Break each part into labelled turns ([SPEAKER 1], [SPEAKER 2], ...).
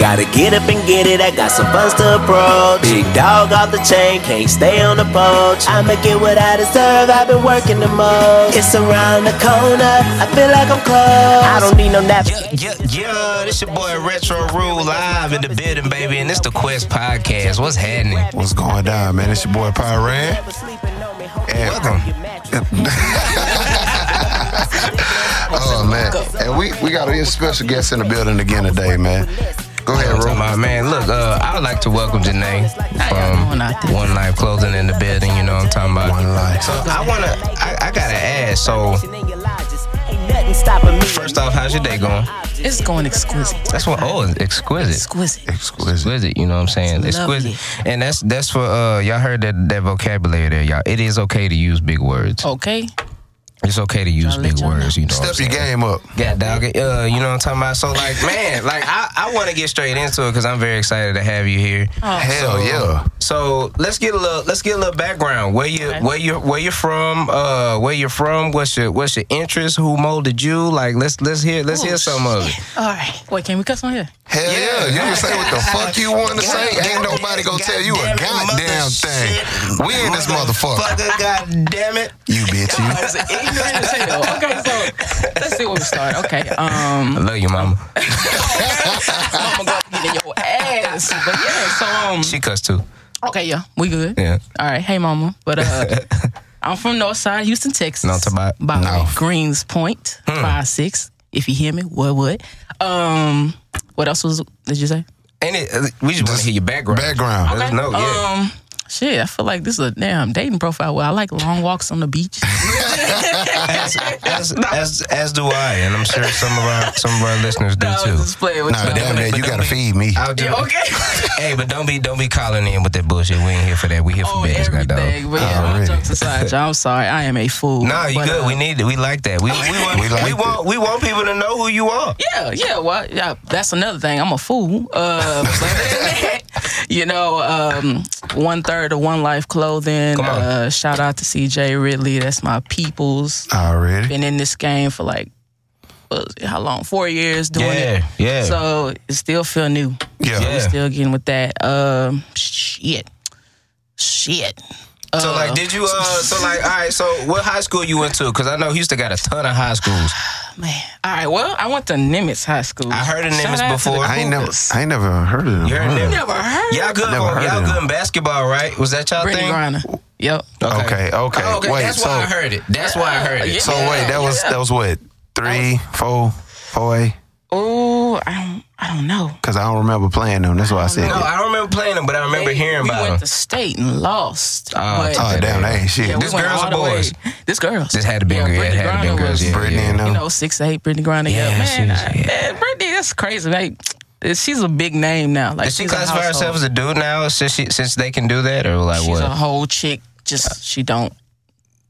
[SPEAKER 1] Gotta get up and get it, I got some funds to approach. Big dog off the chain, can't stay on the porch. I'ma get what I deserve, I've been working the most. It's around the corner, I feel like I'm close. I don't need no nap.
[SPEAKER 2] Yeah, yeah, yeah, this your boy Retro Rule live in the building, baby, and it's the Quest Podcast. What's happening?
[SPEAKER 3] What's going down, man? It's your boy Pyran.
[SPEAKER 2] Welcome.
[SPEAKER 3] Oh man, and we we got a special guest in the building again today, man. Go ahead,
[SPEAKER 2] Talking
[SPEAKER 3] Roo.
[SPEAKER 2] about, man, look, uh, I would like to welcome Janae
[SPEAKER 4] doing out
[SPEAKER 2] from
[SPEAKER 4] there?
[SPEAKER 2] One Life Clothing in the building. You know what I'm talking about?
[SPEAKER 3] One Life.
[SPEAKER 2] So I wanna, I, I gotta ask. So first off, how's your day going?
[SPEAKER 4] It's going exquisite.
[SPEAKER 2] That's what. Oh, it's exquisite.
[SPEAKER 4] Exquisite.
[SPEAKER 3] Exquisite.
[SPEAKER 2] exquisite. You know what I'm saying?
[SPEAKER 4] It's lovely.
[SPEAKER 2] Exquisite. And that's that's for uh y'all heard that that vocabulary there, y'all. It is okay to use big words.
[SPEAKER 4] Okay.
[SPEAKER 2] It's okay to use
[SPEAKER 4] let
[SPEAKER 2] big
[SPEAKER 4] Oh. y'all know.
[SPEAKER 2] words. You know. what I'm
[SPEAKER 3] Step your
[SPEAKER 2] saying?
[SPEAKER 3] game up.
[SPEAKER 2] God dog. it. Uh, you know what I'm talking about? So like, man, like I, I want to get straight into it because I'm very excited to have you here.
[SPEAKER 3] Hell yeah.
[SPEAKER 2] So let's get a little let's get a little background. Where you where you where you're from? Uh, where you're from? What's your what's your interest? Who molded you? Like let's let's hear let's hear some of it.
[SPEAKER 4] All right. Wait, can we cuss on here?
[SPEAKER 3] Hell yeah. You can say what the fuck you want to say. Ain't nobody gonna tell you a goddamn thing. We in this motherfucker.
[SPEAKER 2] Fucker, God damn it.
[SPEAKER 3] You bitch, you.
[SPEAKER 4] It's ignorant as hell. Okay, so let's see where we start. Okay.
[SPEAKER 2] I
[SPEAKER 4] Um,
[SPEAKER 2] love you, mama.
[SPEAKER 4] I'm gonna go get in your ass. But yeah, so um,
[SPEAKER 2] She cuss too.
[SPEAKER 4] okay, yeah, we good.
[SPEAKER 2] Yeah.
[SPEAKER 4] All right. Hey, mama. But uh, I'm from Northside, Houston, Texas.
[SPEAKER 2] Not about-
[SPEAKER 4] By
[SPEAKER 3] No.
[SPEAKER 4] Greens Point, five six. If you hear me, what what? Um, what else was did you say?
[SPEAKER 2] And it, uh, we just want to hear your background.
[SPEAKER 3] Background.
[SPEAKER 2] Let's know, yeah.
[SPEAKER 4] Um, shit, I feel like this is a damn dating profile where I like long walks on the beach.
[SPEAKER 2] as, as, as do I, and I'm sure some of our some of our listeners do
[SPEAKER 4] I was
[SPEAKER 2] too.
[SPEAKER 4] just playing with
[SPEAKER 3] Nah,
[SPEAKER 4] you.
[SPEAKER 3] damn that. You gotta feed me.
[SPEAKER 2] I'll do
[SPEAKER 4] Yeah, okay.
[SPEAKER 2] hey, but don't be don't be calling in with that bullshit. We ain't here for that. We here for
[SPEAKER 4] Oh,
[SPEAKER 2] business,
[SPEAKER 4] everything.
[SPEAKER 2] goddamn.
[SPEAKER 4] But yeah, all
[SPEAKER 3] Already.
[SPEAKER 4] jokes aside, y'all, I'm sorry. I am a fool.
[SPEAKER 2] Nah, you
[SPEAKER 4] But,
[SPEAKER 2] good.
[SPEAKER 4] uh,
[SPEAKER 2] we need it. We like that. We we want we,
[SPEAKER 3] We like
[SPEAKER 2] want we want people to know who you are.
[SPEAKER 4] yeah, yeah. Well, yeah. That's another thing. I'm a fool. Uh, but, you know, um, one third of One Life Clothing.
[SPEAKER 2] Come on.
[SPEAKER 4] Uh, shout out to CJ Ridley. That's my people's.
[SPEAKER 3] Already.
[SPEAKER 4] Been in this game for like, what was it, how long? Four years doing
[SPEAKER 2] Yeah,
[SPEAKER 4] it.
[SPEAKER 2] yeah.
[SPEAKER 4] So it still feel new.
[SPEAKER 3] Yeah.
[SPEAKER 2] Yeah.
[SPEAKER 4] we still getting with that. Um, shit, shit.
[SPEAKER 2] So
[SPEAKER 4] Uh,
[SPEAKER 2] like, did you? uh So like, all right. So what high school you went to? Because I know Houston got a ton of high schools.
[SPEAKER 4] man. All right. Well, I went to Nimitz High School.
[SPEAKER 2] I heard of
[SPEAKER 4] Shout
[SPEAKER 2] Nimitz
[SPEAKER 4] out to the
[SPEAKER 2] before.
[SPEAKER 3] I ain't never
[SPEAKER 4] Cougars.
[SPEAKER 3] I ain't never heard of them.
[SPEAKER 2] You heard them?
[SPEAKER 4] Never heard.
[SPEAKER 2] Y'all good?
[SPEAKER 3] Never
[SPEAKER 2] on,
[SPEAKER 3] heard
[SPEAKER 2] y'all
[SPEAKER 3] of
[SPEAKER 2] good
[SPEAKER 3] them.
[SPEAKER 2] in basketball, right? Was that y'all
[SPEAKER 4] Brittany
[SPEAKER 2] thing?
[SPEAKER 4] Griner. Yep.
[SPEAKER 3] Okay, okay.
[SPEAKER 2] Oh, okay.
[SPEAKER 3] Wait,
[SPEAKER 2] That's
[SPEAKER 3] so
[SPEAKER 2] why I heard it. That's why I heard it.
[SPEAKER 4] Yeah.
[SPEAKER 3] so wait, that was that was what? Three, four, four A?
[SPEAKER 4] Oh, I don't. I don't know.
[SPEAKER 3] Cause I don't remember playing them. That's why I said
[SPEAKER 2] No,
[SPEAKER 3] it.
[SPEAKER 2] I don't remember playing them, but I remember
[SPEAKER 4] They-
[SPEAKER 2] hearing
[SPEAKER 4] we
[SPEAKER 2] about them.
[SPEAKER 4] went to state and lost. but,
[SPEAKER 3] Oh damn, that ain't shit.
[SPEAKER 4] yeah, we
[SPEAKER 2] this
[SPEAKER 4] went
[SPEAKER 2] girls
[SPEAKER 4] all
[SPEAKER 2] or
[SPEAKER 4] the way-
[SPEAKER 2] boys?
[SPEAKER 4] This girls.
[SPEAKER 2] This had to be
[SPEAKER 4] yeah,
[SPEAKER 2] girls.
[SPEAKER 4] Brittany
[SPEAKER 2] it had to
[SPEAKER 4] Griner
[SPEAKER 2] be girls.
[SPEAKER 4] was,
[SPEAKER 2] Yeah,
[SPEAKER 3] Brittany
[SPEAKER 2] yeah.
[SPEAKER 3] and them.
[SPEAKER 4] You know, six eight. Brittany Griner. Yeah,
[SPEAKER 2] Yeah,
[SPEAKER 4] man.
[SPEAKER 2] she's-
[SPEAKER 4] I- man, Brittany, that's crazy. Like, she's a big name now. Like,
[SPEAKER 2] Does she
[SPEAKER 4] she's a
[SPEAKER 2] classify herself
[SPEAKER 4] household.
[SPEAKER 2] as a dude now since she, since they can do that or like
[SPEAKER 4] She's
[SPEAKER 2] what?
[SPEAKER 4] a whole chick. Just she don't.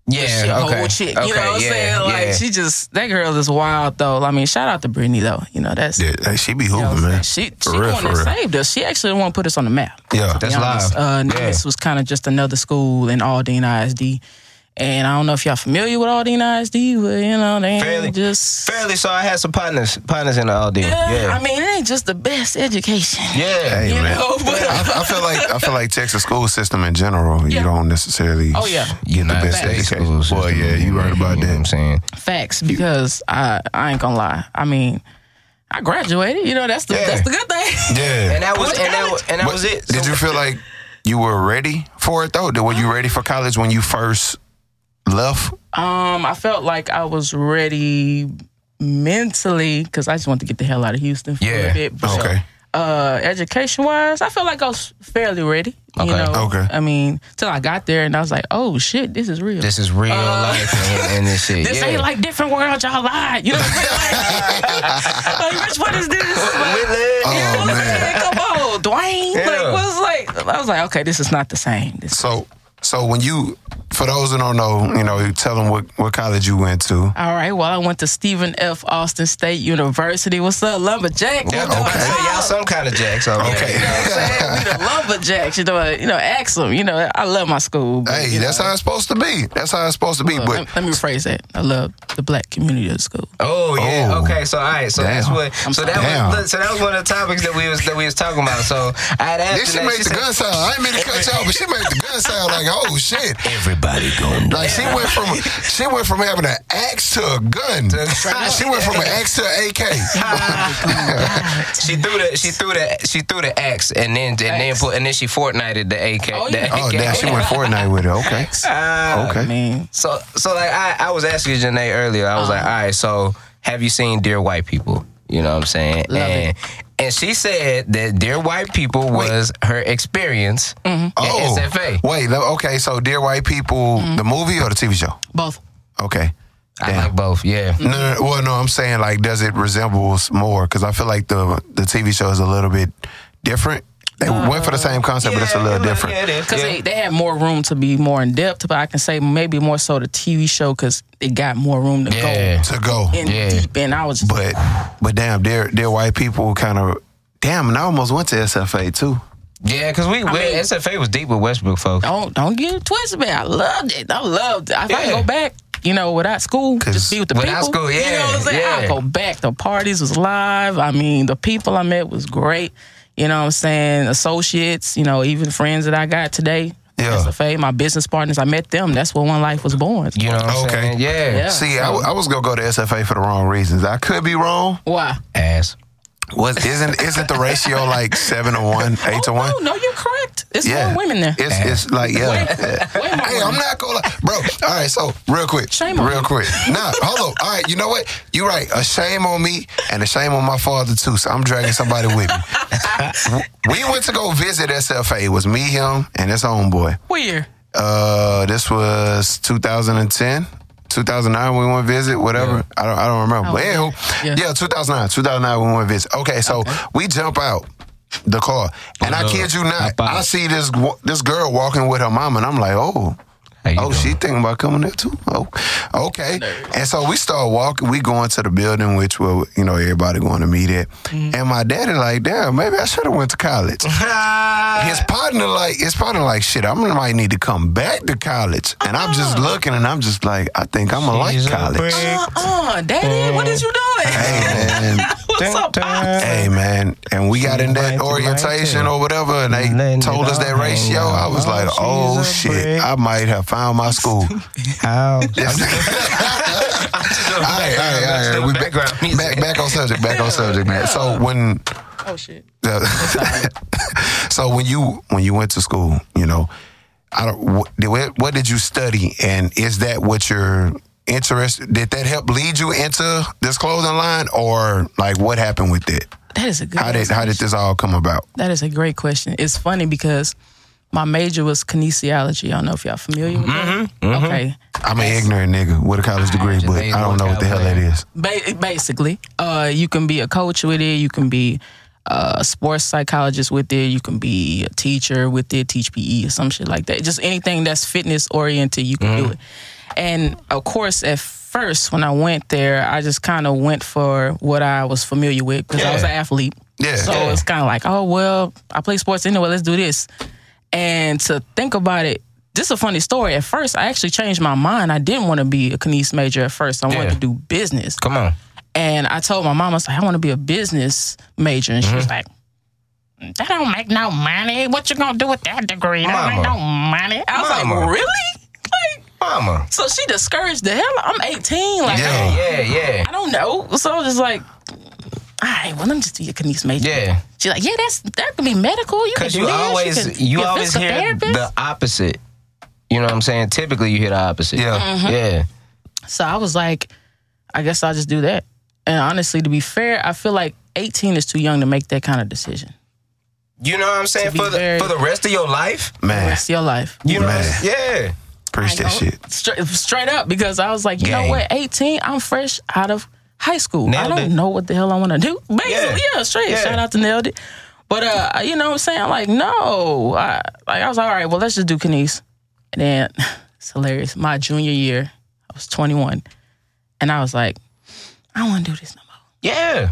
[SPEAKER 2] yeah,
[SPEAKER 4] She a whole chick. You know what I'm saying? Like she just that girl is wild though. I mean, shout out to Brittany though. You know that's
[SPEAKER 3] Yeah, hey, she be
[SPEAKER 4] you know what
[SPEAKER 3] hooping,
[SPEAKER 4] I'm
[SPEAKER 3] man.
[SPEAKER 4] saying? she she
[SPEAKER 3] For real,
[SPEAKER 4] the one
[SPEAKER 3] for
[SPEAKER 4] that
[SPEAKER 3] real.
[SPEAKER 4] saved us. She actually the one put us on the map.
[SPEAKER 3] Yeah.
[SPEAKER 2] That's
[SPEAKER 4] be honest.
[SPEAKER 2] live.
[SPEAKER 4] Uh,
[SPEAKER 2] Yeah.
[SPEAKER 4] Nimitz was kind of just another school in Aldine ISD. And I don't know if y'all familiar with Aldine ISD, but you know they ain't
[SPEAKER 2] Fairly.
[SPEAKER 4] just
[SPEAKER 2] fairly. So I had some partners partners in the all deal.
[SPEAKER 4] Yeah,
[SPEAKER 2] Yeah,
[SPEAKER 4] I mean, it ain't just the best education.
[SPEAKER 2] yeah.
[SPEAKER 3] Hey,
[SPEAKER 4] You
[SPEAKER 3] man.
[SPEAKER 4] know, but uh,
[SPEAKER 3] I, I feel like I feel like Texas school system in general, you
[SPEAKER 4] Yeah.
[SPEAKER 3] don't necessarily
[SPEAKER 4] Oh, yeah.
[SPEAKER 3] get the best education. Well, yeah, you right about
[SPEAKER 2] You know what I'm
[SPEAKER 3] that.
[SPEAKER 2] saying?
[SPEAKER 4] facts because I I ain't gonna lie. I mean, I graduated. You know that's the
[SPEAKER 2] Yeah.
[SPEAKER 4] that's the good thing.
[SPEAKER 3] Yeah.
[SPEAKER 2] And that was
[SPEAKER 4] Went
[SPEAKER 2] and
[SPEAKER 4] to
[SPEAKER 2] that,
[SPEAKER 4] college.
[SPEAKER 2] was- and that
[SPEAKER 3] But
[SPEAKER 2] was it.
[SPEAKER 3] Did
[SPEAKER 2] So-
[SPEAKER 3] you feel like you were ready for it though? Did- Were you ready for college when you first left?
[SPEAKER 4] Um, I felt like I was ready mentally because I just wanted to get the hell out of Houston for
[SPEAKER 2] Yeah.
[SPEAKER 4] a bit. But,
[SPEAKER 3] Okay.
[SPEAKER 4] Uh, education wise, I felt like I was fairly ready. You
[SPEAKER 2] Okay.
[SPEAKER 4] know,
[SPEAKER 3] Okay.
[SPEAKER 4] I mean, till I got there and I was like, oh shit, this is real.
[SPEAKER 2] This is real life and, and this shit.
[SPEAKER 4] Uh, This
[SPEAKER 2] yeah.
[SPEAKER 4] ain't like different world, y'all lied. You know what I'm saying? Like, like bitch, what is this? Like,
[SPEAKER 2] We live.
[SPEAKER 4] you know
[SPEAKER 3] Oh,
[SPEAKER 4] what I'm
[SPEAKER 3] man.
[SPEAKER 4] saying? Come on, Dwayne.
[SPEAKER 2] Yeah.
[SPEAKER 4] Like, was like, I was like, okay, this is not the same. This
[SPEAKER 3] So so when you For those that don't know, you know, tell them what, what college you went to.
[SPEAKER 4] All right. Well, I went to Stephen F. Austin State University. What's up, lumberjack?
[SPEAKER 2] Yeah,
[SPEAKER 4] You know
[SPEAKER 2] I'm about
[SPEAKER 4] what
[SPEAKER 2] to
[SPEAKER 4] I'm
[SPEAKER 2] say, y'all some
[SPEAKER 4] saying?
[SPEAKER 2] kind of jacks. over here.
[SPEAKER 3] Okay.
[SPEAKER 2] You know what I'm
[SPEAKER 4] You know
[SPEAKER 2] saying?
[SPEAKER 4] what I'm saying? We the lumberjacks. You know, uh, you know, ask them. You know, I love my school. but,
[SPEAKER 3] Hey,
[SPEAKER 4] you
[SPEAKER 3] that's
[SPEAKER 4] know,
[SPEAKER 3] how it's supposed to be. That's how it's supposed to be.
[SPEAKER 4] look,
[SPEAKER 3] But
[SPEAKER 4] let, let me rephrase that. I love the black community of the school.
[SPEAKER 2] Oh yeah.
[SPEAKER 3] Oh.
[SPEAKER 2] Okay. So all right. So
[SPEAKER 3] Damn.
[SPEAKER 2] that's what.
[SPEAKER 4] I'm
[SPEAKER 2] so
[SPEAKER 4] sorry.
[SPEAKER 2] that
[SPEAKER 3] Damn.
[SPEAKER 2] was. look, So that was one of the topics that we was that we was talking about. So I had asked.
[SPEAKER 3] then she
[SPEAKER 2] her that.
[SPEAKER 3] made the
[SPEAKER 2] said-
[SPEAKER 3] gun sound. I ain't mean to cut y'all, but she made the gun sound like, oh shit.
[SPEAKER 1] Everybody going
[SPEAKER 3] Like she went from she went from having an axe to a gun. she went from an axe to an AK.
[SPEAKER 2] She threw the she threw the she threw the axe and then and then
[SPEAKER 4] Axe.
[SPEAKER 2] put and then she Fortnited the AK.
[SPEAKER 4] Oh,
[SPEAKER 2] the
[SPEAKER 4] yeah.
[SPEAKER 3] oh
[SPEAKER 2] AK.
[SPEAKER 3] damn, she went Fortnite with it. Okay,
[SPEAKER 2] Ah.
[SPEAKER 4] I
[SPEAKER 3] okay.
[SPEAKER 4] mean,
[SPEAKER 2] So so like I, I was asking Janae earlier. I was
[SPEAKER 3] Uh-huh.
[SPEAKER 2] like, all right, so have you seen Dear White People? You know what I'm saying?
[SPEAKER 4] Love
[SPEAKER 2] and
[SPEAKER 4] it.
[SPEAKER 2] and she said that Dear White People was her experience at
[SPEAKER 3] Oh,
[SPEAKER 2] SFA.
[SPEAKER 3] wait. no, Okay, so Dear White People, the movie or the TV show?
[SPEAKER 4] both.
[SPEAKER 3] Okay.
[SPEAKER 2] I like both. Yeah.
[SPEAKER 3] No, no, no, well, no, I'm saying like, does it resembles more? Because I feel like the the TV show is a little bit different. They went for the same concept, but it's a little different.
[SPEAKER 2] Yeah, it is.
[SPEAKER 4] Because
[SPEAKER 2] Yeah.
[SPEAKER 4] they, they had more room to be more in depth, but I can say maybe more so the TV show because it got more room to
[SPEAKER 2] Yeah.
[SPEAKER 3] To go,
[SPEAKER 4] go in
[SPEAKER 2] Yeah.
[SPEAKER 4] deep. And I was just,
[SPEAKER 3] but but damn, their their white people kind of damn. And I almost went to SFA too.
[SPEAKER 2] Yeah, because we, we
[SPEAKER 4] mean-
[SPEAKER 2] SFA was deep with Westbrook folks.
[SPEAKER 4] don't don't get it twisted, man. I loved it. I loved it. If I
[SPEAKER 2] Yeah.
[SPEAKER 4] can go back, you know, without school,
[SPEAKER 3] 'Cause
[SPEAKER 4] just be with the
[SPEAKER 2] without
[SPEAKER 4] people.
[SPEAKER 2] school,
[SPEAKER 4] you know
[SPEAKER 2] yeah,
[SPEAKER 4] what I'm saying?
[SPEAKER 2] yeah.
[SPEAKER 4] I go back. The parties was live. I mean, the people I met was great. You know what I'm saying? Associates, you know, even friends that I got today.
[SPEAKER 3] Yeah.
[SPEAKER 4] SFA, my business partners, I met them. That's where One Life was born.
[SPEAKER 2] You know what I'm
[SPEAKER 3] Okay.
[SPEAKER 2] saying? Yeah.
[SPEAKER 4] Yeah.
[SPEAKER 3] See, I, I was gonna go to SFA for the wrong reasons. I could be wrong.
[SPEAKER 4] Why?
[SPEAKER 2] Ass.
[SPEAKER 3] Was isn't isn't the ratio like seven to one, eight to
[SPEAKER 4] Oh,
[SPEAKER 3] one?
[SPEAKER 4] No, no, you're correct. It's
[SPEAKER 3] Yeah,
[SPEAKER 4] more women there.
[SPEAKER 3] It's it's like yeah.
[SPEAKER 4] Way more
[SPEAKER 3] Hey, I'm
[SPEAKER 4] women.
[SPEAKER 3] not gonna lie. Bro, all right, so real quick.
[SPEAKER 4] Shame on
[SPEAKER 3] Real
[SPEAKER 4] you.
[SPEAKER 3] quick. Nah, hold on. All right, you know what? You're right. A shame on me and a shame on my father too. So I'm dragging somebody with me. we went to go visit SFA. It was me, him, and his homeboy.
[SPEAKER 4] Weird.
[SPEAKER 3] Uh this was 2010. 2009 we went visit whatever I don't I don't remember
[SPEAKER 4] Oh,
[SPEAKER 3] but
[SPEAKER 4] yeah.
[SPEAKER 3] anywho, yeah.
[SPEAKER 4] Yeah.
[SPEAKER 3] 2009 2009 we went visit okay so we jump out the car and I
[SPEAKER 2] Lord.
[SPEAKER 3] kid you not
[SPEAKER 2] Oh, Hop out.
[SPEAKER 3] I see this wa- this girl walking with her mom and I'm like oh
[SPEAKER 2] How you
[SPEAKER 3] oh,
[SPEAKER 2] doing?
[SPEAKER 3] she thinking about coming there too. Oh, okay. And so we start walking. We going to the building, which will you know everybody going to meet at.
[SPEAKER 2] Mm-hmm.
[SPEAKER 3] And my daddy like, damn, maybe I should have went to college. his partner like, his partner like, shit, I might need to come back to college. And I'm just looking, and I'm just like, I think I'm gonna like
[SPEAKER 2] Oh. She's a
[SPEAKER 3] college.
[SPEAKER 2] brick.
[SPEAKER 4] Uh, uh, Daddy, what is you doing?
[SPEAKER 3] Hey man,
[SPEAKER 4] What's up, Pops?
[SPEAKER 3] hey man, and we got in
[SPEAKER 2] might-
[SPEAKER 3] that
[SPEAKER 2] she might
[SPEAKER 3] orientation
[SPEAKER 2] too.
[SPEAKER 3] or whatever, and they
[SPEAKER 2] Letting it
[SPEAKER 3] told us that
[SPEAKER 2] all hang
[SPEAKER 3] ratio. I was
[SPEAKER 2] out.
[SPEAKER 3] like,
[SPEAKER 2] She's
[SPEAKER 3] oh
[SPEAKER 2] a
[SPEAKER 3] shit,
[SPEAKER 2] brick.
[SPEAKER 3] I might have found my school.
[SPEAKER 2] How?
[SPEAKER 3] All right, all right, all right. We back,
[SPEAKER 2] background music.
[SPEAKER 3] back, back on subject. Back on subject, man. So when, uh,
[SPEAKER 4] Oh shit.
[SPEAKER 3] so when you when you went to school, you know, I don't. What, did- what, what did you study, and is that what you're interested? Did that help lead you into this clothing line, or like what happened with it?
[SPEAKER 4] That is a good.
[SPEAKER 3] How did how did this all come about?
[SPEAKER 4] That is a great question. It's funny because my major was kinesiology. I don't know if y'all familiar with that. Okay.
[SPEAKER 3] I'm an ignorant nigga with a college degree,
[SPEAKER 2] just
[SPEAKER 3] but
[SPEAKER 2] ain't
[SPEAKER 3] I don't
[SPEAKER 2] no
[SPEAKER 3] know what the hell
[SPEAKER 2] college
[SPEAKER 3] that is.
[SPEAKER 4] Ba- basically, uh, you can be a coach with it. You can be a sports psychologist with it. You can be a teacher with it. Teach PE or some shit like that. Just anything that's fitness oriented, you can do it. And of course, at first when I went there, I just kind of went for what I was familiar with because I was
[SPEAKER 2] Yeah.
[SPEAKER 4] an athlete.
[SPEAKER 3] Yeah.
[SPEAKER 4] So
[SPEAKER 3] Yeah.
[SPEAKER 4] it's kind of like, oh well, I play sports anyway. Let's do this. And to think about it, this is a funny story. At first, I actually changed my mind. I didn't want to be a kines major at first. I
[SPEAKER 2] Yeah.
[SPEAKER 4] wanted to do business.
[SPEAKER 2] Come on.
[SPEAKER 4] And I told my mom, I was like, I want to be a business major. And she was like,
[SPEAKER 2] Mm-hmm.
[SPEAKER 4] that don't make no money. What you gonna do with that degree? That don't make no
[SPEAKER 2] Mama.
[SPEAKER 4] money. I was
[SPEAKER 2] Mama.
[SPEAKER 4] like, really? Like,
[SPEAKER 2] Mama.
[SPEAKER 4] so she discouraged the hell. I'm 18. Like,
[SPEAKER 3] Yeah.
[SPEAKER 4] I, don't,
[SPEAKER 2] Yeah, yeah.
[SPEAKER 4] I don't know. So I was just like, all right, well, let me just be a kines major.
[SPEAKER 2] Yeah.
[SPEAKER 4] She's like, yeah, that's that could be medical. You
[SPEAKER 2] Because
[SPEAKER 4] could do
[SPEAKER 2] you
[SPEAKER 4] this.
[SPEAKER 2] always
[SPEAKER 4] could
[SPEAKER 2] you
[SPEAKER 4] be a
[SPEAKER 2] always
[SPEAKER 4] physical
[SPEAKER 2] hear
[SPEAKER 4] therapist.
[SPEAKER 2] the opposite. You know what I'm saying? Typically, you hear the opposite.
[SPEAKER 3] Yeah.
[SPEAKER 4] Mm-hmm.
[SPEAKER 2] Yeah.
[SPEAKER 4] So I was like, I guess I'll just do that. And honestly, to be fair, I feel like 18 is too young to make that kind of decision.
[SPEAKER 2] You know what I'm saying?
[SPEAKER 4] be
[SPEAKER 2] For the,
[SPEAKER 4] very-
[SPEAKER 2] for the rest of your life?
[SPEAKER 4] The
[SPEAKER 3] Man,
[SPEAKER 4] rest of your life.
[SPEAKER 2] You know what I'm
[SPEAKER 3] Man.
[SPEAKER 2] Yeah.
[SPEAKER 3] preach that shit.
[SPEAKER 4] Straight, straight up, because I was like, you know
[SPEAKER 2] Gang.
[SPEAKER 4] what? 18, I'm fresh out of high school. I
[SPEAKER 2] Nailed
[SPEAKER 4] don't
[SPEAKER 2] it.
[SPEAKER 4] know what the hell I want to do. Basically,
[SPEAKER 2] Yeah.
[SPEAKER 4] yeah, straight.
[SPEAKER 2] Yeah.
[SPEAKER 4] Shout out to Nailed It. But, uh, you know what I'm saying? Like, no. I, like, I was like, all right, well, let's just do Kines. And then It's hilarious. My junior year, I was 21, and I was like, I don't want to do this no more.
[SPEAKER 2] Yeah.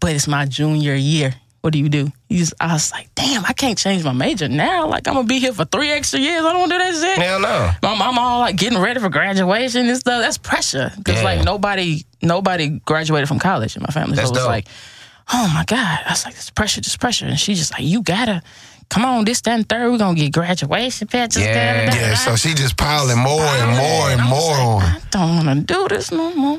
[SPEAKER 4] But it's my junior year. What do you do? You just, I was like, damn, I can't change my major now. Like I'm gonna be here for three extra years. I don't want to do that shit.
[SPEAKER 2] Hell no.
[SPEAKER 4] My mom all like getting ready for graduation and stuff. That's pressure because
[SPEAKER 2] Yeah.
[SPEAKER 4] like nobody nobody graduated from college in my family.
[SPEAKER 2] That's
[SPEAKER 4] so it was
[SPEAKER 2] dope.
[SPEAKER 4] like, oh my god. I was like, this pressure, just pressure. And she just like, you gotta come on this, that, and third. We're gonna get graduation pictures. da,
[SPEAKER 2] Yeah.
[SPEAKER 4] da, da,
[SPEAKER 3] Yeah,
[SPEAKER 4] da.
[SPEAKER 3] so she just piling more and more and
[SPEAKER 4] I was
[SPEAKER 3] more on.
[SPEAKER 4] like, I don't want to do this no more.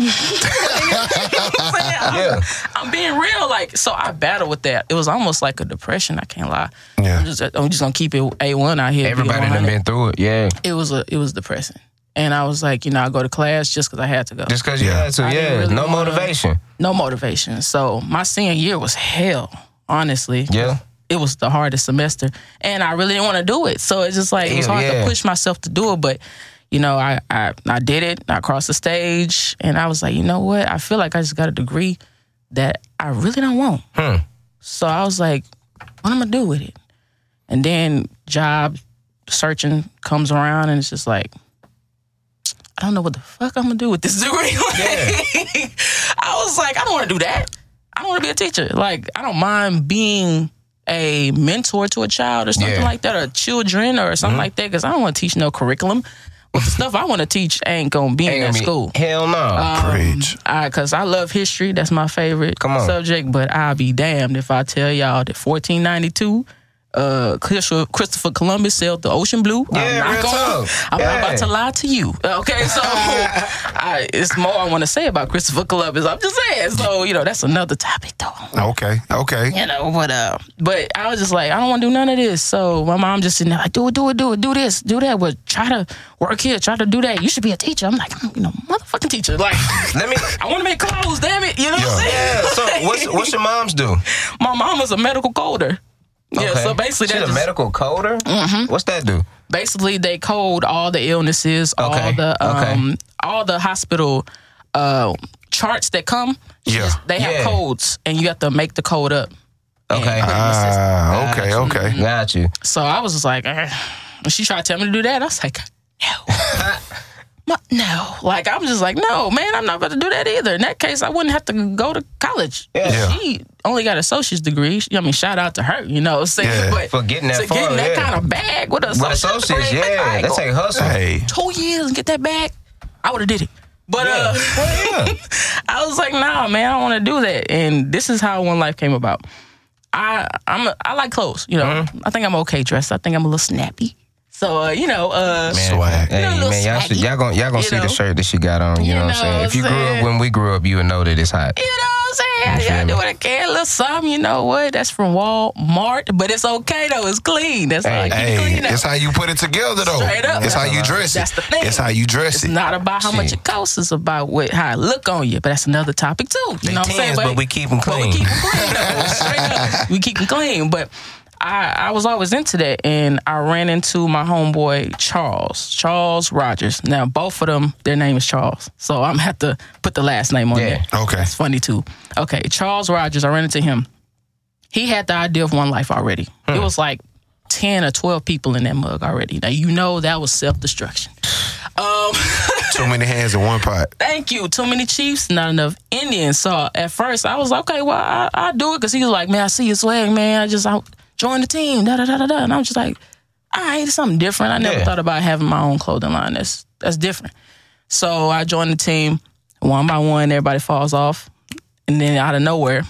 [SPEAKER 2] Yeah.
[SPEAKER 4] yeah. I'm being real. Like, so I battle with that. It was almost like a depression. I can't lie.
[SPEAKER 3] Yeah.
[SPEAKER 4] I'm just, I'm just gonna keep it a one out here. be
[SPEAKER 2] Everybody done
[SPEAKER 4] 100.
[SPEAKER 2] been through it. Yeah.
[SPEAKER 4] It was a, it was depressing, and I was like, you know, I go to class just because I had to go.
[SPEAKER 2] Just because you
[SPEAKER 3] Yeah.
[SPEAKER 2] had to.
[SPEAKER 4] I didn't
[SPEAKER 2] Yeah.
[SPEAKER 4] really
[SPEAKER 2] No
[SPEAKER 4] wanna-
[SPEAKER 2] motivation.
[SPEAKER 4] no motivation. So my senior year was hell. Honestly,
[SPEAKER 2] Yeah.
[SPEAKER 4] it was the hardest semester, and I really didn't want to do it. So it's just like it was
[SPEAKER 2] Hell,
[SPEAKER 4] hard
[SPEAKER 2] yeah.
[SPEAKER 4] to push myself to do it, but you know, I, I I did it. I crossed the stage, and I was like, you know what? I feel like I just got a degree that I really don't want.
[SPEAKER 2] Hmm.
[SPEAKER 4] So I was like, what am I gonna do with it? And then job searching comes around, and it's just like. I don't know what the fuck I'm gonna do with this degree. Like, I was like, I don't want to do that. I don't want to be a teacher. Like, I don't mind being a mentor to a child or something
[SPEAKER 2] Yeah. Mm-hmm.
[SPEAKER 4] like that, or children or something like that, because I don't want to teach no curriculum. But the stuff I want to teach ain't gonna be in
[SPEAKER 2] Ain't
[SPEAKER 4] that
[SPEAKER 2] gonna be-
[SPEAKER 4] school. Uh.
[SPEAKER 2] Hell no.
[SPEAKER 3] Preach.
[SPEAKER 4] I, cause I love history. That's my favorite
[SPEAKER 2] Come on.
[SPEAKER 4] subject. But I'll be damned if I tell y'all that 1492, uh, Christo- Christopher Columbus sailed the ocean blue.
[SPEAKER 2] Yeah,
[SPEAKER 4] I'm,
[SPEAKER 2] real
[SPEAKER 4] not, gonna,
[SPEAKER 2] talk.
[SPEAKER 4] I'm not
[SPEAKER 2] Yeah.
[SPEAKER 4] about to lie to you. Okay, so I, it's more I want to say about Christopher Columbus. I'm just saying. So you know, that's another topic though
[SPEAKER 3] Okay, okay.
[SPEAKER 4] you know, but uh, but I was just like, I don't want to do none of this. So my mom just sitting there like, do it, do it, do it, do this, do that. But try to work here, try to do that. You should be a teacher. I'm like, I'm, you know, motherfucking teacher. Like,
[SPEAKER 2] Let me.
[SPEAKER 4] I want to make clothes, damn it. You know what I'm saying?
[SPEAKER 2] Yeah. So what's what's your mom's do?
[SPEAKER 4] My mom was a medical coder. Yeah,
[SPEAKER 2] Okay.
[SPEAKER 4] so basically,
[SPEAKER 2] she
[SPEAKER 4] that
[SPEAKER 2] a
[SPEAKER 4] just,
[SPEAKER 2] medical coder. Mm-hmm. What's that do?
[SPEAKER 4] basically they code all the illnesses,
[SPEAKER 2] Okay,
[SPEAKER 4] all the
[SPEAKER 2] okay.
[SPEAKER 4] um, all the hospital uh, charts that come.
[SPEAKER 3] Yeah.
[SPEAKER 4] they have
[SPEAKER 2] Yeah.
[SPEAKER 4] codes, and you have to make the code up.
[SPEAKER 2] Okay.
[SPEAKER 3] Ah, okay, okay.
[SPEAKER 2] Got you.
[SPEAKER 4] So I was just like, eh. When she tried to tell me to do that, I was like, no. My- no. Like, I'm just like, no, man, I'm not about to do that either. In that case, I wouldn't have to go to college.
[SPEAKER 3] Yeah.
[SPEAKER 4] She only got associate's degree. She- I mean, shout out to her, you know what I'm saying?
[SPEAKER 3] Yeah,
[SPEAKER 4] but
[SPEAKER 2] for getting that
[SPEAKER 4] to
[SPEAKER 2] far,
[SPEAKER 4] getting that
[SPEAKER 2] yeah.
[SPEAKER 4] kind of bag with
[SPEAKER 2] With
[SPEAKER 4] associate's,
[SPEAKER 2] associates,
[SPEAKER 4] degree,
[SPEAKER 2] yeah,
[SPEAKER 4] like,
[SPEAKER 2] that's a hustle.
[SPEAKER 3] Hey,
[SPEAKER 4] two years and get that bag, I would have did it. But
[SPEAKER 2] Yeah.
[SPEAKER 4] uh,
[SPEAKER 2] Well, yeah.
[SPEAKER 4] I was like, nah, man, I don't want to do that. And this is how One Life came about. I I'm a, I like clothes, you know.
[SPEAKER 2] Uh-huh.
[SPEAKER 4] I think I'm okay dressed. I think I'm a little snappy. So uh, you know, uh,
[SPEAKER 3] Swag.
[SPEAKER 2] Hey,
[SPEAKER 4] You're a little
[SPEAKER 2] man, y'all, should,
[SPEAKER 4] swaggy.
[SPEAKER 2] y'all gonna y'all gonna
[SPEAKER 4] You
[SPEAKER 2] see
[SPEAKER 4] know?
[SPEAKER 2] the shirt that she got on. You,
[SPEAKER 4] You
[SPEAKER 2] know, what
[SPEAKER 4] know
[SPEAKER 2] I'm saying?
[SPEAKER 4] what
[SPEAKER 2] If you
[SPEAKER 4] I'm
[SPEAKER 2] grew up
[SPEAKER 4] saying?
[SPEAKER 2] when we grew up, you would know that it's hot.
[SPEAKER 4] you know
[SPEAKER 2] You
[SPEAKER 4] what I'm saying?
[SPEAKER 2] feel
[SPEAKER 4] I, I
[SPEAKER 2] me?
[SPEAKER 4] do what I can, a little something. You know what? That's from Walmart, but it's okay though. It's clean. That's
[SPEAKER 2] Hey,
[SPEAKER 4] like
[SPEAKER 3] hey,
[SPEAKER 4] clean up.
[SPEAKER 3] it's how you put it together though.
[SPEAKER 4] Straight up.
[SPEAKER 3] It's how you dress it.
[SPEAKER 4] That's the thing.
[SPEAKER 3] It's how you dress it.
[SPEAKER 4] It's not about how much
[SPEAKER 2] Shit.
[SPEAKER 4] it costs. It's about what how it look on you. But that's another topic too. You
[SPEAKER 2] They
[SPEAKER 4] know what I'm saying?
[SPEAKER 2] tens, but we keep 'em
[SPEAKER 4] But
[SPEAKER 2] clean.
[SPEAKER 4] we keep 'em clean. though. Straight up, we keep 'em clean. But I, I was always into that, and I ran into my homeboy Charles, Charles Rogers. Now both of them, their name is Charles, so I'm gonna have to put the last name on
[SPEAKER 2] Yeah.
[SPEAKER 4] there.
[SPEAKER 3] Okay.
[SPEAKER 4] It's funny too. Okay, Charles Rogers, I ran into him. He had the idea of One Life already.
[SPEAKER 2] Hmm.
[SPEAKER 4] It was like 10 or 12 people in that mug already. Now, you know that was self destruction.
[SPEAKER 3] Too many hands in one pot.
[SPEAKER 4] Thank you. Too many Chiefs, not enough Indians. So at first, I was like, okay, well, I, I do it because he was like, man, I see your swag, man. I just I join the team, da da da da da. And I was just like, all right, it's something different. I never
[SPEAKER 2] Yeah.
[SPEAKER 4] thought about having my own clothing line. That's that's different. So I joined the team one by one. Everybody falls off, and then out of nowhere, it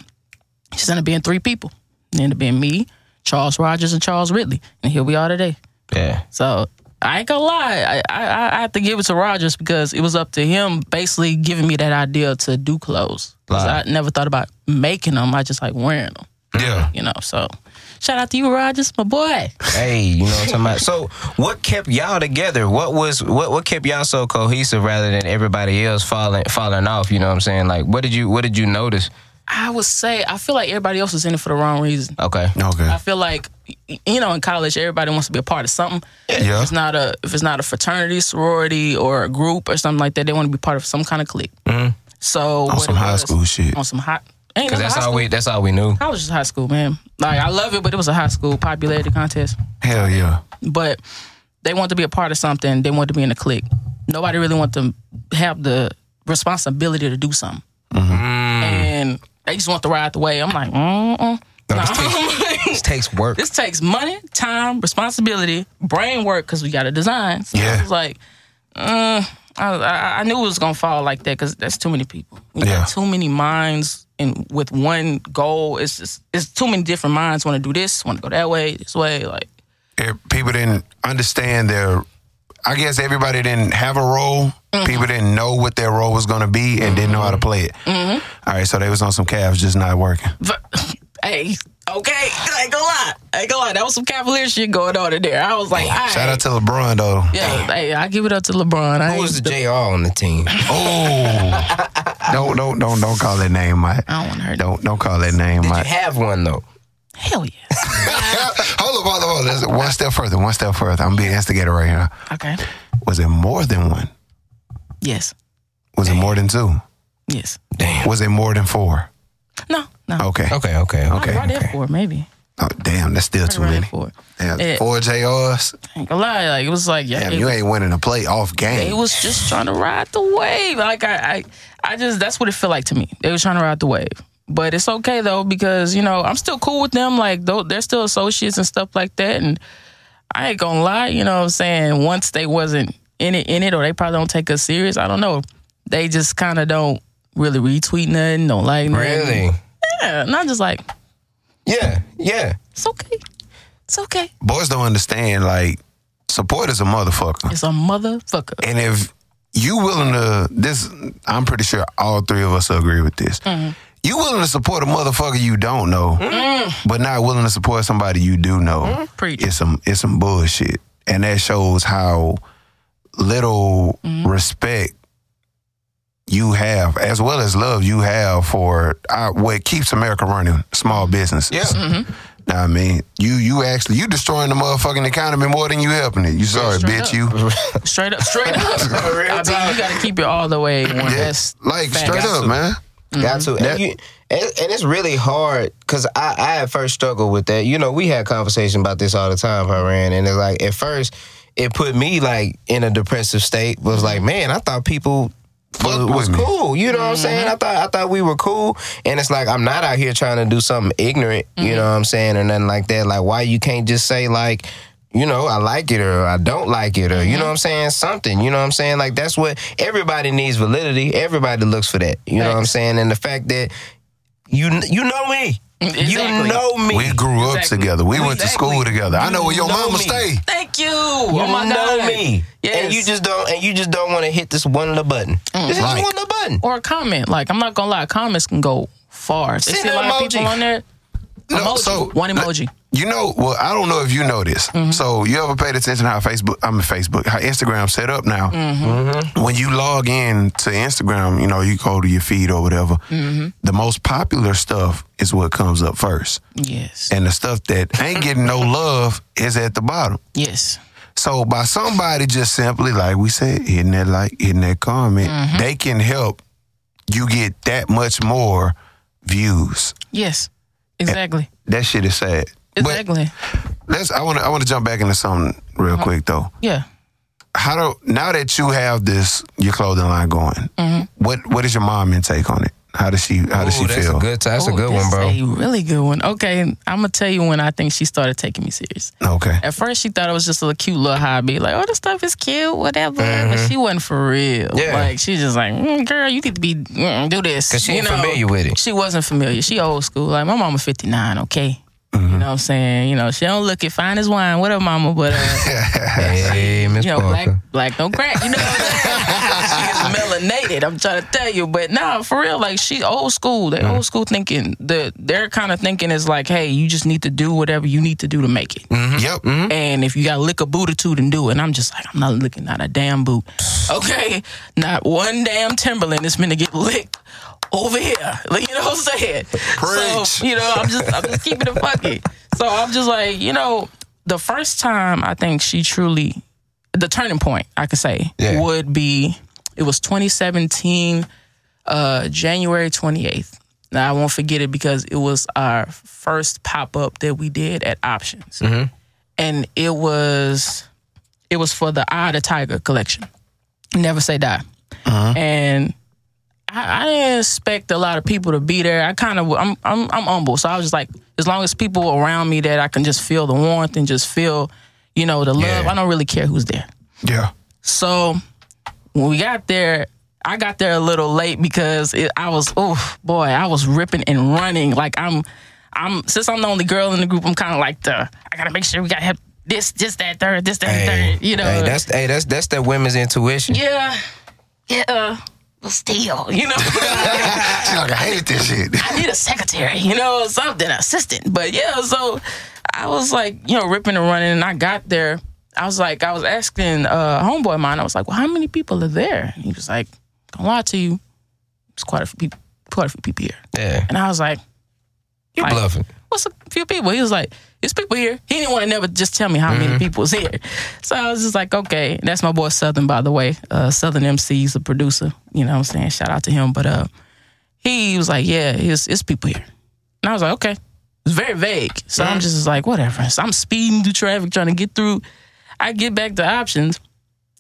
[SPEAKER 4] just ended up being three people. It ended up being me, Charles Rogers, and Charles Ridley, and here we are today.
[SPEAKER 2] Yeah.
[SPEAKER 4] So I ain't gonna lie, I, I I have to give it to Rogers because it was up to him basically giving me that idea to do clothes. 'Cause
[SPEAKER 2] Right.
[SPEAKER 4] I never thought about making them. I just like wearing them,
[SPEAKER 3] Yeah.
[SPEAKER 4] you know. So shout out to you, Rogers, my boy.
[SPEAKER 2] Hey, you know what I'm talking about. So, what kept y'all together? What was what what kept y'all so cohesive rather than everybody else falling falling off? You know what I'm saying? Like, what did you what did you notice?
[SPEAKER 4] I would say I feel like everybody else was in it for the wrong reason.
[SPEAKER 2] Okay.
[SPEAKER 3] Okay.
[SPEAKER 4] I feel like y- you know in college everybody wants to be a part of something.
[SPEAKER 3] Yeah.
[SPEAKER 4] If it's not a if it's not a fraternity, sorority, or a group or something like that, they want to be part of some kind of clique. So
[SPEAKER 3] Mm-hmm. On
[SPEAKER 4] what
[SPEAKER 3] some
[SPEAKER 4] it
[SPEAKER 3] high
[SPEAKER 4] was-
[SPEAKER 3] school shit.
[SPEAKER 4] On some hot. Ain't
[SPEAKER 2] Because
[SPEAKER 4] nothing
[SPEAKER 2] that's
[SPEAKER 4] high
[SPEAKER 2] all
[SPEAKER 4] school.
[SPEAKER 2] we that's all we knew.
[SPEAKER 4] College is high school, man. Like I love it, but it was a high school popularity contest.
[SPEAKER 3] Hell yeah.
[SPEAKER 4] But they want to be a part of something. They want to be in a clique. Nobody really want to have the responsibility to do something, and they just want to ride the wave. I'm like, mm
[SPEAKER 2] No, this, takes, Oh this takes work.
[SPEAKER 4] this takes money, time, responsibility, brain work because we got to design. So
[SPEAKER 3] Yeah.
[SPEAKER 4] I was like, uh, I, I, I knew it was gonna fall like that because that's too many people. We got
[SPEAKER 3] Yeah.
[SPEAKER 4] too many minds and with one goal. It's just it's too many different minds want to do this, want to go that way, this way. Like
[SPEAKER 3] it, Er, people didn't understand their. I guess everybody didn't have a role.
[SPEAKER 4] Mm-hmm.
[SPEAKER 3] People didn't know what their role was going to be and didn't know how to play it.
[SPEAKER 4] Mm-hmm.
[SPEAKER 3] All right, so they was on some calves, just not working.
[SPEAKER 4] v- hey. Okay, I ain't gonna lie. I ain't gonna lie. That was some cavalier shit going on in there. I was like, all
[SPEAKER 3] Oh, Shout
[SPEAKER 4] right.
[SPEAKER 3] out to LeBron though.
[SPEAKER 4] yeah, hey, I give it up to LeBron. I
[SPEAKER 2] Who
[SPEAKER 4] ain't-
[SPEAKER 2] was the JR on the team?
[SPEAKER 3] Oh, don't don't don't don't call that name, Mike.
[SPEAKER 4] I don't want to hurt.
[SPEAKER 3] Don't don't call that name,
[SPEAKER 2] Did you
[SPEAKER 3] Mike.
[SPEAKER 2] have one though?
[SPEAKER 4] Hell yeah.
[SPEAKER 3] hold up, hold up, hold up. Let's- One step further. One step further. I'm being instigated right here.
[SPEAKER 4] Okay.
[SPEAKER 3] Was it more than one?
[SPEAKER 4] Yes.
[SPEAKER 3] Was it more than two?
[SPEAKER 4] Yes.
[SPEAKER 2] Damn.
[SPEAKER 3] Was it more than four?
[SPEAKER 4] No. No.
[SPEAKER 3] Okay.
[SPEAKER 2] Okay, okay, okay.
[SPEAKER 4] Right there for maybe.
[SPEAKER 3] Oh, damn, that's still too
[SPEAKER 4] Right
[SPEAKER 3] many.
[SPEAKER 4] for.
[SPEAKER 3] Yeah,
[SPEAKER 4] Yeah.
[SPEAKER 3] four JRs.
[SPEAKER 4] Ain't gonna lie, like it was like yeah,
[SPEAKER 3] Damn,
[SPEAKER 4] it,
[SPEAKER 3] you ain't winning a playoff
[SPEAKER 4] they
[SPEAKER 3] game.
[SPEAKER 4] was just trying to ride the wave. Like I, I, I just that's what it felt like to me. They was trying to ride the wave, but it's okay though because you know I'm still cool with them. Like though they're still associates and stuff like that. And I ain't gonna lie, you know what I'm saying. Once they wasn't in it, in it, or they probably don't take us serious. I don't know. They just kind of don't really retweet nothing, don't like nothing.
[SPEAKER 2] Really?
[SPEAKER 4] Yeah, and I'm just like
[SPEAKER 2] Yeah, yeah.
[SPEAKER 4] it's okay, it's okay.
[SPEAKER 3] Boys don't understand. Like support is a motherfucker,
[SPEAKER 4] It's a motherfucker.
[SPEAKER 3] and if you willing to this, I'm pretty sure all three of us agree with this.
[SPEAKER 4] Mm-hmm.
[SPEAKER 3] You willing to support a motherfucker you don't know,
[SPEAKER 4] Mm.
[SPEAKER 3] but not willing to support somebody you do know.
[SPEAKER 4] Preach.
[SPEAKER 3] It's some it's some bullshit, and that shows how little
[SPEAKER 2] Mm-hmm.
[SPEAKER 3] respect you have, as well as love you have for uh, what keeps America running, small businesses.
[SPEAKER 2] Yeah.
[SPEAKER 3] Nah, I mean, you you actually you destroying the motherfucking economy more than you helping it. You sorry,
[SPEAKER 4] straight
[SPEAKER 3] bitch.
[SPEAKER 4] up.
[SPEAKER 3] You
[SPEAKER 4] Straight up, straight up.
[SPEAKER 2] Real
[SPEAKER 4] I mean, you gotta keep it all the way. One. That's
[SPEAKER 3] like
[SPEAKER 4] fact.
[SPEAKER 3] straight up, man.
[SPEAKER 2] Got to.
[SPEAKER 3] That-
[SPEAKER 2] And, you, and, and it's really hard because I, I at first struggled with that. You know, we had conversation about this all the time, Haran, and it's like at first it put me like in a depressive state. Was like, man, I thought people. Was,
[SPEAKER 3] Fuck
[SPEAKER 2] was
[SPEAKER 3] with me.
[SPEAKER 2] cool, you know what I'm saying?
[SPEAKER 4] Mm-hmm.
[SPEAKER 2] I thought I thought we were cool, and it's like I'm not out here trying to do something ignorant, you
[SPEAKER 4] Mm-hmm.
[SPEAKER 2] know what I'm saying, or nothing like that. Like why you can't just say like, you know, I like it or I don't like it or
[SPEAKER 4] Mm-hmm.
[SPEAKER 2] you know what I'm saying, something, you know what I'm saying? Like that's what everybody needs validity. Everybody looks for that, you know what I'm
[SPEAKER 4] Facts.
[SPEAKER 2] saying? And the fact that you you know me. You
[SPEAKER 4] Exactly.
[SPEAKER 2] know me.
[SPEAKER 3] We grew up
[SPEAKER 4] Exactly.
[SPEAKER 3] together. We went to
[SPEAKER 2] Exactly.
[SPEAKER 3] school together. I know where your
[SPEAKER 2] You know
[SPEAKER 3] mama
[SPEAKER 2] me.
[SPEAKER 3] stay.
[SPEAKER 4] Thank you.
[SPEAKER 2] you
[SPEAKER 4] oh my
[SPEAKER 2] know
[SPEAKER 4] god.
[SPEAKER 2] me.
[SPEAKER 4] Yes. Mm.
[SPEAKER 2] And you just don't and you just don't want to hit this one little button. this is
[SPEAKER 3] Like-
[SPEAKER 2] one little button.
[SPEAKER 4] or a comment. Like I'm not gonna lie, comments can go far. They
[SPEAKER 2] Send
[SPEAKER 4] see a
[SPEAKER 2] an
[SPEAKER 4] lot
[SPEAKER 2] emoji.
[SPEAKER 4] of people on there.
[SPEAKER 3] No,
[SPEAKER 4] emoji.
[SPEAKER 3] so-
[SPEAKER 4] one emoji.
[SPEAKER 3] You know, well, I don't know if you know this. So you ever paid attention how Facebook, I mean Facebook, how Instagram set up now? When you log in to Instagram, you know, you go to your feed or whatever. The most popular stuff is what comes up first,
[SPEAKER 4] Yes.
[SPEAKER 3] and the stuff that ain't getting no love is at the bottom.
[SPEAKER 4] yes.
[SPEAKER 3] So by somebody just simply, like we said, hitting that like, hitting that comment, they can help you get that much more views.
[SPEAKER 4] Yes. Exactly.
[SPEAKER 3] That shit is sad. But
[SPEAKER 4] Exactly.
[SPEAKER 3] let's. I want to. I want to jump back into something real
[SPEAKER 2] Uh-huh.
[SPEAKER 3] quick though.
[SPEAKER 4] yeah.
[SPEAKER 3] How do now that you have this your clothing line going? What What is your mom intake on it? How does she How does
[SPEAKER 2] Mm-hmm. Ooh,
[SPEAKER 3] she
[SPEAKER 2] that's
[SPEAKER 3] feel?
[SPEAKER 2] a good that's a
[SPEAKER 4] Oh,
[SPEAKER 2] good
[SPEAKER 4] this
[SPEAKER 2] one, bro.
[SPEAKER 4] is A really good one. Okay, I'm gonna tell you when I think she started taking me serious.
[SPEAKER 3] okay.
[SPEAKER 4] At first, she thought it was just a cute little hobby, like, oh, this stuff is cute, whatever. But she wasn't for real.
[SPEAKER 2] Mm-hmm. Yeah.
[SPEAKER 4] Like, she just like, mm, girl, you need to be, mm, do this.
[SPEAKER 2] 'Cause she
[SPEAKER 4] you
[SPEAKER 2] ain't familiar with it.
[SPEAKER 4] She wasn't familiar. She old school. Like, my mama 59, okay?
[SPEAKER 2] Mm-hmm.
[SPEAKER 4] You know what I'm saying? You know, she don't look it fine as wine, whatever, mama, but, uh,
[SPEAKER 2] Hey, Miss
[SPEAKER 4] you know, black,
[SPEAKER 2] Parker.
[SPEAKER 4] black no crack. You know what I'm saying? she is melanated, I'm trying to tell you. But nah, for real, like, she old school. They old school thinking. The, their kind of thinking is like, hey, you just need to do whatever you need to do to make it.
[SPEAKER 2] Mm-hmm.
[SPEAKER 3] Yep.
[SPEAKER 4] And if you got to lick a boot or two, then do it. And I'm just like, I'm not looking at a damn boot. Okay, not one damn Timberland is meant to get licked over here. Like, you know what I'm saying?
[SPEAKER 3] Preach.
[SPEAKER 4] So, you know, I'm just, I'm just keeping it fucking. So I'm just like, you know, the first time I think she truly, the turning point, I could say,
[SPEAKER 2] Yeah.
[SPEAKER 4] would be, it was 2017 uh, January 28th. Now, I won't forget it because it was our first pop up that we did at Options. And it was, It was for the Eye of the Tiger collection. Never Say Die.
[SPEAKER 2] Uh-huh.
[SPEAKER 4] And I, I didn't expect a lot of people to be there. I kind of I'm, I'm I'm humble, so I was just like, as long as people around me that I can just feel the warmth and just feel, you know, the love.
[SPEAKER 2] Yeah.
[SPEAKER 4] I don't really care who's there.
[SPEAKER 3] Yeah.
[SPEAKER 4] So when we got there, I got there a little late because it, I was oh boy, I was ripping and running like I'm. I'm since I'm the only girl in the group, I'm kind of like the I gotta make sure we gotta have this, this, that, third, this, that,
[SPEAKER 2] Hey,
[SPEAKER 4] third. You know,
[SPEAKER 2] hey, that's hey, that's that's that women's intuition.
[SPEAKER 4] yeah, yeah, but still, you know.
[SPEAKER 3] She's like, I hated this shit.
[SPEAKER 4] I need a secretary, you know, or something, assistant. But yeah, so I was like, you know, ripping and running, and I got there. I was like, I was asking uh, homeboy of mine. I was like, well, how many people are there? And he was like, gonna lie to you, it's quite a few people, quite a few people here.
[SPEAKER 2] Yeah,
[SPEAKER 4] And I was like,
[SPEAKER 2] you
[SPEAKER 4] Like-
[SPEAKER 2] bluffing.
[SPEAKER 4] what's a few people? He was like, it's people here. He didn't want to never just tell me how many people's here. So I was just like, okay. That's my boy Southern, by the way. Uh, Southern MC, he's a producer. You know what I'm saying? Shout out to him. But uh, he was like, yeah, it's, it's people here. And I was like, okay. It's very vague. So I'm just like, whatever. So I'm speeding through traffic trying to get through. I get back to options.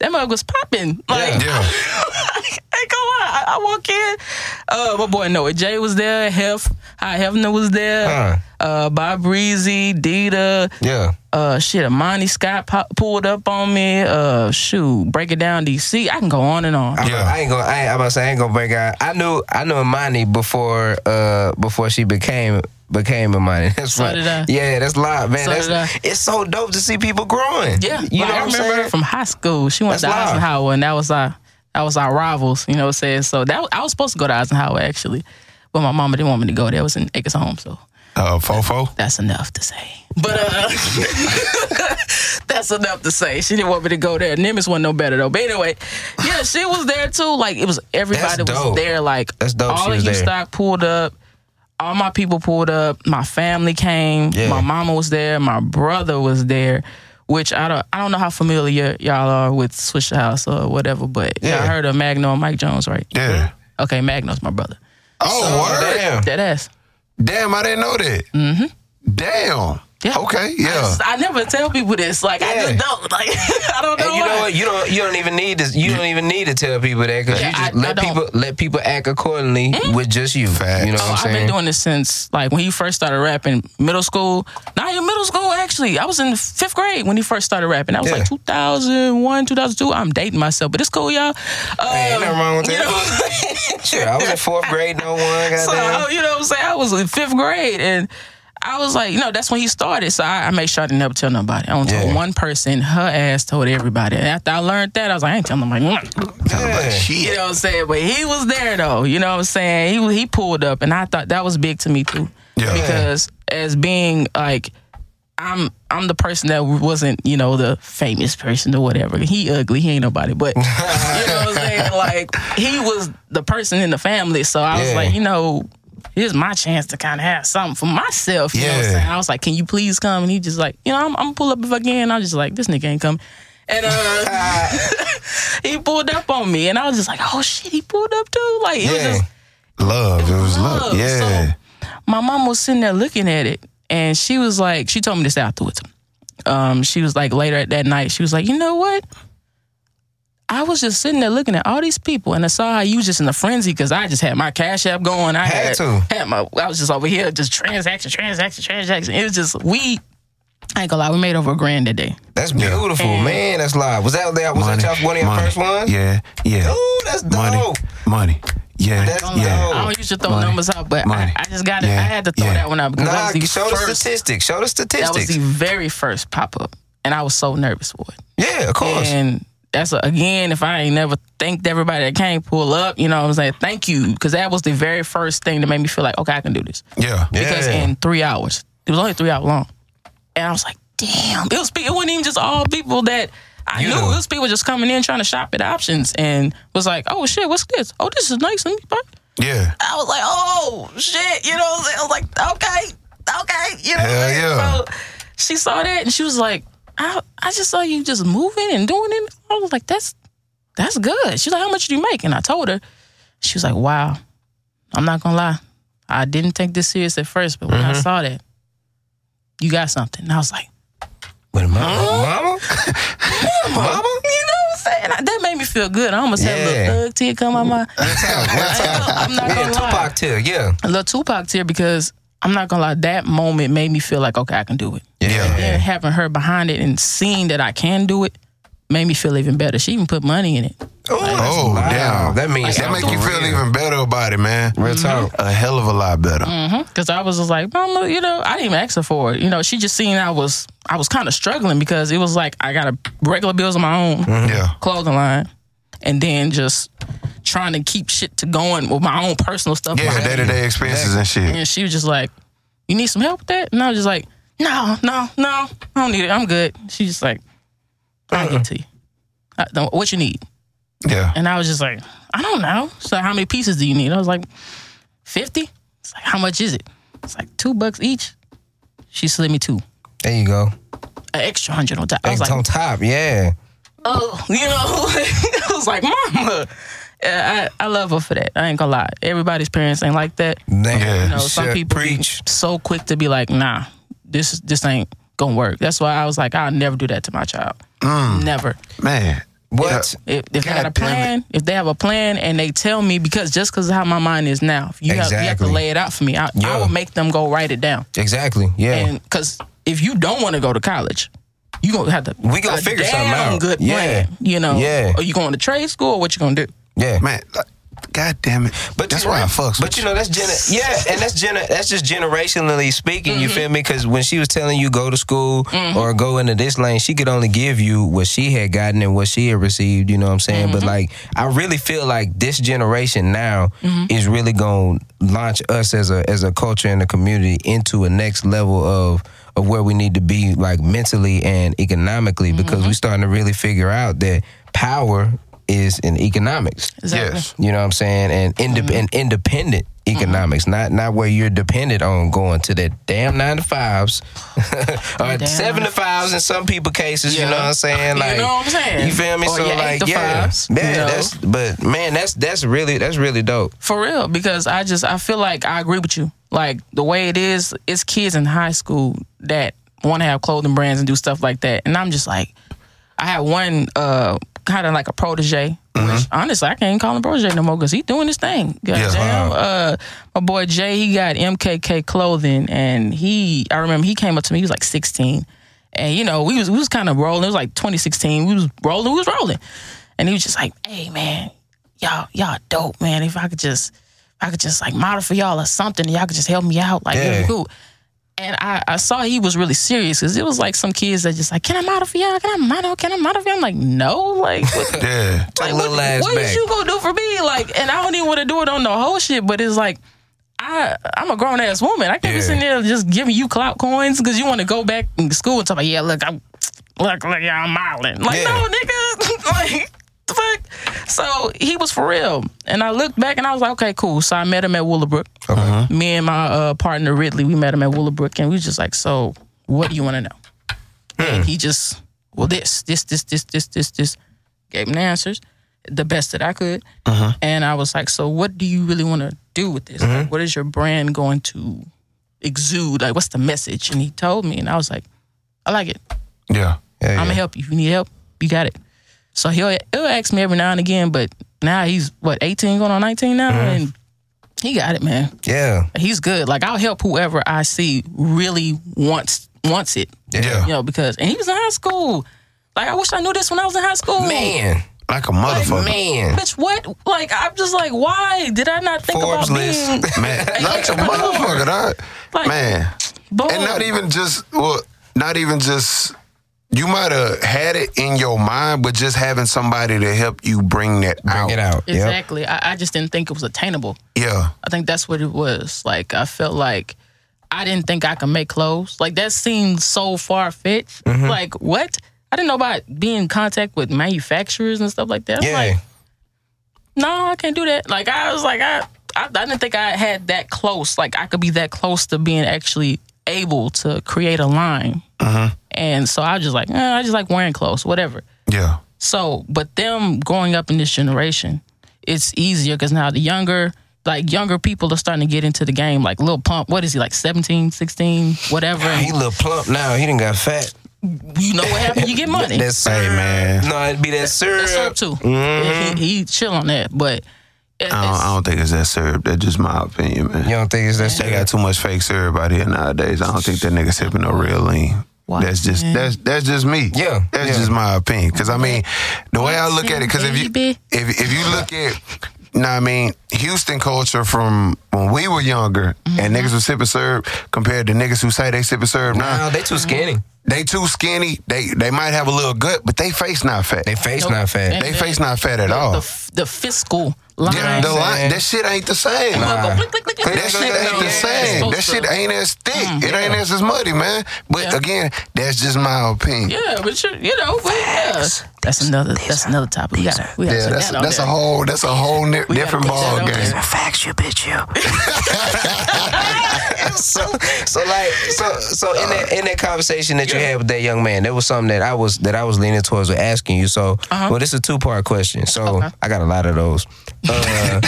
[SPEAKER 4] That mug was popping. Like,
[SPEAKER 3] yeah.
[SPEAKER 4] Hey, come on. I, I walk in. Uh, my boy Noah Jay was there. Hef, High Hefner was there.
[SPEAKER 2] Huh.
[SPEAKER 4] Uh, Bob Breezy, Dita.
[SPEAKER 2] Yeah,
[SPEAKER 4] Uh, shit, Amani Scott po- pulled up on me. Uh, shoot, Break It Down DC. I can go on and on.
[SPEAKER 2] I'm,
[SPEAKER 3] Yeah.
[SPEAKER 2] I ain't gonna. I ain't, I'm about to say I ain't gonna break out. I knew I knew Imani before uh before she became became Imani. That's
[SPEAKER 4] So
[SPEAKER 2] right.
[SPEAKER 4] did I.
[SPEAKER 2] Yeah, that's live, man.
[SPEAKER 4] So
[SPEAKER 2] that's,
[SPEAKER 4] did
[SPEAKER 2] It's so dope to see people growing.
[SPEAKER 4] yeah,
[SPEAKER 2] you know
[SPEAKER 4] like,
[SPEAKER 2] what
[SPEAKER 4] I
[SPEAKER 2] I'm
[SPEAKER 4] remember her
[SPEAKER 2] saying.
[SPEAKER 4] from high school. She went
[SPEAKER 2] That's
[SPEAKER 4] to
[SPEAKER 2] live.
[SPEAKER 4] Eisenhower, and that was our that was our rivals. You know what I'm saying? So that I was supposed to go to Eisenhower actually, but my mama didn't want me to go. That was in Acres Home, so
[SPEAKER 3] Uh, Fofo.
[SPEAKER 4] that's enough to say. But uh, that's enough to say. She didn't want me to go there. Nimitz wasn't no better though. But anyway, yeah, she was there too. Like it was everybody
[SPEAKER 2] That's
[SPEAKER 4] was
[SPEAKER 2] dope.
[SPEAKER 4] there. Like
[SPEAKER 2] That's dope she
[SPEAKER 4] All
[SPEAKER 2] was
[SPEAKER 4] of you
[SPEAKER 2] there.
[SPEAKER 4] stock pulled up. All my people pulled up. My family came.
[SPEAKER 2] Yeah.
[SPEAKER 4] My mama was there. My brother was there. Which I don't I don't know how familiar y'all are with Swisher House or whatever, but
[SPEAKER 2] Yeah.
[SPEAKER 4] y'all heard of Magno and Mike Jones, right?
[SPEAKER 3] Yeah.
[SPEAKER 4] Okay, Magno's my brother.
[SPEAKER 3] Oh, word.
[SPEAKER 2] Damn.
[SPEAKER 4] That ass.
[SPEAKER 3] Damn, I didn't know that. Mm-hmm. Damn.
[SPEAKER 4] Yeah.
[SPEAKER 3] Okay, yeah.
[SPEAKER 4] I never tell people this. Like I
[SPEAKER 2] Yeah.
[SPEAKER 4] just don't. Like I don't know.
[SPEAKER 2] And you know
[SPEAKER 4] why.
[SPEAKER 2] what? You don't. You don't even need this. You don't even need to tell people that because
[SPEAKER 4] Yeah,
[SPEAKER 2] you just
[SPEAKER 4] I- I
[SPEAKER 2] let
[SPEAKER 4] don't. Mm-hmm.
[SPEAKER 2] people let people act accordingly with just you.
[SPEAKER 3] Facts.
[SPEAKER 2] You know what
[SPEAKER 4] Oh,
[SPEAKER 2] I'm
[SPEAKER 4] I've
[SPEAKER 2] saying?
[SPEAKER 4] been doing this since like when he first started rapping, middle school. Not even middle school, actually. I was in fifth grade when he first started rapping. That was
[SPEAKER 2] Yeah.
[SPEAKER 4] like 2001, 2002. I'm dating myself, but it's cool, y'all. Um,
[SPEAKER 2] ain't nothing wrong with
[SPEAKER 4] you
[SPEAKER 2] that.
[SPEAKER 4] know what I'm saying?
[SPEAKER 2] Sure, I was in fourth grade. No one. Goddamn.
[SPEAKER 4] So oh, you know what I'm saying? I was in fifth grade and I was like, you know, that's when he started. So I, I made sure I didn't ever tell nobody. I only
[SPEAKER 2] Yeah.
[SPEAKER 4] told one person. Her ass told everybody. And after I learned that, I was like, I ain't telling nobody.
[SPEAKER 3] But
[SPEAKER 2] yeah.
[SPEAKER 3] shit.
[SPEAKER 4] You know what I'm saying? But he was there though. You know what I'm saying? He he pulled up, and I thought that was big to me too.
[SPEAKER 3] Yeah.
[SPEAKER 4] Because as being like, I'm I'm the person that wasn't you know the famous person or whatever. He ugly. He ain't nobody. But you know what I'm saying? Like he was the person in the family. So I was
[SPEAKER 2] Yeah.
[SPEAKER 4] like, you know. Here's my chance to kind of have something for myself. You know what I'm
[SPEAKER 3] Yeah.
[SPEAKER 4] saying? I was like, "Can you please come?" And he just like, "You know, I'm, I'm pull up if I can." I was just like, "This nigga ain't coming." And uh, he pulled up on me, and I was just like, "Oh shit, he pulled up too!" Like it was
[SPEAKER 2] Yeah.
[SPEAKER 4] just
[SPEAKER 3] Love. It was love.
[SPEAKER 4] Love.
[SPEAKER 3] Yeah.
[SPEAKER 4] my mom was sitting there looking at it, and she was like, she told me this afterwards. Um, she was like later at that night, she was like, you know what? I was just sitting there looking at all these people, and I saw how you was just in a frenzy because I just had my cash app going. I
[SPEAKER 2] Had
[SPEAKER 4] had,
[SPEAKER 2] to.
[SPEAKER 4] had my. I was just over here just transaction, transaction, transaction. It was just we. I ain't gonna lie, we made over a grand that day.
[SPEAKER 2] That's beautiful,
[SPEAKER 4] And-
[SPEAKER 2] man. That's live. Was that there? Was that y'all one of your
[SPEAKER 3] money.
[SPEAKER 2] first ones?
[SPEAKER 3] Yeah. Yeah.
[SPEAKER 2] Ooh, that's dope.
[SPEAKER 3] money. Money. Yeah.
[SPEAKER 2] That's
[SPEAKER 3] yeah.
[SPEAKER 2] dope.
[SPEAKER 4] I don't usually throw
[SPEAKER 3] Oh, Money.
[SPEAKER 4] numbers out, but I,
[SPEAKER 3] Money.
[SPEAKER 4] I just got it.
[SPEAKER 3] Yeah.
[SPEAKER 4] I had to throw
[SPEAKER 3] Yeah.
[SPEAKER 4] that one out because
[SPEAKER 2] Nah,
[SPEAKER 4] that was the
[SPEAKER 2] show the
[SPEAKER 4] first.
[SPEAKER 2] statistics. Show the
[SPEAKER 4] That was
[SPEAKER 2] statistics.
[SPEAKER 4] the very first pop up, and I was so nervous for it.
[SPEAKER 2] yeah, of course.
[SPEAKER 4] And that's a, again, if I ain't never thanked everybody that came pull up, you know what I'm saying? Thank you. Because that was the very first thing that made me feel like, okay, I can do this.
[SPEAKER 3] Yeah. Yeah.
[SPEAKER 4] Because
[SPEAKER 2] Yeah.
[SPEAKER 4] in three hours, it was only three hours long. And I was like, damn, it was pe- it wasn't even just all people that I
[SPEAKER 2] You
[SPEAKER 4] knew.
[SPEAKER 2] know.
[SPEAKER 4] It was people just coming in trying to shop at options and was like, oh shit, what's this? Oh, this is nice. Let me buy.
[SPEAKER 3] Yeah.
[SPEAKER 4] I was like, oh shit, you know what I'm saying? I was like, okay, okay, you know. what I'm
[SPEAKER 3] Hell
[SPEAKER 4] saying?
[SPEAKER 3] yeah.
[SPEAKER 4] So she saw that and she was like, I I just saw you just moving and doing it. I was like, that's that's good. She's like, how much do you make? And I told her. She was like, wow, I'm not gonna lie. I didn't take this serious at first, but when I saw that, you got something. And I was like,
[SPEAKER 2] With mama, mama? mama.
[SPEAKER 4] You know what I'm saying? I- That made me feel good. I almost had a
[SPEAKER 2] Yeah.
[SPEAKER 4] little thug tear come out my I'm not
[SPEAKER 2] Yeah,
[SPEAKER 4] gonna lie.
[SPEAKER 2] Tupac too. Yeah.
[SPEAKER 4] A little Tupac tear because I'm not gonna lie, that moment made me feel like okay, I can do it.
[SPEAKER 2] Yeah.
[SPEAKER 4] And having her behind it and seeing that I can do it made me feel even better. She even put money in it.
[SPEAKER 3] Oh,
[SPEAKER 2] wow.
[SPEAKER 3] damn.
[SPEAKER 2] That means
[SPEAKER 3] That make you feel
[SPEAKER 2] real.
[SPEAKER 3] even better about it, man.
[SPEAKER 2] Real talk.
[SPEAKER 3] A hell of a lot better.
[SPEAKER 4] Cause I was just like, Mama, you know, I didn't even ask her for it. You know, she just seen I was I was kind of struggling because it was like I got a regular bills on my own
[SPEAKER 3] Yeah.
[SPEAKER 4] clothing line, and then just trying to keep shit to going with my own personal stuff.
[SPEAKER 3] Yeah,
[SPEAKER 4] behind
[SPEAKER 3] day
[SPEAKER 4] it.
[SPEAKER 3] to day expenses and shit.
[SPEAKER 4] And she was just like, "You need some help with that?" And I was just like, "No, no, no, I don't need it. I'm good." She just like, "I'll get to you. I don't, what you need?"
[SPEAKER 3] Yeah.
[SPEAKER 4] And I was just like, "I don't know." She's like, "How many pieces do you need?" I was like, 50? It's like, "How much is it?" It's like two bucks each. She slid me two,
[SPEAKER 2] There you go.
[SPEAKER 4] an extra hundred on top. I was
[SPEAKER 2] It's
[SPEAKER 4] like,
[SPEAKER 2] on top. Yeah.
[SPEAKER 4] oh, you know, I was like, "Mama." Yeah, I, I love her for that. I ain't gonna lie. Everybody's parents ain't like that.
[SPEAKER 2] Damn.
[SPEAKER 3] Yeah.
[SPEAKER 4] You know, some
[SPEAKER 2] Shit,
[SPEAKER 4] people be
[SPEAKER 2] preach.
[SPEAKER 4] so quick to be like, nah, this this ain't gonna work. That's why I was like, I'll never do that to my child.
[SPEAKER 2] Mm.
[SPEAKER 4] Never.
[SPEAKER 3] Man.
[SPEAKER 2] What?
[SPEAKER 4] If, if they got
[SPEAKER 3] God
[SPEAKER 4] a
[SPEAKER 3] damn it.
[SPEAKER 4] plan, if they have a plan and they tell me, because just because of how my mind is now, if you, have, you have to
[SPEAKER 2] Exactly.
[SPEAKER 4] lay it out for me. I,
[SPEAKER 2] Yeah.
[SPEAKER 4] I will make them go write it down.
[SPEAKER 2] Exactly. Yeah.
[SPEAKER 4] And because if you don't want to go to college, you gonna have to.
[SPEAKER 2] We gonna
[SPEAKER 4] a
[SPEAKER 2] figure
[SPEAKER 4] damn
[SPEAKER 2] something out.
[SPEAKER 4] Good
[SPEAKER 2] Yeah.
[SPEAKER 4] plan, you know.
[SPEAKER 2] Yeah.
[SPEAKER 4] Are you going to trade school? or What you gonna do?
[SPEAKER 2] yeah.
[SPEAKER 3] Man, like, God damn it. But that's why I fucks
[SPEAKER 2] But
[SPEAKER 3] with
[SPEAKER 2] you know that's gener- yeah, and that's gener- that's just generationally speaking. You feel me? Because when she was telling you go to school or go into this lane, she could only give you what she had gotten and what she had received. You know what I'm saying? But like, I really feel like this generation now is really going to launch us as a as a culture and a community into a next level of of where we need to be like mentally and economically because we're starting to really figure out that power is in economics.
[SPEAKER 3] Yes.
[SPEAKER 2] You know what I'm saying? And, indep-
[SPEAKER 4] Mm-hmm.
[SPEAKER 2] and independent economics, not not where you're dependent on going to that damn nine to fives or
[SPEAKER 4] damn
[SPEAKER 2] seven to fives in some people cases. You know what I'm saying?
[SPEAKER 4] You
[SPEAKER 2] Like,
[SPEAKER 4] know what I'm saying?
[SPEAKER 2] You feel me?
[SPEAKER 4] Or
[SPEAKER 2] so
[SPEAKER 4] your eight
[SPEAKER 2] like,
[SPEAKER 4] to
[SPEAKER 2] yeah,
[SPEAKER 4] fives,
[SPEAKER 2] yeah.
[SPEAKER 4] you know?
[SPEAKER 2] That's but man, that's that's really that's really dope.
[SPEAKER 4] For real, because I just I feel like I agree with you. Like the way it is, it's kids in high school that want to have clothing brands and do stuff like that, and I'm just like, I had one uh kind of like a protege. Which honestly, I can't even call him protege no more because he's doing his thing. Goddamn, uh, my boy Jay, he got MKK clothing, and he I remember he came up to me. He was like 16, and you know we was we was kind of rolling. It was like 2016. We was rolling. We was rolling, and he was just like, "Hey man, y'all y'all dope man. If I could just if I could just like model for y'all or something, y'all could just help me out. Like it'd
[SPEAKER 2] Yeah.
[SPEAKER 4] be cool." And I, I saw he was really serious because it was like some kids that just like, can I model for y'all? Can I model? Can I model for y'all? I'm like, no, like, what,
[SPEAKER 3] Yeah.
[SPEAKER 2] Take
[SPEAKER 4] like,
[SPEAKER 2] a
[SPEAKER 4] what,
[SPEAKER 2] little ass
[SPEAKER 4] what
[SPEAKER 2] back.
[SPEAKER 4] is you gonna do for me? Like, and I don't even want to do it on the whole shit, but it's like, I I'm a grown ass woman. I can't
[SPEAKER 2] Yeah.
[SPEAKER 4] be sitting there just giving you clout coins because you want to go back in school and talk about, yeah, look, I'm look, look, yeah, I'm modeling. Like,
[SPEAKER 2] Yeah.
[SPEAKER 4] no, nigga, like. the Fuck. So he was for real, and I looked back and I was like, okay, cool. So I met him at Willowbrook
[SPEAKER 2] Okay.
[SPEAKER 4] me and my uh, partner Ridley, we met him at Willowbrook, and we was just like, "So, what do you want to know?"
[SPEAKER 2] Hmm.
[SPEAKER 4] And he just, well, this, this, this, this, this, this, this, gave him the answers, the best that I could,
[SPEAKER 2] Uh-huh.
[SPEAKER 4] and I was like, "So, what do you really want to do with this?
[SPEAKER 2] Mm-hmm.
[SPEAKER 4] Like, what is your brand going to exude? Like, what's the message?" And he told me, and I was like, "I like it.
[SPEAKER 3] Yeah.
[SPEAKER 2] Yeah,
[SPEAKER 4] I'm gonna
[SPEAKER 2] yeah.
[SPEAKER 4] help you. If you need help, you got it." So he'll he'll ask me every now and again, but now he's what 18, going on
[SPEAKER 2] Mm-hmm.
[SPEAKER 4] 19 now, and he got it, man
[SPEAKER 2] yeah.
[SPEAKER 4] he's good. Like I'll help whoever I see really wants wants it.
[SPEAKER 3] Yeah.
[SPEAKER 2] Uh-huh.
[SPEAKER 4] You know, because and he was in high school. Like I wish I knew this when I was in high school.
[SPEAKER 2] Man,
[SPEAKER 3] Like a motherfucker.
[SPEAKER 2] man.
[SPEAKER 4] Bitch, what? Like I'm just like, why did I not think
[SPEAKER 2] Forbes
[SPEAKER 4] about
[SPEAKER 2] list.
[SPEAKER 4] being
[SPEAKER 3] Man,
[SPEAKER 4] Hey,
[SPEAKER 3] like a
[SPEAKER 4] come on.
[SPEAKER 3] motherfucker, dog.
[SPEAKER 4] Like- oh.
[SPEAKER 3] man.
[SPEAKER 4] bold?
[SPEAKER 3] And not even just well, not even just you might have had it in your mind, but just having somebody to help you bring that out.
[SPEAKER 2] Get out. Yep.
[SPEAKER 4] exactly. I, I just didn't think it was attainable.
[SPEAKER 3] Yeah.
[SPEAKER 4] I think that's what it was. Like I felt like I didn't think I could make clothes. Like that seemed so far fetched.
[SPEAKER 2] Mm-hmm.
[SPEAKER 4] Like what? I didn't know about being in contact with manufacturers and stuff like that. I'm
[SPEAKER 2] Yeah.
[SPEAKER 4] Like, no, I can't do that. Like I was like I, I I didn't think I had that close. Like I could be that close to being actually able to create a line.
[SPEAKER 2] Mm-hmm.
[SPEAKER 4] And so I was just like, eh, I just like wearing clothes, whatever.
[SPEAKER 3] Yeah.
[SPEAKER 4] So, but them growing up in this generation, it's easier because now the younger, like younger people are starting to get into the game. Like Lil Pump, what is he like 17, 16, whatever.
[SPEAKER 2] He look plump now. He didn't got fat.
[SPEAKER 4] you know what happened? You get money.
[SPEAKER 2] That syrup.
[SPEAKER 3] man.
[SPEAKER 2] No, it'd be that syrup.
[SPEAKER 4] That's up too. He, he chill on that, but it-
[SPEAKER 3] Mm-hmm. I don't,
[SPEAKER 4] it's-
[SPEAKER 3] I don't think it's that syrup. That's just my opinion, man.
[SPEAKER 2] You don't think it's that
[SPEAKER 3] They
[SPEAKER 2] syrup?
[SPEAKER 3] got too much fake syrup out here nowadays. I don't think that niggas sipping no real lean.
[SPEAKER 4] Why?
[SPEAKER 3] That's just that's that's just me.
[SPEAKER 2] Yeah,
[SPEAKER 3] that's
[SPEAKER 2] yeah.
[SPEAKER 3] just my opinion. Because I mean, the way I look at it, because if you
[SPEAKER 4] Baby.
[SPEAKER 3] if if you look at, you know what I mean, Houston culture from when we were younger, and
[SPEAKER 4] Mm-hmm.
[SPEAKER 3] niggas was sipping syrup compared to niggas who say they sipping syrup now.
[SPEAKER 2] No, they too skinny.
[SPEAKER 3] They too skinny. They they might have a little gut, but they face not fat.
[SPEAKER 2] They
[SPEAKER 3] They,
[SPEAKER 2] face
[SPEAKER 4] Nope.
[SPEAKER 2] not fat.
[SPEAKER 4] And then
[SPEAKER 3] face not fat at all.
[SPEAKER 4] the, f- the fiscal line.
[SPEAKER 3] Yeah, the line,
[SPEAKER 2] saying.
[SPEAKER 3] that shit ain't the same.
[SPEAKER 4] Well, go click, click, click, click,
[SPEAKER 3] That
[SPEAKER 4] click,
[SPEAKER 3] shit
[SPEAKER 4] click,
[SPEAKER 3] ain't
[SPEAKER 4] click.
[SPEAKER 3] the
[SPEAKER 2] Yeah.
[SPEAKER 3] same. That
[SPEAKER 4] It's
[SPEAKER 3] shit
[SPEAKER 4] supposed to.
[SPEAKER 3] ain't as thick.
[SPEAKER 4] Mm-hmm.
[SPEAKER 3] it ain't as as muddy, man. But again, that's just my opinion.
[SPEAKER 4] Yeah, but you, you know, but yeah. that's another that's another topic. We gotta we gotta
[SPEAKER 3] Yeah,
[SPEAKER 4] put
[SPEAKER 3] that's
[SPEAKER 4] that out
[SPEAKER 3] that's
[SPEAKER 4] there.
[SPEAKER 3] a whole that's a whole ni-
[SPEAKER 4] gotta
[SPEAKER 3] different
[SPEAKER 4] put that
[SPEAKER 3] ball
[SPEAKER 4] out
[SPEAKER 3] game.
[SPEAKER 4] there.
[SPEAKER 1] Facts, you bitch, you.
[SPEAKER 2] so, so like, so, so in that in that conversation that you had with that young man, there was something that I was that I was leaning towards with asking you. So,
[SPEAKER 4] Uh-huh.
[SPEAKER 2] well, this is a two part question. So, I got a lot of those. Uh,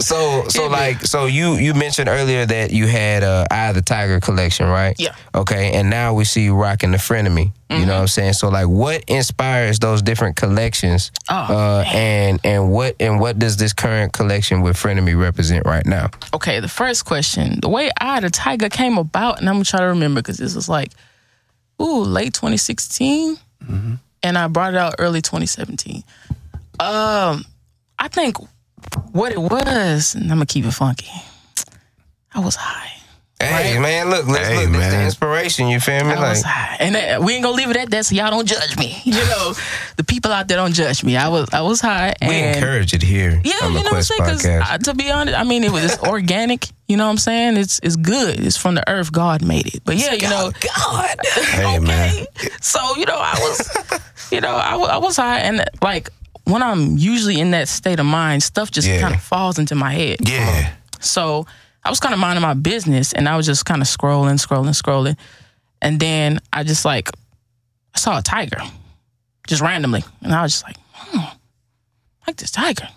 [SPEAKER 2] so, so like, so you you mentioned earlier that you had uh, Eye of the Tiger collection, right?
[SPEAKER 4] Yeah. Mm-hmm.
[SPEAKER 2] Okay, and now we see you rocking the frenemy. You know what I'm saying? So, like, what inspires those different collections?
[SPEAKER 4] Oh,
[SPEAKER 2] uh, and and what and what does this current collection with frenemy represent right now?
[SPEAKER 4] okay, the first question, the way I the tiger came about, and I'm gonna try to remember because this was like, ooh, late 2016, and I brought it out early 2017. Um, I think what it was, and I'm gonna keep it funky. I was high.
[SPEAKER 2] Hey man, look, let's
[SPEAKER 3] Hey,
[SPEAKER 2] look. This the
[SPEAKER 3] man.
[SPEAKER 2] inspiration. You feel me?
[SPEAKER 4] I was
[SPEAKER 2] Like,
[SPEAKER 4] high, and that, we ain't gonna leave it at that. So y'all don't judge me. You know, the people out there don't judge me. I was I was high.
[SPEAKER 2] we
[SPEAKER 4] and
[SPEAKER 2] encourage it here
[SPEAKER 4] Yeah,
[SPEAKER 2] on
[SPEAKER 4] you
[SPEAKER 2] the
[SPEAKER 4] know what I'm
[SPEAKER 2] Quest
[SPEAKER 4] saying? Because
[SPEAKER 2] Podcast.
[SPEAKER 4] to be honest, I mean, it was it's organic. You know what I'm saying? It's it's good. It's from the earth. God made it. But yeah, you know, God.
[SPEAKER 3] Hey, man.
[SPEAKER 4] So you know, I was, you know, I, wa- I was high, and like when I'm usually in that state of mind, stuff just
[SPEAKER 3] Yeah.
[SPEAKER 4] kind of falls into my head.
[SPEAKER 3] Yeah.
[SPEAKER 4] So I was kind of minding my business and I was just kind of scrolling, scrolling, scrolling. And then I just like, I saw a tiger just randomly. And I was just like, hmm, I like this tiger.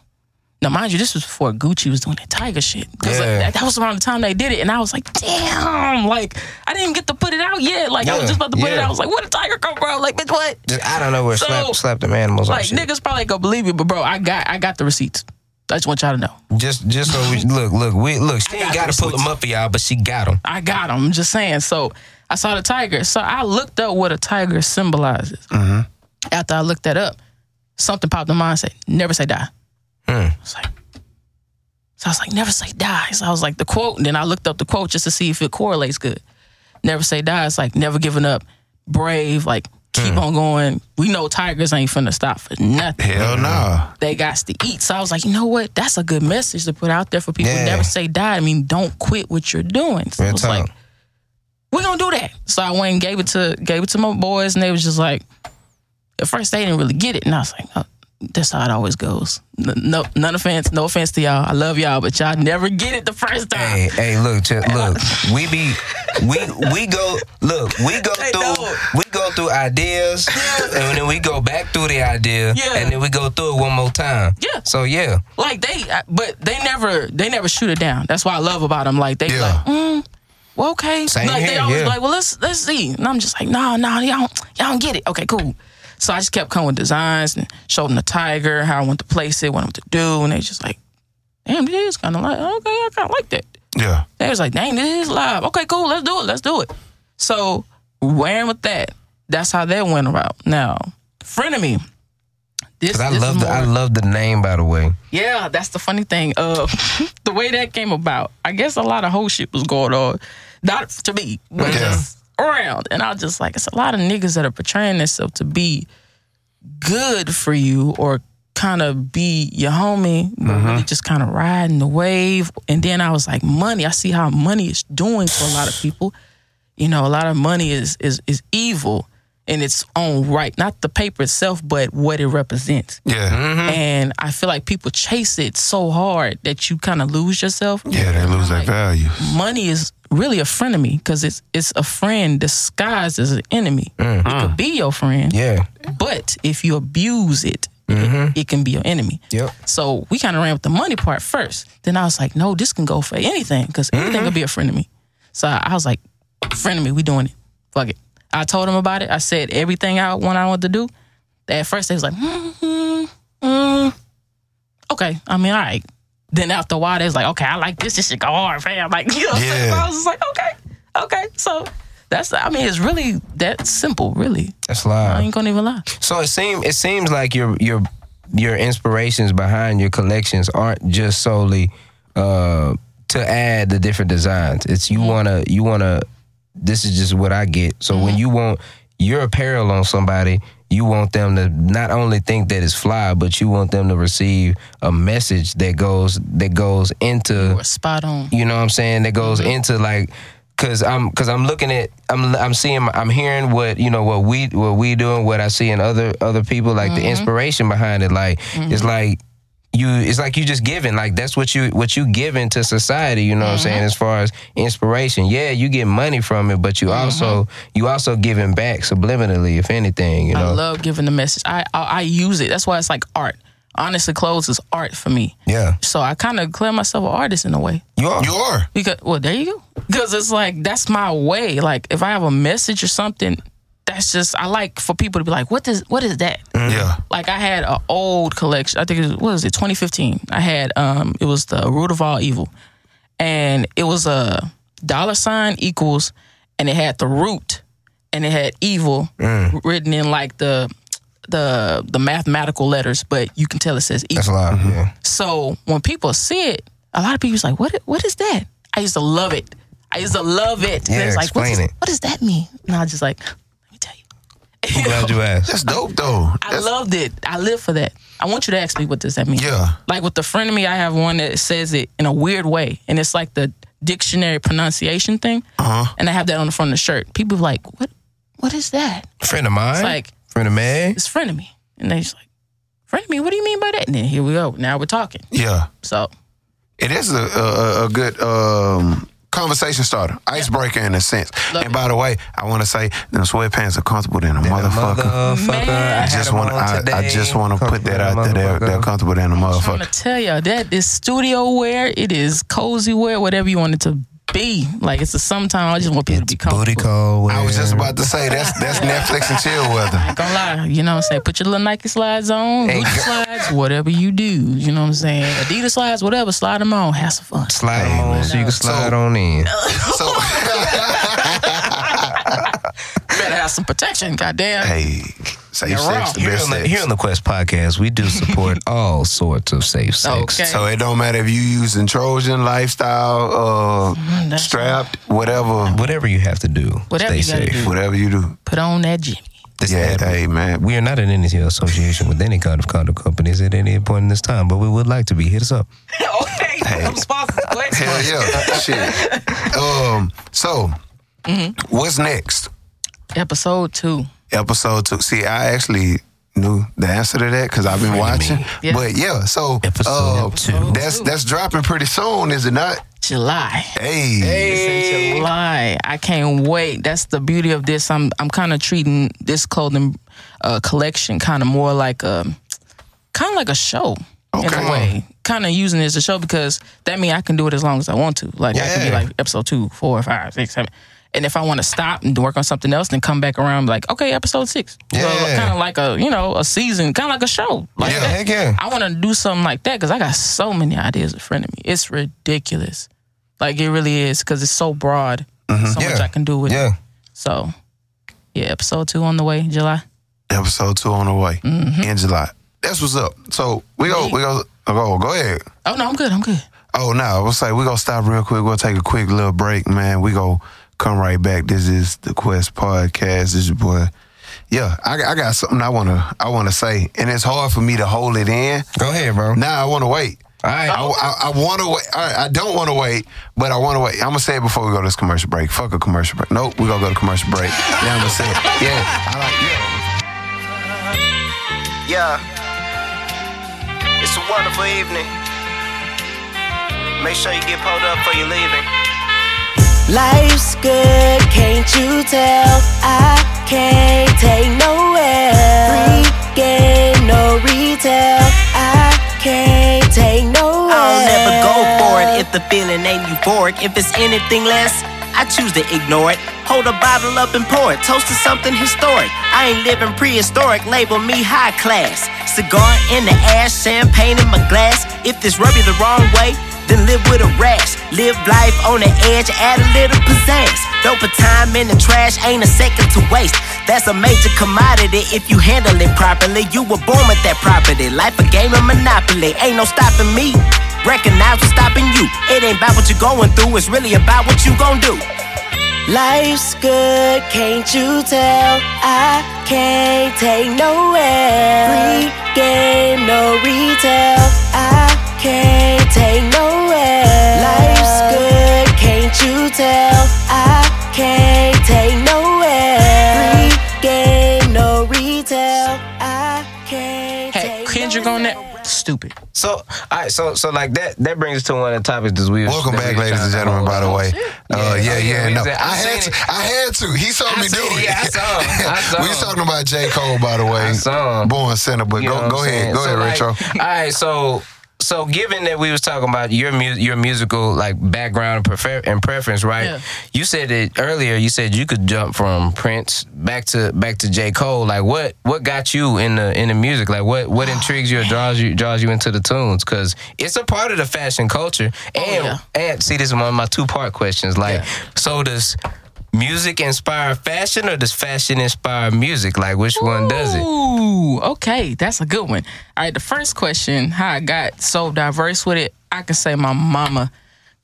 [SPEAKER 4] Now, mind you, this was before Gucci was doing that tiger shit. 'Cause, like,
[SPEAKER 2] Yeah.
[SPEAKER 4] that, that was around the time they did it. And I was like, damn, like, I didn't even get to put it out yet. Like, I was
[SPEAKER 2] Yeah,
[SPEAKER 4] just about to put it
[SPEAKER 2] yeah.
[SPEAKER 4] out. I was like, where did tiger come from? Like, bitch, what?
[SPEAKER 2] Just, I don't know where
[SPEAKER 4] So,
[SPEAKER 2] slap slap them animals on
[SPEAKER 4] Like,
[SPEAKER 2] Oh, shit.
[SPEAKER 4] niggas probably ain't gonna believe it, but bro, I got I got the receipts. I just want y'all to know.
[SPEAKER 2] Just just so we look look we look. She ain't got to pull them up for y'all, but she got them.
[SPEAKER 4] I got them. I'm just saying. So I saw the tiger. So I looked up what a tiger symbolizes. After I looked that up, something popped in my mind. Said, "Never say die." I was like, so I was like, "Never say die." So I was like, the quote. And then I looked up the quote just to see if it correlates good. Never say die. It's like never giving up, brave. Like keep on going. We know tigers ain't finna stop for nothing.
[SPEAKER 3] Hell no.
[SPEAKER 4] They got to eat. So I was like, you know what? That's a good message to put out there for people.
[SPEAKER 2] Yeah.
[SPEAKER 4] Never say die. I mean, don't quit what you're doing. So I
[SPEAKER 2] Real
[SPEAKER 4] was
[SPEAKER 2] talk.
[SPEAKER 4] like, we're gonna do that. So I went and gave it to gave it to my boys, and they was just like, at first they didn't really get it, and I was like, oh, that's how it always goes. No, no, none offense, no offense to y'all. I love y'all, but y'all never get it the first time.
[SPEAKER 2] Hey hey look just, look we be we we go look we go
[SPEAKER 4] They
[SPEAKER 2] through
[SPEAKER 4] don't.
[SPEAKER 2] we go through ideas and then we go back through the idea
[SPEAKER 4] Yeah.
[SPEAKER 2] and then we go through it one more time.
[SPEAKER 4] Yeah.
[SPEAKER 2] So yeah.
[SPEAKER 4] Like they, I- but they never they never shoot it down. That's what I love about them. Like they
[SPEAKER 3] Yeah.
[SPEAKER 4] like, mm, well, okay.
[SPEAKER 2] Same
[SPEAKER 4] like they
[SPEAKER 2] here,
[SPEAKER 4] always
[SPEAKER 2] yeah.
[SPEAKER 4] like, well, let's let's see. And I'm just like, nah, nah, y'all don't, y'all don't get it. Okay, cool. So I just kept coming with designs and showed them the tiger, how I want to place it, what I want to do, and they just like, damn, this is kind of like okay, I kind of like that.
[SPEAKER 3] Yeah.
[SPEAKER 4] They was like, dang, this is live. Okay, cool, let's do it, let's do it. So, wearing with that, that's how that went around. Now, frenemy. This,
[SPEAKER 2] Cause I
[SPEAKER 4] this is
[SPEAKER 2] love the I
[SPEAKER 4] more-
[SPEAKER 2] love the name by the way.
[SPEAKER 4] yeah, that's the funny thing. Uh, the way that came about, I guess a lot of whole shit was going on, not to me, but
[SPEAKER 3] Yeah.
[SPEAKER 4] just around. And I was just like, it's a lot of niggas that are portraying themselves to be good for you or kind of be your homie, but really just kind of riding the wave. And then I was like, money. I see how money is doing for a lot of people. You know, a lot of money is is is evil in its own right. Not the paper itself, but what it represents
[SPEAKER 3] Yeah.
[SPEAKER 4] and I feel like people chase it so hard that you kind of lose yourself.
[SPEAKER 3] Yeah, they lose their value.
[SPEAKER 4] Money is really a frenemy because it's it's a friend disguised as an enemy. It could be your friend,
[SPEAKER 2] Yeah.
[SPEAKER 4] but if you abuse it, it, it can be your enemy.
[SPEAKER 2] Yep.
[SPEAKER 4] So we kind of ran with the money part first. Then I was like, no, this can go for anything because anything could be a frenemy. So I I was like, frenemy, we doing it. Fuck it. I told them about it. I said everything I want I wanted to do. At first they was like, mm, mm, mm. okay. I mean, all right. Then after a while they was like, okay, I like this. This should go hard, fam. Like you know, what I'm saying?
[SPEAKER 3] Yeah.
[SPEAKER 4] I was just like, okay, okay. So that's I mean, it's really that simple, really.
[SPEAKER 2] That's
[SPEAKER 4] I
[SPEAKER 2] live.
[SPEAKER 4] ain't gonna even lie.
[SPEAKER 2] So it seems it seems like your your your inspirations behind your collections aren't just solely uh, to add the different designs. It's you wanna you wanna this is just what I get. So when you want your apparel on somebody, you want them to not only think that it's fly, but you want them to receive a message that goes that goes into
[SPEAKER 4] We're spot on.
[SPEAKER 2] you know what I'm saying that goes
[SPEAKER 4] Mm-hmm.
[SPEAKER 2] into like cuz I'm cuz I'm looking at I'm I'm seeing I'm hearing what you know what we what we doing what I see in other other people like
[SPEAKER 4] Mm-hmm.
[SPEAKER 2] the inspiration behind it like it's like you it's like you just giving like that's what you what you giving to society you know what I'm saying
[SPEAKER 4] Mm-hmm.
[SPEAKER 2] as far as inspiration yeah you get money from it but you
[SPEAKER 4] Mm-hmm.
[SPEAKER 2] also you also giving back subliminally if anything you know
[SPEAKER 4] I love giving the message. I, I I use it. That's why it's like art. Honestly, clothes is art for me.
[SPEAKER 2] yeah
[SPEAKER 4] So I kind of declare myself an artist in a way.
[SPEAKER 2] you are
[SPEAKER 3] You are.
[SPEAKER 4] Because well, there you go. Because it's like that's my way. Like if I have a message or something, that's just I like for people to be like, what does what is that?
[SPEAKER 3] Yeah.
[SPEAKER 4] Like I had an old collection. I think it was, what was it 2015. I had um it was the root of all evil, and it was a dollar sign equals, and it had the root, and it had evil
[SPEAKER 2] Mm.
[SPEAKER 4] written in like the the the mathematical letters, but you can tell it says evil.
[SPEAKER 2] that's live
[SPEAKER 3] Mm-hmm.
[SPEAKER 2] yeah
[SPEAKER 4] So when people see it, a lot of people's like, "What? What is that?" I used to love it. I used to love it.
[SPEAKER 2] Yeah,
[SPEAKER 4] and it's like, what,
[SPEAKER 2] explain
[SPEAKER 4] does-
[SPEAKER 2] it.
[SPEAKER 4] what does that mean? And I was just like, let me tell you.
[SPEAKER 2] I'm glad you asked
[SPEAKER 3] That's dope though.
[SPEAKER 4] I
[SPEAKER 3] That's-
[SPEAKER 4] loved it. I live for that. I want you to ask me what does that mean.
[SPEAKER 3] Yeah.
[SPEAKER 4] Like with the friend of me, I have one that says it in a weird way, and it's like the dictionary pronunciation thing. Uh-huh. And I have that on the front of the shirt. People like, what? What is that?
[SPEAKER 2] friend of mine
[SPEAKER 4] It's like
[SPEAKER 2] friend of mine
[SPEAKER 4] it's friend of me, and they just like, friend of me. What do you mean by that? And then here we go. Now we're talking.
[SPEAKER 3] Yeah.
[SPEAKER 4] So
[SPEAKER 3] It is a a, a- a good um, conversation starter, icebreaker in a sense.
[SPEAKER 4] Love
[SPEAKER 3] and
[SPEAKER 4] it.
[SPEAKER 3] by the way, I want to say them sweatpants are comfortable than a motherfucker.
[SPEAKER 2] Motherfucker,
[SPEAKER 4] Man.
[SPEAKER 3] I just want I, I just want to put that out there. They're, they're comfortable than a
[SPEAKER 2] Oh,
[SPEAKER 4] I'm
[SPEAKER 3] motherfucker.
[SPEAKER 4] gonna tell y'all that is studio wear. It is cozy wear, whatever you want it to be. Like it's a sometime. I just want people to be comfortable.
[SPEAKER 2] Booty cold.
[SPEAKER 3] I was just about to say that's that's Netflix and chill weather.
[SPEAKER 4] Gonna lie, you know what I'm saying? Put your little Nike slides on,
[SPEAKER 2] Hey,
[SPEAKER 4] Gucci slides, whatever you do. You know what I'm saying? Adidas slides, whatever. Slide them on. Have some fun.
[SPEAKER 2] slide them on so you can slide on in.
[SPEAKER 3] So
[SPEAKER 4] Better have some protection. Goddamn.
[SPEAKER 3] hey, safe
[SPEAKER 4] wrong.
[SPEAKER 3] sex the
[SPEAKER 2] Here
[SPEAKER 3] best
[SPEAKER 2] on, the,
[SPEAKER 3] sex.
[SPEAKER 2] here on the Quest podcast, we do support all sorts of safe sex.
[SPEAKER 4] Okay.
[SPEAKER 3] So it don't matter if you using Trojan lifestyle, uh,
[SPEAKER 4] that's-
[SPEAKER 3] strapped, whatever,
[SPEAKER 2] Whatever you have to do,
[SPEAKER 4] Whatever
[SPEAKER 2] stay
[SPEAKER 4] you gotta
[SPEAKER 2] safe.
[SPEAKER 4] do.
[SPEAKER 3] whatever you do.
[SPEAKER 4] Put on that Jimmy.
[SPEAKER 2] This
[SPEAKER 3] Yeah,
[SPEAKER 2] ad-
[SPEAKER 3] hey man,
[SPEAKER 2] we are not in any association with any kind of condo companies at any point in this time, but we would like to be. Hit us up.
[SPEAKER 4] okay. I'm sponsored.
[SPEAKER 3] Hell yeah, shit. Um, so Mm-hmm. what's next?
[SPEAKER 4] Episode two.
[SPEAKER 3] Episode two. See, I actually knew the answer to that because I've been watching.
[SPEAKER 4] Yeah.
[SPEAKER 3] But yeah, so
[SPEAKER 2] Episode
[SPEAKER 3] uh,
[SPEAKER 2] two.
[SPEAKER 3] That's that's dropping pretty soon, is it not?
[SPEAKER 4] July.
[SPEAKER 3] Hey,
[SPEAKER 4] It's in July. I can't wait. That's the beauty of this. I'm I'm kind of treating this clothing uh, collection kind of more like a kind of like a show in
[SPEAKER 3] Okay.
[SPEAKER 4] a way. Kind of using it as a show because that means I can do it as long as I want to. Like I can be
[SPEAKER 2] Yeah.
[SPEAKER 4] like episode two, four, five, six, seven. And if I want to stop and work on something else, then come back around like, okay, episode six.
[SPEAKER 2] Yeah.
[SPEAKER 4] kind of like a you know a season, kind of like a show. Like
[SPEAKER 2] Yeah,
[SPEAKER 4] that.
[SPEAKER 2] heck yeah.
[SPEAKER 4] I want to do something like that because I got so many ideas in front of me. It's ridiculous. Like it really is because it's so broad. So much
[SPEAKER 2] Mm-hmm. Yeah.
[SPEAKER 4] I can do with it.
[SPEAKER 2] Yeah.
[SPEAKER 4] So, yeah, episode two on the way, July.
[SPEAKER 3] episode two on the way in July. That's what's up. So we go, we go, go, go ahead.
[SPEAKER 4] Oh no, I'm good. I'm good.
[SPEAKER 3] Oh no, I was like, we gonna stop real quick. We'll take a quick little break, man. We gonna come right back. This is the Quest Podcast. This is your boy. Yeah, I, I got something I wanna I wanna say, and it's hard for me to hold it in.
[SPEAKER 2] Go ahead, bro. All
[SPEAKER 3] Now I wanna wait. I,
[SPEAKER 2] right.
[SPEAKER 3] I, I want to wait. All right, I don't want to wait, but I want to wait. I'm gonna say it before we go to this commercial break. Fuck a commercial break. Nope, we gonna go to commercial break. Yeah, I'm gonna say it. Yeah, I like yeah.
[SPEAKER 1] Yeah. It's a wonderful evening. Make sure you get pulled up before you leaving. Life's good, can't you tell? I can't take no L. Free game, no retail. I can't take no I'll never go for it if the feeling ain't euphoric. If it's anything less, I choose to ignore it. Hold a bottle up and pour it. Toast to something historic. I ain't living prehistoric. Label me high class. Cigar in the ash, champagne in my glass. If this rub you the wrong way, then live with a rash. Live life on the edge, add a little pizzazz. Dope a time in the trash, ain't a second to waste. That's a major commodity if you handle it properly. You were born with that property. Life a game of monopoly, ain't no stopping me. Recognize what's stopping you. It ain't about what you're going through, it's really about what you gon' do. Life's good, can't you tell? I can't take no L. Free game, no retail. I can't take no L. Life's good, can't you tell? I can't take no L. Free game, no retail. I can't
[SPEAKER 4] Had
[SPEAKER 1] take
[SPEAKER 4] Kendrick
[SPEAKER 1] no
[SPEAKER 4] on
[SPEAKER 1] L.
[SPEAKER 4] that. Stupid.
[SPEAKER 2] So, all right, so so like that that brings us to one of the topics that we was-
[SPEAKER 3] Welcome
[SPEAKER 2] that we
[SPEAKER 3] back,
[SPEAKER 2] was
[SPEAKER 3] ladies and
[SPEAKER 2] trying to
[SPEAKER 3] gentlemen.
[SPEAKER 2] hold
[SPEAKER 3] By the
[SPEAKER 2] on.
[SPEAKER 3] way, uh,
[SPEAKER 2] Yeah,
[SPEAKER 3] yeah, yeah,
[SPEAKER 2] yeah,
[SPEAKER 3] no,
[SPEAKER 2] we said- I
[SPEAKER 3] I had
[SPEAKER 2] seen
[SPEAKER 3] to.
[SPEAKER 2] it.
[SPEAKER 3] I had to. He saw
[SPEAKER 2] I
[SPEAKER 3] me do
[SPEAKER 2] seen it.
[SPEAKER 3] it.
[SPEAKER 2] Yeah, I saw him. I saw
[SPEAKER 3] we
[SPEAKER 2] him.
[SPEAKER 3] was talking about J Cole, by the way.
[SPEAKER 2] I saw him.
[SPEAKER 3] Born Center, but
[SPEAKER 2] You know
[SPEAKER 3] go,
[SPEAKER 2] what
[SPEAKER 3] go
[SPEAKER 2] I'm
[SPEAKER 3] ahead,
[SPEAKER 2] saying?
[SPEAKER 3] go
[SPEAKER 2] So,
[SPEAKER 3] ahead,
[SPEAKER 2] like,
[SPEAKER 3] Retro.
[SPEAKER 2] All right, so so given that we was talking about your mu- your musical like background and, prefer- and preference, right?
[SPEAKER 4] Yeah.
[SPEAKER 2] You said that earlier. You said you could jump from Prince back to back to J Cole. Like what what got you in the in the music? Like what what intrigues you or draws you draws you into the tunes? Because it's a part of the fashion culture. And
[SPEAKER 4] Oh, yeah.
[SPEAKER 2] and see, this is one of my two part questions. Like
[SPEAKER 4] Yeah.
[SPEAKER 2] so does. Music inspire fashion, or does fashion inspire music? Like, which one does it?
[SPEAKER 4] Ooh, okay, that's a good one. All right, the first question, how I got so diverse with it, I can say my mama,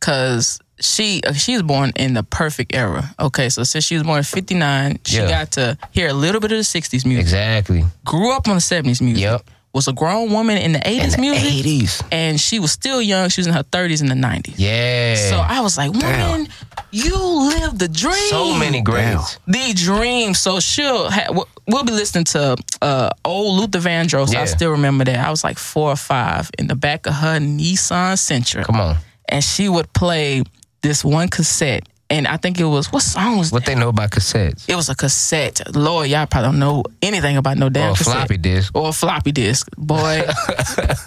[SPEAKER 4] cause she uh, she was born in the perfect era. Okay, so since she was born in '59, she
[SPEAKER 2] Yeah.
[SPEAKER 4] got to hear a little bit of the '60s music.
[SPEAKER 2] Exactly.
[SPEAKER 4] Grew up on the '70s music.
[SPEAKER 2] Yep.
[SPEAKER 4] Was a grown woman in the '80s
[SPEAKER 2] In the
[SPEAKER 4] music,
[SPEAKER 2] 80s.
[SPEAKER 4] and she was still young. She was in her 30s and the '90s.
[SPEAKER 2] Yeah.
[SPEAKER 4] So I was like, woman, you live the dream
[SPEAKER 2] so many grades.
[SPEAKER 4] the dream. So she'll ha- w- we'll be listening to uh, old Luther Vandross.
[SPEAKER 2] Yeah.
[SPEAKER 4] I still remember that. I was like four or five in the back of her Nissan Sentra,
[SPEAKER 2] Come on.
[SPEAKER 4] and she would play this one cassette. And I think it was what song was
[SPEAKER 2] What
[SPEAKER 4] that?
[SPEAKER 2] they know about cassettes.
[SPEAKER 4] It was a cassette. Lord, y'all probably don't know anything about no damn
[SPEAKER 2] Or a
[SPEAKER 4] cassette.
[SPEAKER 2] Oh, floppy disk.
[SPEAKER 4] Or a floppy disk. Boy,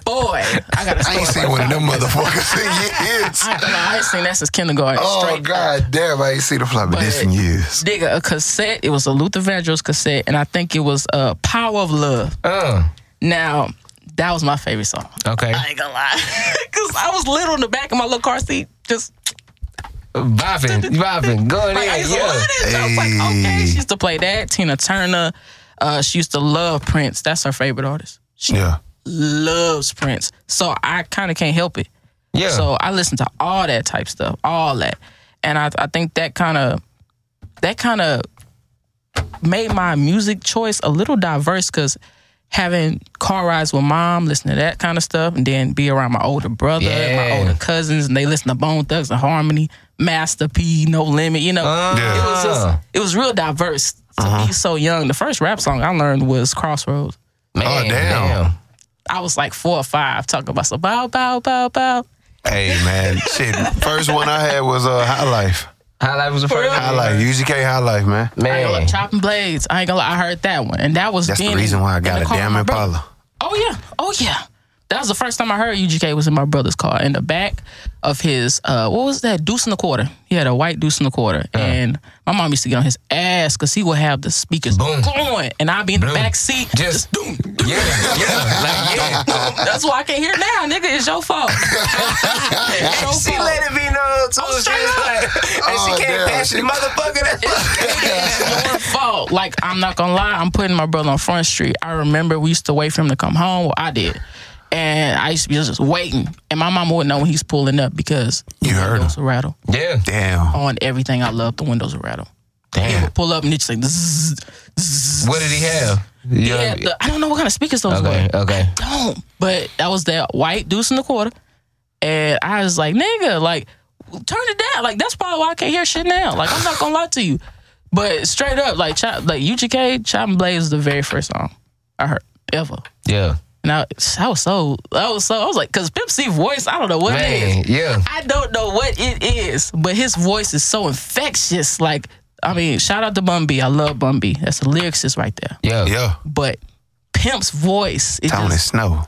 [SPEAKER 4] boy, I got a
[SPEAKER 3] I
[SPEAKER 4] story
[SPEAKER 3] ain't seen
[SPEAKER 4] about
[SPEAKER 3] one of
[SPEAKER 4] floppy
[SPEAKER 3] them
[SPEAKER 4] disks.
[SPEAKER 3] motherfuckers in years.
[SPEAKER 4] I, no, I ain't seen that since kindergarten.
[SPEAKER 3] Oh
[SPEAKER 4] straight
[SPEAKER 3] god damn, I ain't seen the floppy disk in years.
[SPEAKER 4] Nigga, a cassette. It was a Luther Vandross cassette, and I think it was uh, "Power of Love."
[SPEAKER 2] Oh,
[SPEAKER 4] Now, that was my favorite song.
[SPEAKER 2] okay.
[SPEAKER 4] I ain't gonna lie, cause I was little in the back of my little car seat, just
[SPEAKER 2] Bopping, bopping, going
[SPEAKER 4] like, I
[SPEAKER 2] in.
[SPEAKER 4] used to love
[SPEAKER 2] Yeah.
[SPEAKER 4] this. I was like, okay,
[SPEAKER 3] Hey.
[SPEAKER 4] she used to play that. Tina Turner. Uh, she used to love Prince. That's her favorite artist. She
[SPEAKER 3] Yeah. Oh,
[SPEAKER 4] loves Prince. So I kind of can't help it.
[SPEAKER 2] Yeah.
[SPEAKER 4] So I listen to all that type stuff, all that, and I I think that kind of that kind of made my music choice a little diverse because having car rides with mom, listening to that kind of stuff, and then be around my older brother,
[SPEAKER 2] Yeah.
[SPEAKER 4] my older cousins, and they listen to Bone Thugs and Harmony, Master P, No Limit. You know,
[SPEAKER 2] Yeah.
[SPEAKER 4] it was
[SPEAKER 3] Oh,
[SPEAKER 4] just it was real diverse to
[SPEAKER 2] Uh-huh.
[SPEAKER 4] be so young. The first rap song I learned was Crossroads.
[SPEAKER 2] Man,
[SPEAKER 3] Oh, damn.
[SPEAKER 4] I was like four or five, talking about so bow bow bow bow.
[SPEAKER 3] Hey man, shit. First one I had was uh, High Life.
[SPEAKER 2] Highlight was the first
[SPEAKER 4] real?
[SPEAKER 3] High Life, UGK High Life, man.
[SPEAKER 4] I ain't gonna
[SPEAKER 2] Man.
[SPEAKER 4] lie, chopping blades. I ain't gonna lie, I heard that one, and that was
[SPEAKER 3] That's
[SPEAKER 4] being
[SPEAKER 3] the reason why I
[SPEAKER 4] in
[SPEAKER 3] got a
[SPEAKER 4] the car with
[SPEAKER 3] damn
[SPEAKER 4] my brother.
[SPEAKER 3] Impala.
[SPEAKER 4] Oh yeah, oh yeah. That was the first time I heard UGK was in my brother's car in the back of his uh what was that deuce and a quarter. He had a white deuce and a quarter,
[SPEAKER 3] Uh.
[SPEAKER 4] and my mom used to get on his ass because he would have the speakers
[SPEAKER 2] Boom.
[SPEAKER 4] going, and I'd be in the back seat.
[SPEAKER 2] Just, doom, Yeah, yeah, like, yeah.
[SPEAKER 4] That's why I can't hear it now, nigga. It's your fault. it's your
[SPEAKER 2] She
[SPEAKER 4] fault.
[SPEAKER 2] let it be known too.
[SPEAKER 4] Oh,
[SPEAKER 2] she
[SPEAKER 4] straight
[SPEAKER 2] was
[SPEAKER 4] up.
[SPEAKER 2] like, and
[SPEAKER 3] Oh,
[SPEAKER 2] she
[SPEAKER 3] damn.
[SPEAKER 2] can't pass you, motherfucker.
[SPEAKER 4] It's your fault. Like I'm not gonna lie, I'm putting my brother on Front Street. I remember we used to wait for him to come home. Well, I did, and I used to be just waiting, and my mama would know when he's pulling up because the
[SPEAKER 3] You heard
[SPEAKER 4] windows would rattle
[SPEAKER 2] Yeah.
[SPEAKER 3] Damn.
[SPEAKER 4] on everything. I love the windows would rattle. He would pull up and it's like zzz, zzz.
[SPEAKER 2] What did he have? You
[SPEAKER 4] Yeah,
[SPEAKER 2] know-
[SPEAKER 4] the- I don't know what kind of speakers those
[SPEAKER 2] okay,
[SPEAKER 4] were.
[SPEAKER 2] okay.
[SPEAKER 4] Don't. But that was that white deuce in the quarter, and I was like, nigga, like turn it down. Like that's probably why I can't hear shit now. Like I'm not gonna lie to you, but straight up, like Ch- like UGK, Chop and Blaze is the very first song I heard ever.
[SPEAKER 2] Yeah.
[SPEAKER 4] And I, I was so, I was so, I was like, cause Pimp C voice, I don't know what it is.
[SPEAKER 2] Man, yeah.
[SPEAKER 4] I don't know what it is, but his voice is so infectious. Like, I mean, shout out to Bumby. I love Bumby. That's the lyricist right there.
[SPEAKER 2] Yeah.
[SPEAKER 3] Yeah.
[SPEAKER 4] But Pimp's voice, it
[SPEAKER 3] Tony
[SPEAKER 4] just,
[SPEAKER 3] Snow.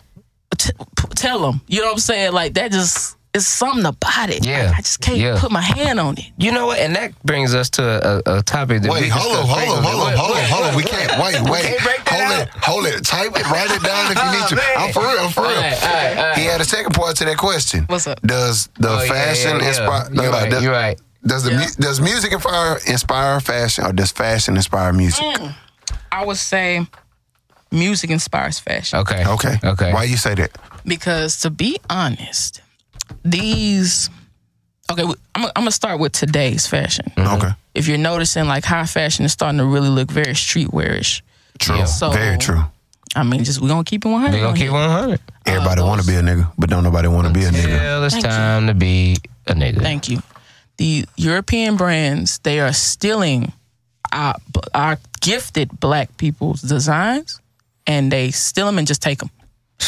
[SPEAKER 4] t- p- tell him, you know what I'm saying? Like that just it's something about it.
[SPEAKER 2] Yeah.
[SPEAKER 4] Like, I just can't
[SPEAKER 2] Yeah.
[SPEAKER 4] put my hand on it.
[SPEAKER 2] You know what? And that brings us to a, a topic that we
[SPEAKER 3] Wait, hold on,
[SPEAKER 2] discussed
[SPEAKER 3] hold on,
[SPEAKER 2] previously.
[SPEAKER 3] hold on,
[SPEAKER 2] What-
[SPEAKER 3] hold on,
[SPEAKER 2] what-
[SPEAKER 3] hold on. We can't. Wait, wait.
[SPEAKER 2] can't break that
[SPEAKER 3] Hold
[SPEAKER 2] out?
[SPEAKER 3] it, hold it. Type it, write it down if you need to.
[SPEAKER 2] Oh,
[SPEAKER 3] I'm for real, I'm for real.
[SPEAKER 2] All right, all right, all right.
[SPEAKER 3] He had a second part to that question.
[SPEAKER 4] What's up?
[SPEAKER 3] Does the
[SPEAKER 2] Oh, yeah,
[SPEAKER 3] fashion
[SPEAKER 2] yeah, yeah.
[SPEAKER 3] inspire? no,
[SPEAKER 2] You're
[SPEAKER 3] no,
[SPEAKER 2] right,
[SPEAKER 3] does-
[SPEAKER 2] you're right.
[SPEAKER 3] Does the mu- does music inspire inspire fashion, or does fashion inspire music?
[SPEAKER 4] Mm. I would say music inspires fashion.
[SPEAKER 2] Okay.
[SPEAKER 3] Okay,
[SPEAKER 2] Okay.
[SPEAKER 3] Why you say that?
[SPEAKER 2] Oh.
[SPEAKER 4] Because to be honest, these okay, I'm, gonna- I'm gonna start with today's fashion.
[SPEAKER 2] Mm.
[SPEAKER 3] Okay,
[SPEAKER 4] If you're noticing, like high fashion is starting to really look very streetwearish.
[SPEAKER 3] true,
[SPEAKER 4] So-
[SPEAKER 3] very true.
[SPEAKER 4] I mean, just we gonna keep it 100.
[SPEAKER 2] We're
[SPEAKER 4] on
[SPEAKER 2] gonna keep
[SPEAKER 4] here.
[SPEAKER 2] 100.
[SPEAKER 3] Everybody
[SPEAKER 2] uh,
[SPEAKER 3] want to be a nigga, but don't nobody want to be a nigga.
[SPEAKER 2] Hell, it's
[SPEAKER 4] Thank you.
[SPEAKER 2] time to be a nigga.
[SPEAKER 4] Thank you. The European brands they are stealing our, our gifted black people's designs, and they steal them and just take them.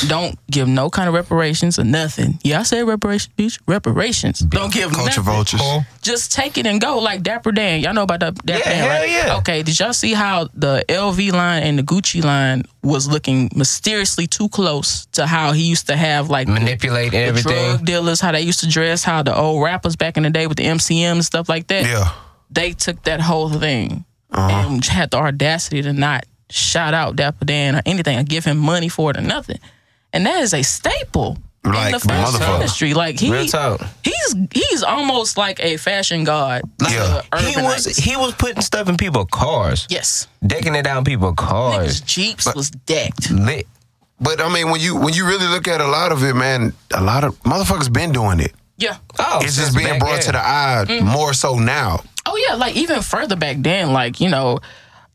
[SPEAKER 4] Don't give no kind of reparations or nothing. Yeah, I said reparations, bitch. Reparations. Don't give
[SPEAKER 3] Culture
[SPEAKER 4] nothing.
[SPEAKER 3] vultures.
[SPEAKER 4] Just take it and go like Dapper Dan. Y'all know about that Dapper
[SPEAKER 2] Yeah,
[SPEAKER 4] Dan,
[SPEAKER 2] hell
[SPEAKER 4] right?
[SPEAKER 2] yeah.
[SPEAKER 4] Okay, did y'all see how the LV line and the Gucci line was looking mysteriously too close to how he used to have like the-
[SPEAKER 2] Manipulate
[SPEAKER 4] the drug
[SPEAKER 2] everything.
[SPEAKER 4] dealers, how they used to dress, how the old rappers back in the day with the MCM and stuff like that.
[SPEAKER 3] Yeah,
[SPEAKER 4] They took that whole thing
[SPEAKER 2] Uh-huh.
[SPEAKER 4] and had the audacity to not shout out Dapper Dan or anything or give him money for it or nothing. And that is a staple
[SPEAKER 3] Like,
[SPEAKER 4] in the fashion
[SPEAKER 3] motherfucker.
[SPEAKER 4] industry. Like he,
[SPEAKER 2] Real talk.
[SPEAKER 4] he's he's almost like a fashion god. Like
[SPEAKER 3] Yeah.
[SPEAKER 4] a
[SPEAKER 2] He was
[SPEAKER 4] urbanite.
[SPEAKER 2] he was putting stuff in people's cars,
[SPEAKER 4] yes.
[SPEAKER 2] decking it down people's
[SPEAKER 4] Niggas
[SPEAKER 2] cars.
[SPEAKER 4] Jeeps was decked.
[SPEAKER 2] Lit.
[SPEAKER 3] but I mean, when you when you really look at a lot of it, man, a lot of motherfuckers been doing it.
[SPEAKER 4] Yeah.
[SPEAKER 2] Oh,
[SPEAKER 3] It's
[SPEAKER 2] since
[SPEAKER 3] just being
[SPEAKER 2] back
[SPEAKER 3] brought
[SPEAKER 2] then. Mm-hmm.
[SPEAKER 3] to the eye more so now.
[SPEAKER 4] Oh yeah, like even further back then, like you know,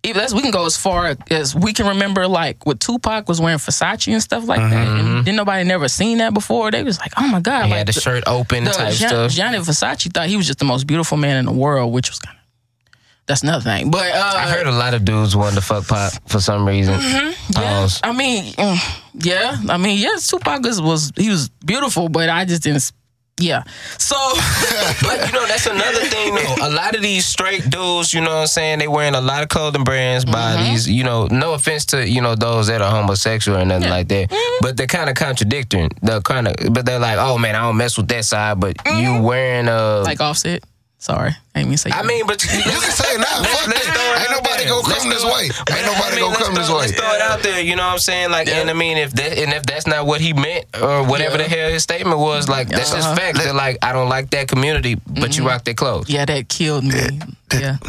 [SPEAKER 4] even that's, we can go as far as we can remember, like what Tupac was wearing Versace and stuff like that, and didn't nobody never seen that before. They was like, oh my god,
[SPEAKER 2] He
[SPEAKER 4] like
[SPEAKER 2] had Mm-hmm. the shirt open
[SPEAKER 4] the
[SPEAKER 2] type
[SPEAKER 4] Gian-
[SPEAKER 2] stuff.
[SPEAKER 4] Gianni Versace thought he was just the most beautiful man in the world, which was kind of that's another thing. But uh,
[SPEAKER 2] I heard a lot of dudes wanted to fuck pop for some reason.
[SPEAKER 4] Mm-hmm.
[SPEAKER 2] Pause.
[SPEAKER 4] I mean, mm, yeah, I mean, yes, Tupac was, was he was beautiful, but I just didn't. s- Yeah, so
[SPEAKER 2] But you know, that's another thing though. A lot of these straight dudes, you know what I'm saying, they wearing a lot of clothing brands by these, you know, no offense to, you know, those that are homosexual and nothing like that. But they're kinda contradicting. They're kinda but they're like, Oh man, I don't mess with that side, but you wearing a
[SPEAKER 4] like Offset. Sorry, I didn't mean to say.
[SPEAKER 2] I mean, but
[SPEAKER 3] You can say it now.
[SPEAKER 2] Let's-
[SPEAKER 3] Fuck
[SPEAKER 2] let's throw it
[SPEAKER 3] that. Ain't
[SPEAKER 2] out
[SPEAKER 3] nobody
[SPEAKER 2] there.
[SPEAKER 3] gonna
[SPEAKER 2] Let's
[SPEAKER 3] come this
[SPEAKER 2] throw it-
[SPEAKER 3] way.
[SPEAKER 2] I
[SPEAKER 3] Ain't nobody
[SPEAKER 2] mean,
[SPEAKER 3] gonna
[SPEAKER 2] let's
[SPEAKER 3] come
[SPEAKER 2] throw-
[SPEAKER 3] this way.
[SPEAKER 2] Let's throw it out there. You know what I'm saying? Like, and I mean, if that and if that's not what he meant or whatever
[SPEAKER 4] Yeah.
[SPEAKER 2] the hell his statement was, like that's
[SPEAKER 4] Uh-huh.
[SPEAKER 2] just fact. They're like, I don't like that community, but you rock their clothes.
[SPEAKER 4] yeah, that killed me. yeah.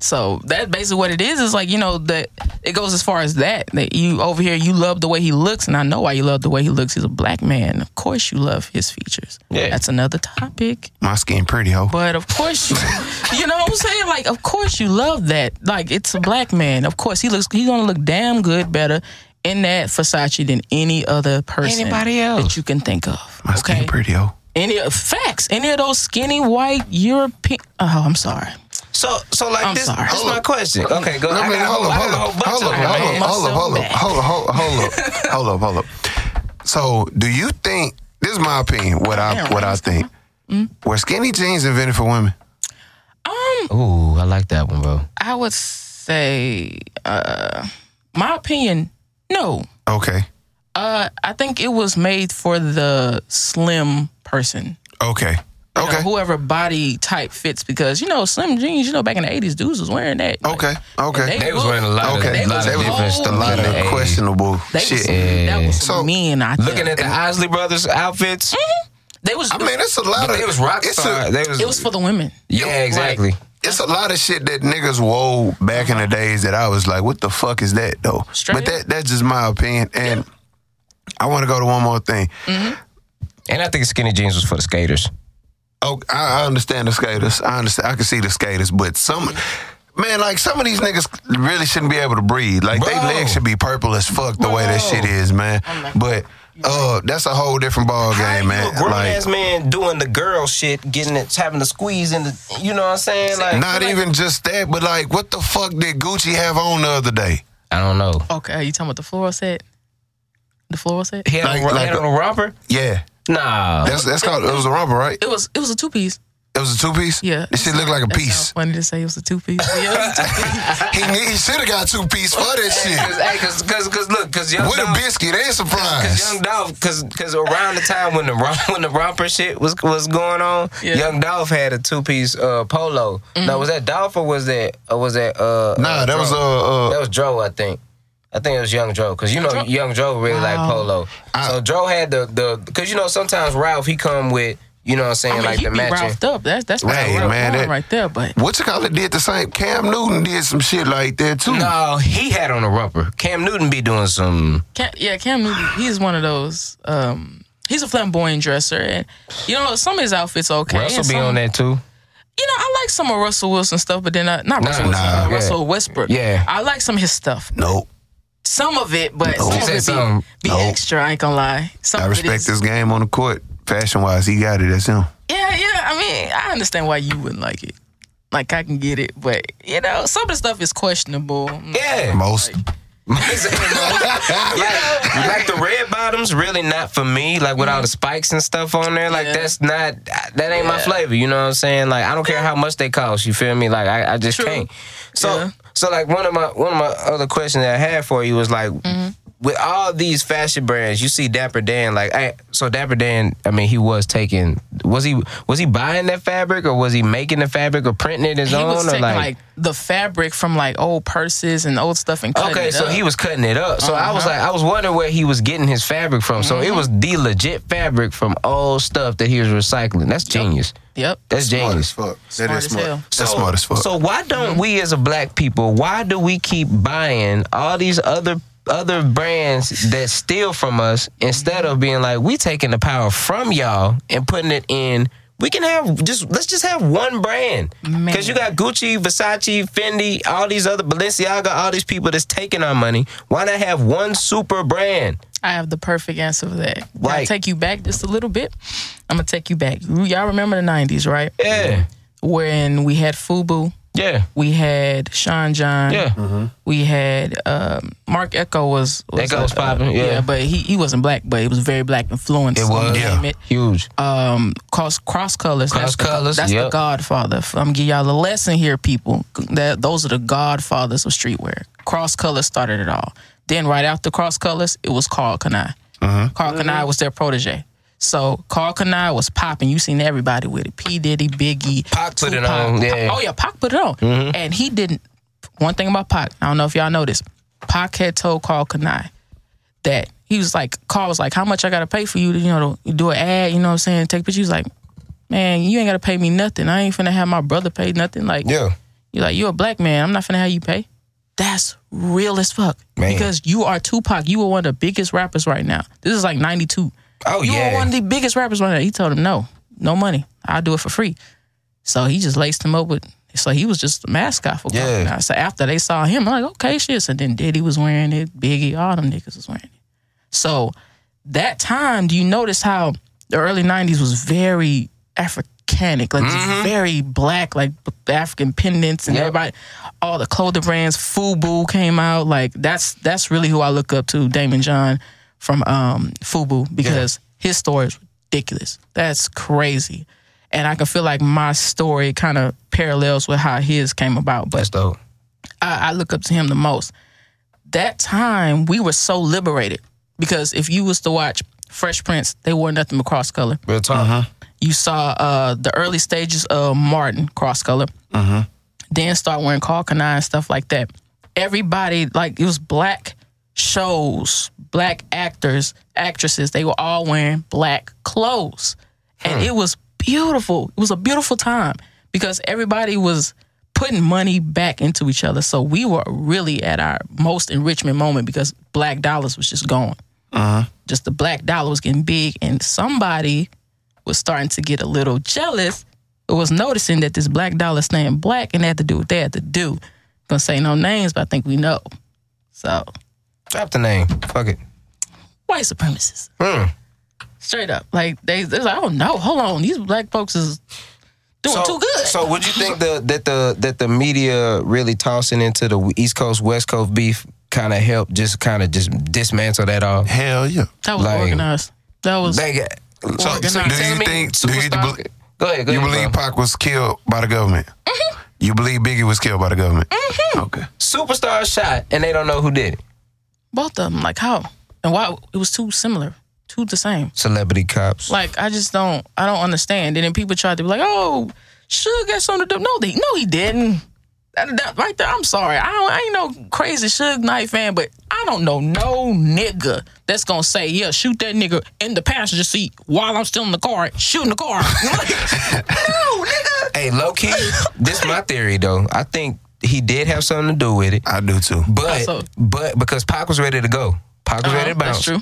[SPEAKER 4] So that's basically what it is. Is like you know that it goes as far as that that you over here you love the way he looks, and I know why you love the way he looks. He's a black man. Of course you love his features.
[SPEAKER 2] Yeah.
[SPEAKER 4] that's another topic.
[SPEAKER 3] My skin pretty, ho.
[SPEAKER 4] But of course you, you know what I'm saying. Like of course you love that. Like it's a black man. Of course he looks. He's gonna look damn good, better in that Versace than any other person,
[SPEAKER 2] Anybody else.
[SPEAKER 4] that you can think of.
[SPEAKER 3] My skin
[SPEAKER 4] okay,
[SPEAKER 3] pretty, ho.
[SPEAKER 4] any of facts, any of those skinny white European. Oh, I'm sorry.
[SPEAKER 2] So, so like
[SPEAKER 4] I'm
[SPEAKER 2] this.
[SPEAKER 4] sorry.
[SPEAKER 2] This is my question. Okay, go.
[SPEAKER 3] I mean,
[SPEAKER 2] got a whole-
[SPEAKER 3] hold up,
[SPEAKER 2] I got a whole bunch
[SPEAKER 3] hold
[SPEAKER 2] of
[SPEAKER 3] up,
[SPEAKER 2] them, man.
[SPEAKER 4] man.
[SPEAKER 3] hold up, hold up,
[SPEAKER 4] Myself
[SPEAKER 3] hold up, hold up, hold up, hold up, hold up, hold up. So, do you think this is my opinion? What I
[SPEAKER 4] Damn,
[SPEAKER 3] what I think? Were skinny jeans invented for women?
[SPEAKER 4] Um,
[SPEAKER 2] Ooh, I like that one, bro.
[SPEAKER 4] I would say, uh, my opinion, no.
[SPEAKER 3] Okay,
[SPEAKER 4] Uh, I think it was made for the slim person.
[SPEAKER 3] okay,
[SPEAKER 4] You know,
[SPEAKER 3] okay,
[SPEAKER 4] whoever body type fits because you know slim jeans. You know back in the '80s, dudes was wearing that. Like,
[SPEAKER 3] okay, okay,
[SPEAKER 4] They
[SPEAKER 2] They was wearing a lot of,
[SPEAKER 3] okay.
[SPEAKER 2] a lot
[SPEAKER 3] They
[SPEAKER 2] of
[SPEAKER 3] was
[SPEAKER 2] different
[SPEAKER 4] old.
[SPEAKER 2] stuff.
[SPEAKER 3] a lot
[SPEAKER 2] in the
[SPEAKER 3] of
[SPEAKER 2] 80s.
[SPEAKER 3] questionable
[SPEAKER 4] They was,
[SPEAKER 3] shit.
[SPEAKER 4] That was
[SPEAKER 3] So,
[SPEAKER 4] some men. I think.
[SPEAKER 2] Looking at the Osley brothers outfits,
[SPEAKER 4] they was.
[SPEAKER 3] I mean, it's a lot of
[SPEAKER 2] it was rock
[SPEAKER 3] it's a-
[SPEAKER 2] star. They
[SPEAKER 4] it was for the women.
[SPEAKER 2] yeah, exactly.
[SPEAKER 3] It's a lot of shit that niggas wore back in the days that I was like, what the fuck is that though?
[SPEAKER 4] Straight
[SPEAKER 3] but
[SPEAKER 4] up.
[SPEAKER 3] that that's just my opinion. And I want to go to one more thing.
[SPEAKER 2] And I think skinny jeans was for the skaters.
[SPEAKER 3] Oh, I, I understand the skaters. I understand. I can see the skaters, but some. Man, like some of these niggas really shouldn't be able to breathe. Like they
[SPEAKER 2] Bro.
[SPEAKER 3] legs should be purple as fuck the way that shit is, man. But uh, that's a whole different ball
[SPEAKER 2] How
[SPEAKER 3] game,
[SPEAKER 2] you
[SPEAKER 3] man.
[SPEAKER 2] A grown
[SPEAKER 3] Like,
[SPEAKER 2] ass man doing the girl shit, getting it, having to squeeze in the, you know what I'm saying? Like,
[SPEAKER 3] not even just that, but like, what the fuck did Gucci have on the other day?
[SPEAKER 2] I don't know.
[SPEAKER 4] Okay, you talking about the floral set? The floral set.
[SPEAKER 2] He had,
[SPEAKER 3] Like-
[SPEAKER 2] a, ro-
[SPEAKER 3] like
[SPEAKER 2] had
[SPEAKER 3] a-
[SPEAKER 2] on a romper?
[SPEAKER 3] Yeah,
[SPEAKER 2] Nah.
[SPEAKER 3] that's that's called. It was a romper, right?
[SPEAKER 4] It was. It was a two piece.
[SPEAKER 3] It was a two piece.
[SPEAKER 4] Yeah.
[SPEAKER 3] this shit looked like a
[SPEAKER 4] That sound
[SPEAKER 3] piece.
[SPEAKER 4] Funny to say it was a two piece. Yeah, it was a two-piece.
[SPEAKER 3] He need, he should have got two piece for that
[SPEAKER 2] Cause,
[SPEAKER 3] shit.
[SPEAKER 2] hey, cause, cause, cause look, cause young
[SPEAKER 3] With a
[SPEAKER 2] dog-
[SPEAKER 3] biscuit and
[SPEAKER 2] Cause
[SPEAKER 3] surprise.
[SPEAKER 2] Young Dolph, cause, cause around the time when the rom- when the romper shit was was going on,
[SPEAKER 4] Yeah. Mm-hmm.
[SPEAKER 2] Young Dolph had a two piece uh, polo. Now was that Dolph or was that or was that uh
[SPEAKER 3] Nah,
[SPEAKER 2] uh,
[SPEAKER 3] that was
[SPEAKER 2] Dro?
[SPEAKER 3] uh, uh,
[SPEAKER 2] that was Dro, I think. I think it was Young Dro, cause you know Young Dro really like
[SPEAKER 4] Wow.
[SPEAKER 2] polo. so Dro had the the cause you know sometimes Ralph he come with you know what I'm saying
[SPEAKER 4] I mean,
[SPEAKER 2] like
[SPEAKER 4] he
[SPEAKER 2] the
[SPEAKER 4] be
[SPEAKER 2] matching.
[SPEAKER 4] Ralphed up. That's that's
[SPEAKER 3] Hey,
[SPEAKER 4] Ralph
[SPEAKER 3] man,
[SPEAKER 4] Lauren
[SPEAKER 3] that-
[SPEAKER 4] right there. But
[SPEAKER 3] What you call it did the same. Cam Newton did some shit like that too.
[SPEAKER 2] No, he had on a romper. Cam Newton be doing some.
[SPEAKER 4] Cam, yeah, Cam Newton, he's one of those. Um, he's a flamboyant dresser, and you know some of his outfits okay. and
[SPEAKER 2] Russell be
[SPEAKER 4] some-
[SPEAKER 2] on that too.
[SPEAKER 4] You know, I like some of Russell Wilson stuff, but then I, not Russell Wilson,
[SPEAKER 2] nah,
[SPEAKER 4] uh,
[SPEAKER 2] yeah.
[SPEAKER 4] Russell Westbrook.
[SPEAKER 2] Yeah.
[SPEAKER 4] I like some of his stuff.
[SPEAKER 3] Nope.
[SPEAKER 4] Some of it, but some
[SPEAKER 2] She
[SPEAKER 4] of
[SPEAKER 2] said
[SPEAKER 4] it be,
[SPEAKER 2] some.
[SPEAKER 4] be
[SPEAKER 3] No.
[SPEAKER 4] extra. I ain't gonna lie. Some
[SPEAKER 3] I
[SPEAKER 4] of it
[SPEAKER 3] respect
[SPEAKER 4] is-
[SPEAKER 3] this game on the court. Fashion wise, he got it. That's him.
[SPEAKER 4] Yeah, yeah. I mean, I understand why you wouldn't like it. Like I can get it, but you know, some of the stuff is questionable.
[SPEAKER 2] Yeah,
[SPEAKER 3] Most.
[SPEAKER 2] like, like the red bottoms really not for me like with all the spikes and stuff on there like
[SPEAKER 4] Yeah.
[SPEAKER 2] that's not that ain't my
[SPEAKER 4] Yeah.
[SPEAKER 2] flavor you know what i'm saying like i don't care how much they cost you feel me like i, I just
[SPEAKER 4] True.
[SPEAKER 2] can't so
[SPEAKER 4] Yeah.
[SPEAKER 2] so like one of my one of my other questions that i had for you was like
[SPEAKER 4] Mm-hmm.
[SPEAKER 2] with all these fashion brands you see dapper dan like I, so dapper dan i mean he was taking was he was he buying that fabric or was he making the fabric or printing it his
[SPEAKER 4] He
[SPEAKER 2] own
[SPEAKER 4] was
[SPEAKER 2] or
[SPEAKER 4] taking like, the fabric from like old purses and old stuff and cutting
[SPEAKER 2] Okay,
[SPEAKER 4] it
[SPEAKER 2] so
[SPEAKER 4] up.
[SPEAKER 2] he was cutting it up. So I was
[SPEAKER 4] Uh-huh. Mm-hmm.
[SPEAKER 2] like, I was wondering where he was getting his fabric from. So it was the legit fabric from old stuff that he was recycling. That's genius.
[SPEAKER 4] Yep.
[SPEAKER 2] That's genius.
[SPEAKER 3] fuck.
[SPEAKER 4] Smart as hell.
[SPEAKER 3] That's smart as fuck.
[SPEAKER 2] So why don't we as a black people, why do we keep buying all these other other brands that steal from us instead of being like, we taking the power from y'all and putting it in we can have just let's just have one brand because you got Gucci, Versace, Fendi, all these other Balenciaga, all these people that's taking our money. Why not have one super brand?
[SPEAKER 4] I have the perfect answer for that. Can I
[SPEAKER 2] Right.
[SPEAKER 4] take you back just a little bit? I'm gonna take you back. You- Y'all remember the '90s, right?
[SPEAKER 2] Yeah,
[SPEAKER 4] When we had FUBU,
[SPEAKER 2] yeah,
[SPEAKER 4] we had Sean John,
[SPEAKER 2] yeah.
[SPEAKER 4] we had um, Mark Echo was, was
[SPEAKER 2] Echo was popping, yeah.
[SPEAKER 4] but he, he wasn't black, but it was very black influence.
[SPEAKER 2] It was.
[SPEAKER 4] you name
[SPEAKER 3] Yeah.
[SPEAKER 4] it.
[SPEAKER 2] Huge.
[SPEAKER 4] um cross cross colors.
[SPEAKER 2] Cross
[SPEAKER 4] that's the-
[SPEAKER 2] Colors,
[SPEAKER 4] that's the
[SPEAKER 2] yep.
[SPEAKER 4] Godfather. F- I'm gonna give y'all a lesson here, people. That those are the Godfathers of streetwear. Cross colors started it all. Then right after cross colors, it was Carl Kanai.
[SPEAKER 2] Uh-huh.
[SPEAKER 4] Carl Kanai was their protege. So Carl Kanai was popping. You seen everybody with it. P Diddy, Biggie,
[SPEAKER 2] Pac put it
[SPEAKER 4] Tupac.
[SPEAKER 2] on, yeah. Mm-hmm.
[SPEAKER 4] Oh yeah, Pac put it on. And he didn't. One thing about Pac, I don't know if y'all know this. Pac had told Carl Kanai that he was like, Carl was like, how much I gotta pay for you to, you know, to do an ad, you know what I'm saying, take pictures. He was like, man, you ain't gotta pay me nothing. I ain't finna have my brother pay nothing. Like,
[SPEAKER 2] Yeah.
[SPEAKER 4] you're like, you're a black man. I'm not finna have you pay. That's real as fuck.
[SPEAKER 2] Man.
[SPEAKER 4] Because you are Tupac. You are one of the biggest rappers right now. This is like 92.
[SPEAKER 2] Oh
[SPEAKER 4] You are
[SPEAKER 2] yeah.
[SPEAKER 4] one of the biggest rappers right now. He told him, no, no money. I'll do it for free. So he just laced him up with, so he was just a mascot for
[SPEAKER 2] Yeah.
[SPEAKER 4] Common Eye. So after they saw him, I'm like, okay, shit. So then Diddy was wearing it, Biggie, all them niggas was wearing it. So that time, do you notice how the early 90s was very Africanic, like just very black, like b- African pendants and
[SPEAKER 2] Yep.
[SPEAKER 4] everybody, all the clothing brands, FUBU came out. Like that's that's really who I look up to, Damon John from um, FUBU, because his story is ridiculous. That's crazy. And I can feel like my story kind of parallels with how his came about. But
[SPEAKER 2] That's dope.
[SPEAKER 4] I, I look up to him the most. That time we were so liberated because if you was to watch Fresh Prince, they wore nothing but cross color.
[SPEAKER 2] Real talk.
[SPEAKER 4] You saw uh, the early stages of Martin cross color. Then start wearing Carl Kanai and stuff like that. Everybody like it was black shows, black actors, actresses. They were all wearing black clothes, and it was beautiful. It was a beautiful time because everybody was putting money back into each other. So we were really at our most enrichment moment because black dollars was just going. Just the black dollar was getting big, and somebody was starting to get a little jealous or was noticing that this black dollar staying black and they had to do what they had to do. Gonna say no names, but I think we know. So
[SPEAKER 2] Drop the name. Fuck it.
[SPEAKER 4] white supremacists.
[SPEAKER 2] Hmm.
[SPEAKER 4] Straight up. Like they they're like, oh no, hold on. These black folks is doing too good.
[SPEAKER 2] So would you think the, that the that the media really tossing into the East Coast West Coast beef kind of helped just kind of just dismantle that all?
[SPEAKER 3] hell yeah.
[SPEAKER 4] that was
[SPEAKER 2] like-
[SPEAKER 4] organized. That was
[SPEAKER 2] They got- so,
[SPEAKER 4] Organized.
[SPEAKER 2] so you
[SPEAKER 4] Do
[SPEAKER 3] you
[SPEAKER 2] tell me
[SPEAKER 3] think- do you
[SPEAKER 2] superstar-
[SPEAKER 3] bel-
[SPEAKER 2] Go ahead. Go
[SPEAKER 3] You
[SPEAKER 2] ahead, bro.
[SPEAKER 3] believe Pac was killed by the government?
[SPEAKER 4] Mm-hmm.
[SPEAKER 3] You believe Biggie was killed by the government? Okay.
[SPEAKER 2] superstar shot and they don't know who did it.
[SPEAKER 4] Both of them. Like how? And why? It was too similar, too the same.
[SPEAKER 2] Celebrity cops.
[SPEAKER 4] Like I just don't. I don't understand. And then people tried to be like, "Oh, Suge got something to do." No, they no, he didn't. That- that right there. I'm sorry. I don't, I ain't no crazy Suge Knight fan, but I don't know no nigga that's gonna say, "Yeah, shoot that nigga in the passenger seat while I'm still in the car, shooting the car." Like, no, nigga.
[SPEAKER 2] hey, low key, this my theory though. I think he did have something to do with it,
[SPEAKER 3] I do too.
[SPEAKER 2] but
[SPEAKER 4] Also-
[SPEAKER 2] but because Pac was ready to go, Pac was
[SPEAKER 4] Uh-huh,
[SPEAKER 2] ready to bounce.
[SPEAKER 4] that's true.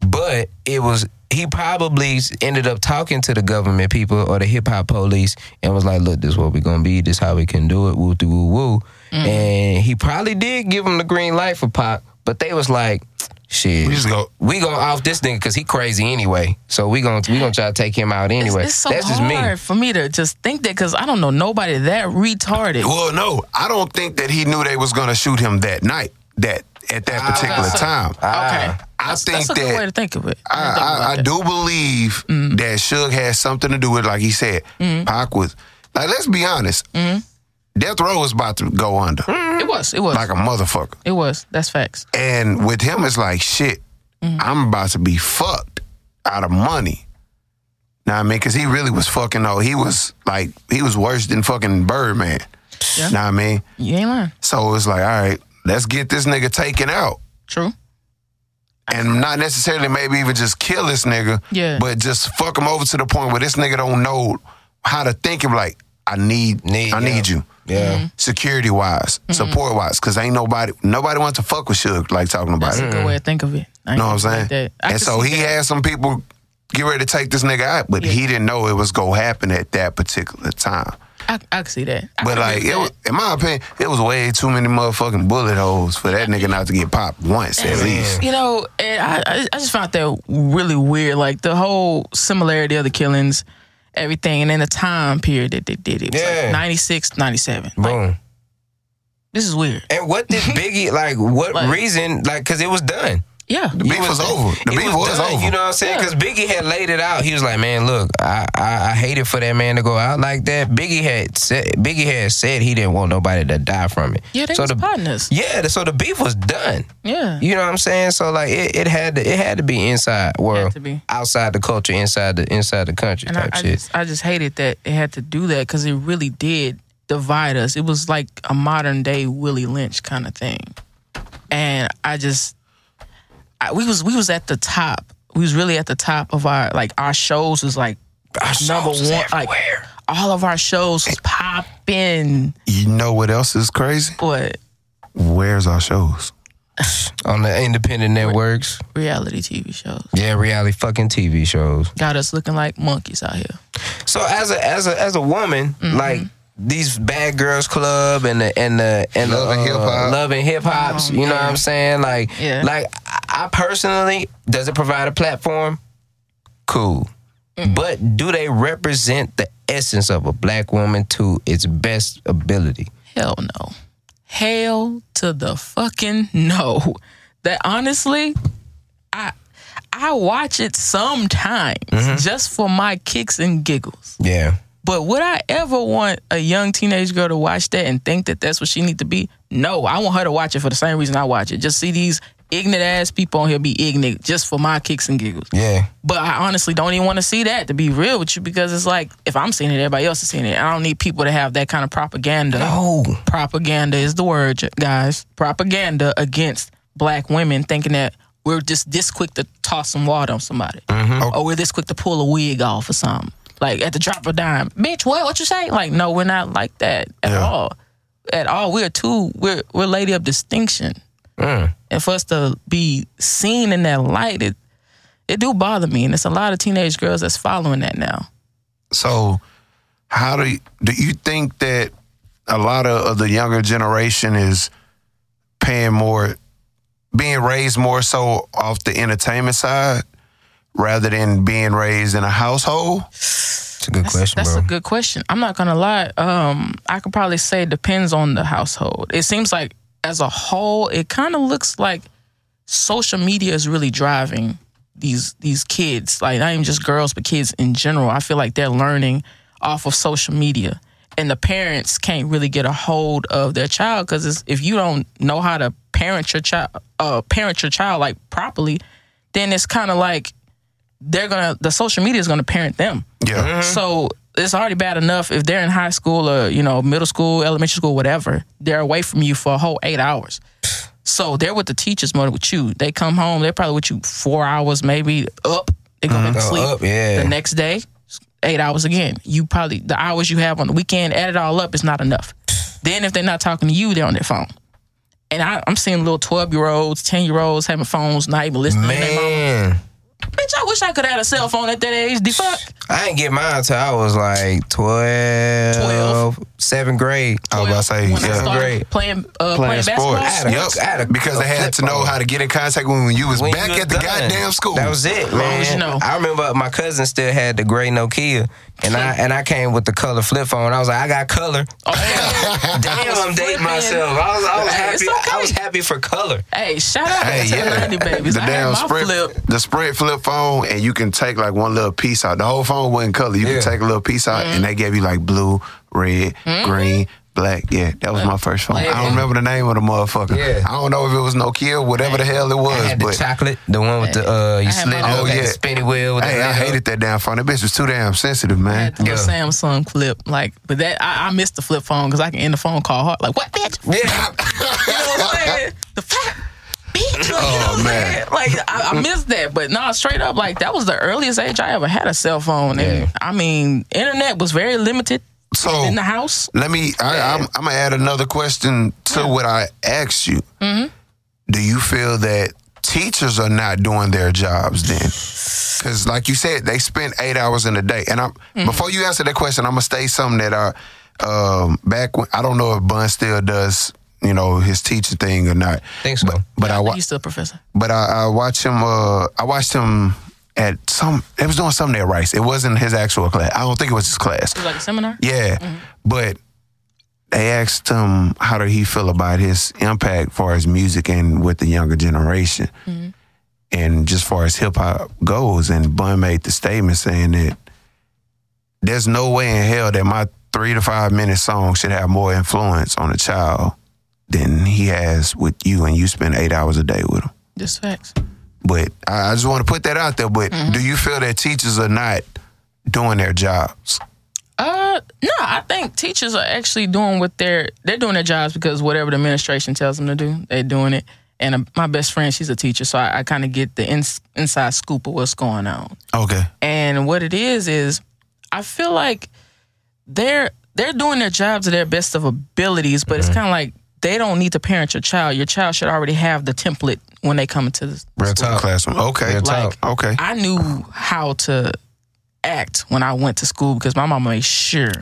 [SPEAKER 2] But it was he probably ended up talking to the government people or the hip hop police and was like, "Look, this what we gonna be. This how we can do it. Woo, doo, woo, woo."
[SPEAKER 4] Mm-hmm.
[SPEAKER 2] And he probably did give him the green light for Pac, but they was like, "Shit,
[SPEAKER 3] We just go.
[SPEAKER 2] we gonna off this nigga because he crazy anyway. So we gonna we gonna try to take him out anyway.
[SPEAKER 4] It's, it's so
[SPEAKER 2] That's just
[SPEAKER 4] hard
[SPEAKER 2] me.
[SPEAKER 4] for me to just think that because I don't know nobody that retarded.
[SPEAKER 3] Well, no, I don't think that he knew they was gonna shoot him that night. That at that particular time.
[SPEAKER 4] Ah, okay,
[SPEAKER 3] I
[SPEAKER 4] that's, that's
[SPEAKER 3] think
[SPEAKER 4] a good
[SPEAKER 3] that-
[SPEAKER 4] way to think of it. didn't think
[SPEAKER 3] I,
[SPEAKER 4] about
[SPEAKER 3] I, I
[SPEAKER 4] that. Mm.
[SPEAKER 3] do believe that Suge has something to do with, it, like he said, Pac was. Like, let's be honest.
[SPEAKER 4] Mm.
[SPEAKER 3] Death Row was about to go under
[SPEAKER 4] It was. It was.
[SPEAKER 3] like a motherfucker.
[SPEAKER 4] it was. That's facts.
[SPEAKER 3] And with him, it's like, shit,
[SPEAKER 4] Mm.
[SPEAKER 3] I'm about to be fucked out of money. Now, I mean, because he really was fucking, though. He was like, he was worse than fucking Birdman.
[SPEAKER 4] Yeah.
[SPEAKER 3] Now, I mean,
[SPEAKER 4] You ain't lying.
[SPEAKER 3] so it's like, all right, let's get this nigga taken out.
[SPEAKER 4] True.
[SPEAKER 3] and not necessarily maybe even just kill this nigga,
[SPEAKER 4] Yeah.
[SPEAKER 3] but just fuck him over to the point where this nigga don't know how to think of like I need,
[SPEAKER 2] Need,
[SPEAKER 3] I need
[SPEAKER 2] yeah.
[SPEAKER 3] you
[SPEAKER 2] Yeah.
[SPEAKER 3] security wise,
[SPEAKER 4] Mm-hmm.
[SPEAKER 3] support wise, because ain't nobody nobody wants to fuck with Suge like talking about
[SPEAKER 4] That's
[SPEAKER 3] it.
[SPEAKER 4] a good way to think of it. I
[SPEAKER 3] You
[SPEAKER 4] ain't
[SPEAKER 3] know what I'm saying?
[SPEAKER 4] like that. I
[SPEAKER 3] and
[SPEAKER 4] could
[SPEAKER 3] so
[SPEAKER 4] see
[SPEAKER 3] he
[SPEAKER 4] that.
[SPEAKER 3] had some people get ready to take this nigga out, but he didn't know it was gonna happen at that particular time.
[SPEAKER 4] I, I could see that. I
[SPEAKER 3] But
[SPEAKER 4] could
[SPEAKER 3] like,
[SPEAKER 4] see
[SPEAKER 3] it,
[SPEAKER 4] that.
[SPEAKER 3] wa- in my opinion, it was way too many motherfucking bullet holes for that nigga not to get popped once at least.
[SPEAKER 4] you know, and I, I I just found that really weird. Like the whole similarity of the killings, everything, and then the time period that they did it. it was
[SPEAKER 2] Yeah.
[SPEAKER 4] like 96, 97. Like,
[SPEAKER 2] Boom.
[SPEAKER 4] this is weird.
[SPEAKER 2] And what did Biggie like? What
[SPEAKER 4] Like-
[SPEAKER 2] reason? Like, cause it was done.
[SPEAKER 4] Yeah.
[SPEAKER 3] The beef was, over. The
[SPEAKER 2] it
[SPEAKER 3] beef was,
[SPEAKER 2] done,
[SPEAKER 3] over.
[SPEAKER 2] You know what I'm saying?
[SPEAKER 4] Yeah.
[SPEAKER 2] Because Biggie had laid it out. He was like, "Man, look, I, I I hated for that man to go out like that." Biggie had said Biggie had said he didn't want nobody to die from it.
[SPEAKER 4] Yeah, they
[SPEAKER 2] so
[SPEAKER 4] was
[SPEAKER 2] the
[SPEAKER 4] partners.
[SPEAKER 2] yeah, so the beef was done.
[SPEAKER 4] Yeah.
[SPEAKER 2] You know what I'm saying? So like, it, it had to it had to be inside world,
[SPEAKER 4] to be.
[SPEAKER 2] outside the culture, inside the inside the country
[SPEAKER 4] And I,
[SPEAKER 2] type
[SPEAKER 4] I
[SPEAKER 2] shit.
[SPEAKER 4] just, I just hated that it had to do that because it really did divide us. It was like a modern day Willie Lynch kind of thing, and I just, I, we was we was at the top. We was really at the top of our like our shows was like number
[SPEAKER 2] shows was
[SPEAKER 4] one. Like
[SPEAKER 2] everywhere.
[SPEAKER 4] all of our shows was popping.
[SPEAKER 3] You know what else is crazy?
[SPEAKER 4] What
[SPEAKER 3] Where's our shows?
[SPEAKER 2] on the independent networks.
[SPEAKER 4] reality TV shows
[SPEAKER 2] Yeah, reality fucking TV shows.
[SPEAKER 4] got us looking like monkeys out here?
[SPEAKER 2] So as a as a as a woman,
[SPEAKER 4] Mm-hmm.
[SPEAKER 2] like these bad girls club and the and the and the
[SPEAKER 3] Love
[SPEAKER 2] uh,
[SPEAKER 3] and Hip Hop.
[SPEAKER 2] love and hip hops. you know what I'm saying? Like
[SPEAKER 4] Oh, Yeah.
[SPEAKER 2] like I I personally, does it provide a platform? Cool.
[SPEAKER 4] Mm.
[SPEAKER 2] But do they represent the essence of a black woman to its best ability?
[SPEAKER 4] Hell no. Hell to the fucking no. That honestly, I I watch it sometimes just for my kicks and giggles.
[SPEAKER 2] Yeah.
[SPEAKER 4] But would I ever want a young teenage girl to watch that and think that that's what she need to be? No, I want her to watch it for the same reason I watch it. Just see these ignorant ass people on here be ignorant just for my kicks and giggles.
[SPEAKER 2] Yeah.
[SPEAKER 4] But I honestly don't even want to see that to be real with you because it's like if I'm seeing it, everybody else is seeing it. I don't need people to have that kind of propaganda
[SPEAKER 2] Oh.
[SPEAKER 4] propaganda is the word, j- guys. Propaganda against black women, thinking that we're just this quick to toss some water on somebody, or we're this quick to pull a wig off or something, like at the drop of a dime. Bitch, what? What you say? Like, no, we're not like that at all. At all, we're too we're we're lady of distinction, and for us to be seen in that light, it it do bother me, and it's a lot of teenage girls that's following that now.
[SPEAKER 3] So, how do you, do you think that a lot of, of the younger generation is paying more, being raised more so off the entertainment side rather than being raised in a household?
[SPEAKER 2] It's a good question,
[SPEAKER 4] That's
[SPEAKER 2] bro.
[SPEAKER 4] a good question. I'm not gonna lie. Um, I could probably say it depends on the household. It seems like as a whole, it kind of looks like social media is really driving these these kids. Like not even just girls, but kids in general. I feel like they're learning off of social media. And the parents can't really get a hold of their child because if you don't know how to parent your child, uh, parent your child like properly, then it's kind of like they're gonna the social media is gonna parent them.
[SPEAKER 3] Yeah.
[SPEAKER 2] Mm-hmm.
[SPEAKER 4] So it's already bad enough if they're in high school or you know middle school, elementary school, whatever. They're away from you for a whole eight hours. So they're with the teachers more than with you. They come home, they're probably with you four hours, maybe up. They go back to
[SPEAKER 2] Oh,
[SPEAKER 4] sleep.
[SPEAKER 2] up, yeah.
[SPEAKER 4] The next day, eight hours again. You probably the hours you have on the weekend, add it all up, it's not enough. then if they're not talking to you, they're on their phone. And I, I'm seeing little twelve year olds, ten year olds having phones, not even listening. to their mom.
[SPEAKER 2] Man,
[SPEAKER 4] Bitch, I wish I could have had a cell phone at that age. The fuck.
[SPEAKER 2] I didn't get mine until I was like 12,
[SPEAKER 4] 12.
[SPEAKER 2] seventh grade.
[SPEAKER 3] I was about to say,
[SPEAKER 4] when I
[SPEAKER 3] yeah.
[SPEAKER 4] started
[SPEAKER 2] Great.
[SPEAKER 4] playing, uh, playing,
[SPEAKER 3] Playing
[SPEAKER 4] basketball.
[SPEAKER 3] sports.
[SPEAKER 2] I had a- I had a-
[SPEAKER 3] Yep. Because they had to know how to get in contact when you was
[SPEAKER 2] When
[SPEAKER 3] back
[SPEAKER 2] you was
[SPEAKER 3] at the
[SPEAKER 2] done.
[SPEAKER 3] goddamn school.
[SPEAKER 2] That was it, man.
[SPEAKER 4] as you know.
[SPEAKER 2] I remember my cousin still had the gray Nokia, and I and I came with the color flip phone. I was like, I got color.
[SPEAKER 4] Oh, man.
[SPEAKER 2] Damn, I'm dating
[SPEAKER 4] flipping.
[SPEAKER 2] myself. I was, I was
[SPEAKER 4] Hey,
[SPEAKER 2] happy.
[SPEAKER 4] it's okay.
[SPEAKER 2] I was happy for color.
[SPEAKER 4] Hey, shout out
[SPEAKER 3] Hey,
[SPEAKER 4] to
[SPEAKER 3] yeah.
[SPEAKER 4] the 90 babies.
[SPEAKER 3] The
[SPEAKER 4] I
[SPEAKER 3] damn
[SPEAKER 4] had my
[SPEAKER 3] spread,
[SPEAKER 4] flip.
[SPEAKER 3] the spread flip phone, and you can take like one little piece out. The whole phone wasn't color. You
[SPEAKER 2] Yeah.
[SPEAKER 3] could take a little piece out, and they gave you like blue, red,
[SPEAKER 4] Mm-hmm.
[SPEAKER 3] green, black. Yeah, that was my first phone. I don't remember the name of the motherfucker.
[SPEAKER 2] Yeah.
[SPEAKER 3] I don't know if it was Nokia, whatever the hell it
[SPEAKER 2] I
[SPEAKER 3] was.
[SPEAKER 2] had the
[SPEAKER 3] But
[SPEAKER 2] chocolate, the one with the uh, you
[SPEAKER 4] I had
[SPEAKER 2] slid it
[SPEAKER 4] my
[SPEAKER 2] up,
[SPEAKER 4] own.
[SPEAKER 2] had
[SPEAKER 3] Oh,
[SPEAKER 2] the
[SPEAKER 3] yeah.
[SPEAKER 2] spinny wheel. with the
[SPEAKER 3] hey, I
[SPEAKER 2] lid up.
[SPEAKER 3] hated that damn phone. That bitch was too damn sensitive,
[SPEAKER 4] I
[SPEAKER 3] man.
[SPEAKER 4] had the little
[SPEAKER 2] Yeah.
[SPEAKER 4] Samsung flip. Like, but that I, I missed the flip phone because I can end the phone call hard. Like, what, bitch? You
[SPEAKER 2] Yeah.
[SPEAKER 4] know what I'm saying? the fuck? Bitch. Like, you know what I'm
[SPEAKER 3] Oh, man. Mm.
[SPEAKER 4] saying? Like, I, I missed that. But no, straight up, like, that was the earliest age I ever had a cell phone. And I mean, internet was very limited
[SPEAKER 3] So
[SPEAKER 4] in the house.
[SPEAKER 3] Let me. I, I'm, I'm gonna add another question to what I asked you. Do you feel that teachers are not doing their jobs then? Because, like you said, they spend eight hours in a day. And I'm before you answer that question, I'm gonna say something that I um, back when I don't know if Bun still does. You know his teacher thing or not,
[SPEAKER 2] Think so.
[SPEAKER 3] but I wa-
[SPEAKER 4] You still professor.
[SPEAKER 3] but I, I watch him. Uh, I watched him at some. It was doing something at Rice. It wasn't his actual class. I don't think it was his class.
[SPEAKER 4] It was like a seminar.
[SPEAKER 3] Yeah, but they asked him how did he feel about his impact for his music and with the younger generation, and just far as hip hop goes. And Bun made the statement saying that there's no way in hell that my three to five minute song should have more influence on a child than he has with you, and you spend eight hours a day with him.
[SPEAKER 4] Just facts.
[SPEAKER 3] But I I just want to put that out there. But do you feel that teachers are not doing their jobs?
[SPEAKER 4] Uh, no, I think teachers are actually doing what they're they're doing their jobs because whatever the administration tells them to do, they're doing it. And uh, my best friend, she's a teacher, so I, I kind of get the ins inside scoop of what's going on.
[SPEAKER 3] Okay.
[SPEAKER 4] And what it is is, I feel like they're they're doing their job to their best of abilities, but it's kind of like they don't need to parent your child. Your child should already have the template when they come into the
[SPEAKER 3] Real talk. Classroom. Okay.
[SPEAKER 2] Real talk.
[SPEAKER 4] Like-
[SPEAKER 3] Okay.
[SPEAKER 4] I knew how to act when I went to school because my mama made sure.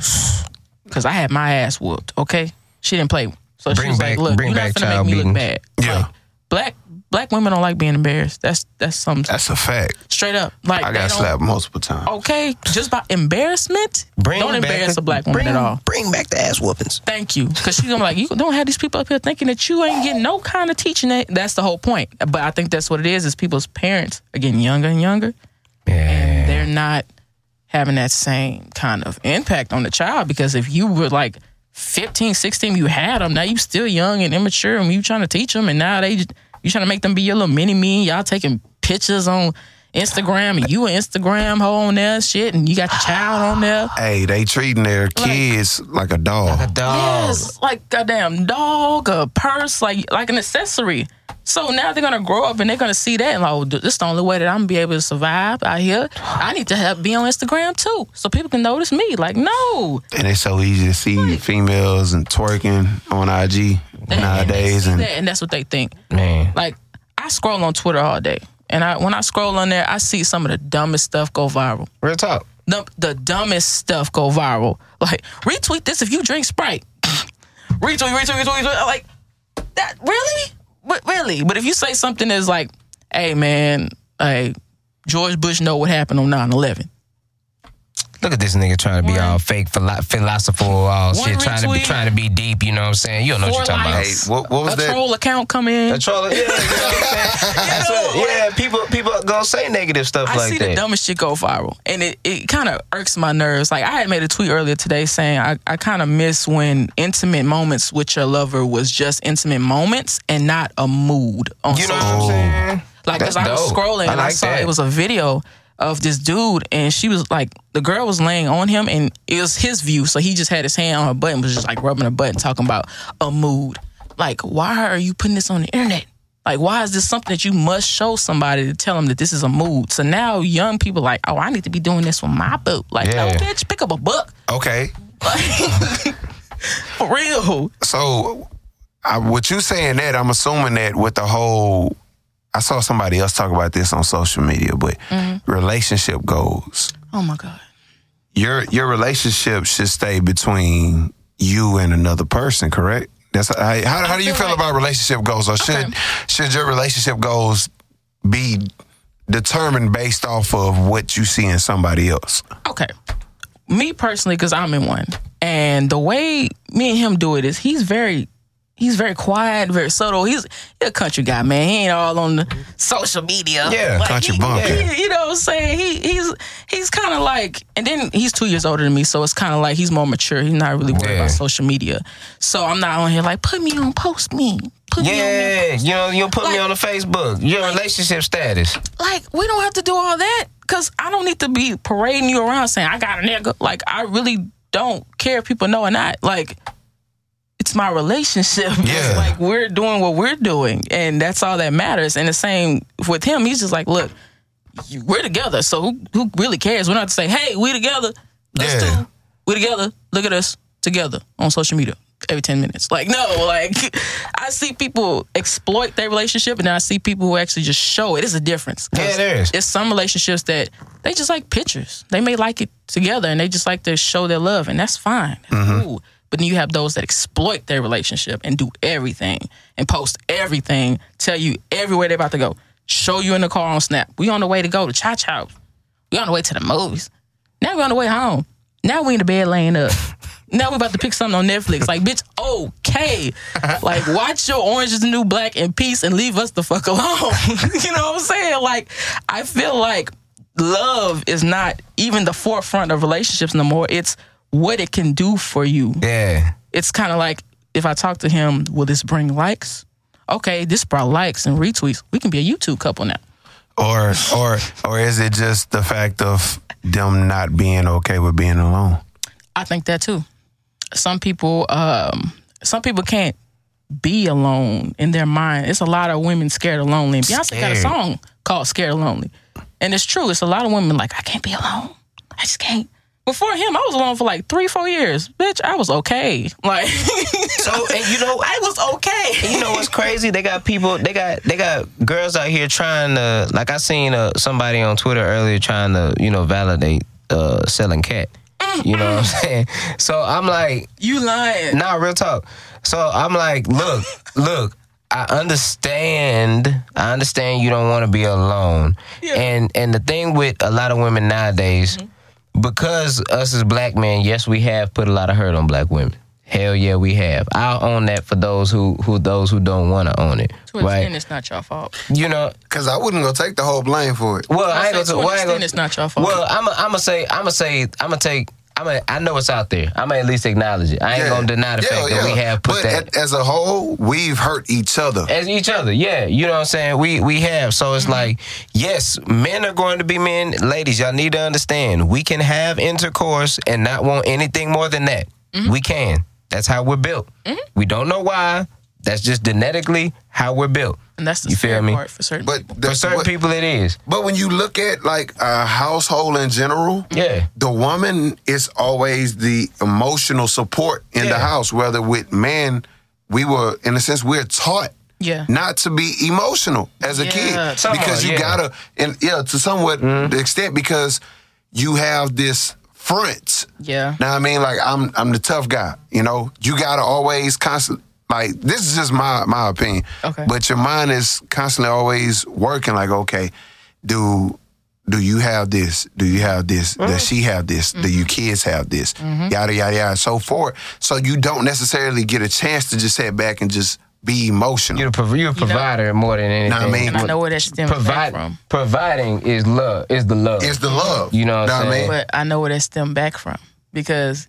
[SPEAKER 4] Because I had my ass whooped, okay? She didn't play. So
[SPEAKER 2] Bring
[SPEAKER 4] she was
[SPEAKER 2] back-
[SPEAKER 4] like, look,
[SPEAKER 2] bring
[SPEAKER 4] you're not
[SPEAKER 2] back
[SPEAKER 4] finna
[SPEAKER 2] child
[SPEAKER 4] make me look
[SPEAKER 2] beatings.
[SPEAKER 4] bad.
[SPEAKER 3] Yeah.
[SPEAKER 4] Like, black black women don't like being embarrassed. That's that's some
[SPEAKER 3] That's a fact.
[SPEAKER 4] straight up. Like
[SPEAKER 3] I
[SPEAKER 4] they
[SPEAKER 3] got
[SPEAKER 4] don't-
[SPEAKER 3] slapped multiple times.
[SPEAKER 4] Okay, just by embarrassment,
[SPEAKER 2] Bring
[SPEAKER 4] don't
[SPEAKER 2] back
[SPEAKER 4] embarrass
[SPEAKER 2] the-
[SPEAKER 4] a black woman
[SPEAKER 2] bring-
[SPEAKER 4] at all.
[SPEAKER 2] Bring back the ass whoopings.
[SPEAKER 4] Thank you, because she's gonna be like, you don't have these people up here thinking that you ain't getting no kind of teaching. That that's the whole point. But I think that's what it is: is people's parents are getting younger and younger, and they're not having that same kind of impact on the child because if you were like 15 16 you had them now you still young and immature and you trying to teach them and now they just- you trying to make them be your little mini me y'all taking pictures on instagram and you an instagram hoe on there and shit and you got your child on there
[SPEAKER 3] Hey, they treating their kids like a dog.
[SPEAKER 2] Dog.
[SPEAKER 3] Oh.
[SPEAKER 4] Yes, like a damn dog, a purse, like like an accessory. So now they're gonna grow up and they're gonna see that and like, oh, th- this is the only way that I'm gonna be able to survive out here. I need to help be on Instagram too, so people can notice me. Like, no,
[SPEAKER 3] And it's so easy to see females and twerking on IG
[SPEAKER 4] And- and they
[SPEAKER 3] nowadays.
[SPEAKER 4] see
[SPEAKER 3] And
[SPEAKER 4] that, and that's what they think.
[SPEAKER 2] Man.
[SPEAKER 4] Like, I scroll on Twitter all day, and I when I scroll on there, I see some of the dumbest stuff go viral.
[SPEAKER 2] Real talk.
[SPEAKER 4] the, the dumbest stuff go viral. Like retweet this if you drink Sprite. retweet, retweet, retweet, retweet. I'm Like that really, but really. But if you say something that's like, "Hey man, hey George Bush know what happened on 9-11.
[SPEAKER 2] Look at this nigga trying to be all fake philo- philosophical, all
[SPEAKER 4] One
[SPEAKER 2] shit, trying to be
[SPEAKER 4] retweet.
[SPEAKER 2] trying to be deep. You know what I'm saying? You don't know what
[SPEAKER 4] Four
[SPEAKER 2] you're talking
[SPEAKER 3] Hey,
[SPEAKER 4] likes.
[SPEAKER 3] what, what was
[SPEAKER 4] a
[SPEAKER 3] that?
[SPEAKER 4] troll account come in.
[SPEAKER 2] about. A troller, yeah, you know what I'm saying? That's what- yeah. People, people gonna say negative stuff
[SPEAKER 4] I
[SPEAKER 2] like
[SPEAKER 4] see
[SPEAKER 2] that.
[SPEAKER 4] the dumbest shit go viral, and it, it kind of irks my nerves. Like I had made a tweet earlier today saying I, I kind of miss when intimate moments with your lover was just intimate moments and not a mood on
[SPEAKER 2] you know
[SPEAKER 4] social
[SPEAKER 2] what I'm saying?
[SPEAKER 4] like,
[SPEAKER 2] That's
[SPEAKER 4] as I was
[SPEAKER 2] dope.
[SPEAKER 4] scrolling
[SPEAKER 2] I
[SPEAKER 4] and I
[SPEAKER 2] like
[SPEAKER 4] saw
[SPEAKER 2] that.
[SPEAKER 4] it was a video of this dude, and she was like, the girl was laying on him, and it was his view. So he just had his hand on her butt and was just like rubbing her butt and talking about a mood. Like, why are you putting this on the internet? Like, why is this something that you must show somebody to tell them that this is a mood? So now young people like, oh, I need to be doing this with my book. Like, no,
[SPEAKER 2] Yeah.
[SPEAKER 4] bitch, pick up a book.
[SPEAKER 3] Okay,
[SPEAKER 4] For real.
[SPEAKER 3] so I, with you saying that, I'm assuming that with the whole, I saw somebody else talk about this on social media, but relationship goals.
[SPEAKER 4] Oh my God.
[SPEAKER 3] Your your relationship should stay between you and another person, correct? That's how, how, how do you
[SPEAKER 4] feel
[SPEAKER 3] feel
[SPEAKER 4] like-
[SPEAKER 3] about relationship goals, or should should your relationship goals be determined based off of what you see in somebody else?
[SPEAKER 4] okay. Me personally, because I'm in one, and the way me and him do it is he's very, he's very quiet, very subtle. He's he a country guy, man. He ain't all on the social media.
[SPEAKER 2] Yeah,
[SPEAKER 3] country
[SPEAKER 4] he-
[SPEAKER 3] bumpkin.
[SPEAKER 4] he- you know what I'm saying? He he's he's kind of like, and then he's two years older than me, so it's kind of like he's more mature. He's not really worried
[SPEAKER 2] Yeah.
[SPEAKER 4] about social media, so I'm not on here like put me on, post me, put me on. there."
[SPEAKER 2] Yeah, you know, you put me
[SPEAKER 4] Like-
[SPEAKER 2] on the Facebook. Your relationship status.
[SPEAKER 4] like we don't have to do all that because I don't need to be parading you around saying I got a nigga. Like I really don't care if people know or not. Like it's my relationship.
[SPEAKER 3] Yeah.
[SPEAKER 4] like we're doing what we're doing, and that's all that matters. And the same with him. He's just like, look, you- we're together, so who, who really cares? We don't have to say, hey, we together. Let's
[SPEAKER 3] Yeah.
[SPEAKER 4] do. We together. Look at us together on social media every 10 minutes. Like, no, like, I see people exploit their relationship and then I see people who actually just show it. It's a difference. 'Cause
[SPEAKER 2] Yeah, there is.
[SPEAKER 4] It's some relationships that they just like pictures. They may like it together and they just like to show their love and that's fine.
[SPEAKER 2] Mm-hmm.
[SPEAKER 4] Cool. But then you have those that exploit their relationship and do everything and post everything, tell you everywhere they're about to go, show you in the car on Snap. We on the way to go to Cha Cha. We on the way to the movies. Now we on the way home. Now we in the bed laying up. Now we about to pick something on Netflix. Like, bitch, okay. Like, watch your Orange is the New Black in peace and leave us the fuck alone. you know what I'm saying? Like, I feel like love is not even the forefront of relationships no more. It's what it can do for you.
[SPEAKER 2] Yeah.
[SPEAKER 4] It's kind of like if I talk to him, will this bring likes? Okay, this brought likes and retweets. We can be a YouTube couple now.
[SPEAKER 3] or or or is it just the fact of them not being okay with being alone?
[SPEAKER 4] I think that too. Some people, um, some people can't be alone in their mind. It's a lot of women scared of lonely. And Beyonce got a
[SPEAKER 2] Scared.
[SPEAKER 4] song called "Scared of Lonely," and it's true. It's a lot of women like I can't be alone. I just can't. Before him, I was alone for like three, four years. Bitch, I was okay. Like
[SPEAKER 2] So and you know,
[SPEAKER 4] I was okay.
[SPEAKER 2] you know what's crazy? They got people. They got they got girls out here trying to. Like I seen uh, somebody on Twitter earlier trying to you know validate uh, selling cat. You know what I'm saying? So I'm like,
[SPEAKER 4] You lying?
[SPEAKER 2] nah, real talk. So I'm like, look, look. I understand. I understand you don't want to be alone.
[SPEAKER 4] Yeah.
[SPEAKER 2] And and the thing with a lot of women nowadays,
[SPEAKER 4] Mm-hmm.
[SPEAKER 2] because us as black men, yes, we have put a lot of hurt on black women. Hell yeah, we have. I'll own that for those who who those who don't want to own it.
[SPEAKER 4] To an extent,
[SPEAKER 2] Right?
[SPEAKER 4] it's not your fault.
[SPEAKER 2] You know,
[SPEAKER 3] Cause I wouldn't go take the whole blame for it.
[SPEAKER 2] well, I ain't
[SPEAKER 4] say
[SPEAKER 2] gonna.
[SPEAKER 4] to
[SPEAKER 2] say-
[SPEAKER 4] an
[SPEAKER 2] well, I ain't
[SPEAKER 4] extent,
[SPEAKER 2] gonna-
[SPEAKER 4] it's not your fault.
[SPEAKER 2] Well, I'm. I'm gonna say. I'm gonna say. I'm gonna take. I'm. Gonna, I know it's out there. I'm gonna at least acknowledge it. I ain't gonna deny the
[SPEAKER 3] Yeah,
[SPEAKER 2] fact that
[SPEAKER 3] yeah.
[SPEAKER 2] we have put
[SPEAKER 3] but
[SPEAKER 2] that. Eh,
[SPEAKER 3] a- as a whole, we've hurt each other.
[SPEAKER 2] as each other. Yeah, you know what I'm saying. We we have so
[SPEAKER 4] Mm-hmm.
[SPEAKER 2] it's like yes, men are going to be men. Ladies, y'all need to understand. We can have intercourse and not want anything more than that.
[SPEAKER 4] Mm-hmm.
[SPEAKER 2] We can. That's how we're built. We don't know why. That's just genetically how we're built.
[SPEAKER 4] And that's the
[SPEAKER 2] You feel
[SPEAKER 4] scary
[SPEAKER 2] me?
[SPEAKER 4] part for certain.
[SPEAKER 3] But
[SPEAKER 2] For
[SPEAKER 3] that's
[SPEAKER 2] certain
[SPEAKER 3] what-
[SPEAKER 2] people, it is.
[SPEAKER 3] But when you look at like a household in general,
[SPEAKER 4] Mm-hmm.
[SPEAKER 2] Yeah.
[SPEAKER 3] the woman is always the emotional support in the
[SPEAKER 2] Yeah.
[SPEAKER 3] house. Whether with men, we were in a sense we're taught
[SPEAKER 4] yeah.
[SPEAKER 3] not to be emotional as a
[SPEAKER 4] Yeah,
[SPEAKER 3] kid
[SPEAKER 2] somewhat,
[SPEAKER 3] because you
[SPEAKER 2] yeah. Mm-hmm.
[SPEAKER 3] gotta and yeah to somewhat the extent because you have this front.
[SPEAKER 4] Yeah.
[SPEAKER 3] Now I mean like I'm I'm the tough guy. You know you gotta always constantly like this is just my my opinion.
[SPEAKER 4] Okay.
[SPEAKER 3] But your mind is constantly always working like okay, do do you have this? Do you have this? Does she have this? Do your kids have this? Yada yada yada, and so forth. So you don't necessarily get a chance to just sit back and just be emotional.
[SPEAKER 2] You're a, prov- you're a provider more than anything.
[SPEAKER 3] Know what I mean?
[SPEAKER 4] And I know where that stems back
[SPEAKER 2] Provide,
[SPEAKER 4] from.
[SPEAKER 2] providing is love. Is the love.
[SPEAKER 3] It's the love.
[SPEAKER 2] You know what I'm saying?
[SPEAKER 4] But I know where that stem back from because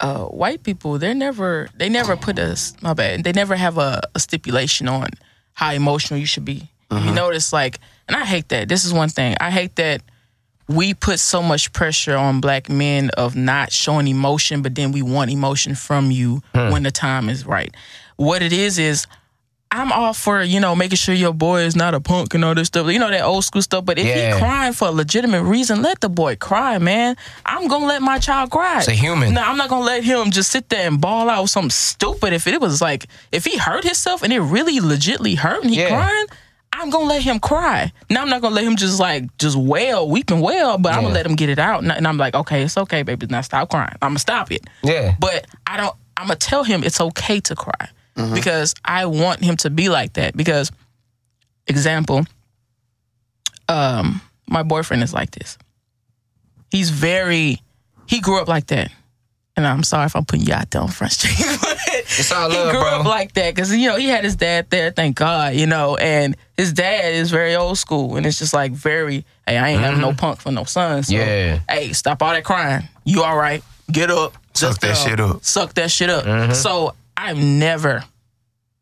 [SPEAKER 4] uh, white people they never they never put us my bad they never have a, a stipulation on how emotional you should be. You notice like, and I hate that. This is one thing I hate that we put so much pressure on black men of not showing emotion, but then we want emotion from you
[SPEAKER 2] Hmm.
[SPEAKER 4] when the time is right. What it is is I'm all for, you know, making sure your boy is not a punk and all this stuff. You know, that old school stuff. But if
[SPEAKER 2] Yeah.
[SPEAKER 4] he crying for a legitimate reason, let the boy cry, man. I'm gonna let my child cry. It's
[SPEAKER 2] a human.
[SPEAKER 4] No, I'm not gonna let him just sit there and ball out something stupid. If it was like if he hurt himself and it really legitly hurt and he
[SPEAKER 2] Yeah.
[SPEAKER 4] crying, I'm gonna let him cry. Now I'm not gonna let him just like just wail, weeping wail, but I'm gonna let him get it out. And, and I'm like, okay, it's okay, baby. Now stop crying. I'm gonna stop it.
[SPEAKER 2] Yeah.
[SPEAKER 4] But I don't. I'm gonna tell him it's okay to cry
[SPEAKER 2] Mm-hmm.
[SPEAKER 4] because I want him to be like that. Because example, um, my boyfriend is like this. He's very. He grew up like that, and I'm sorry if I'm putting you out there on Front Street. but
[SPEAKER 2] It's all love,
[SPEAKER 4] he grew
[SPEAKER 2] bro.
[SPEAKER 4] up like that because you know he had his dad there. Thank God, you know, and his dad is very old school, and it's just like very. Hey, I ain't having no punk for no son. So,
[SPEAKER 2] Mm-hmm. Yeah.
[SPEAKER 4] Hey, stop all that crying. You all right? Get up.
[SPEAKER 3] Suck that
[SPEAKER 4] um,
[SPEAKER 3] shit up. Mm-hmm.
[SPEAKER 4] Suck that shit up. So I've never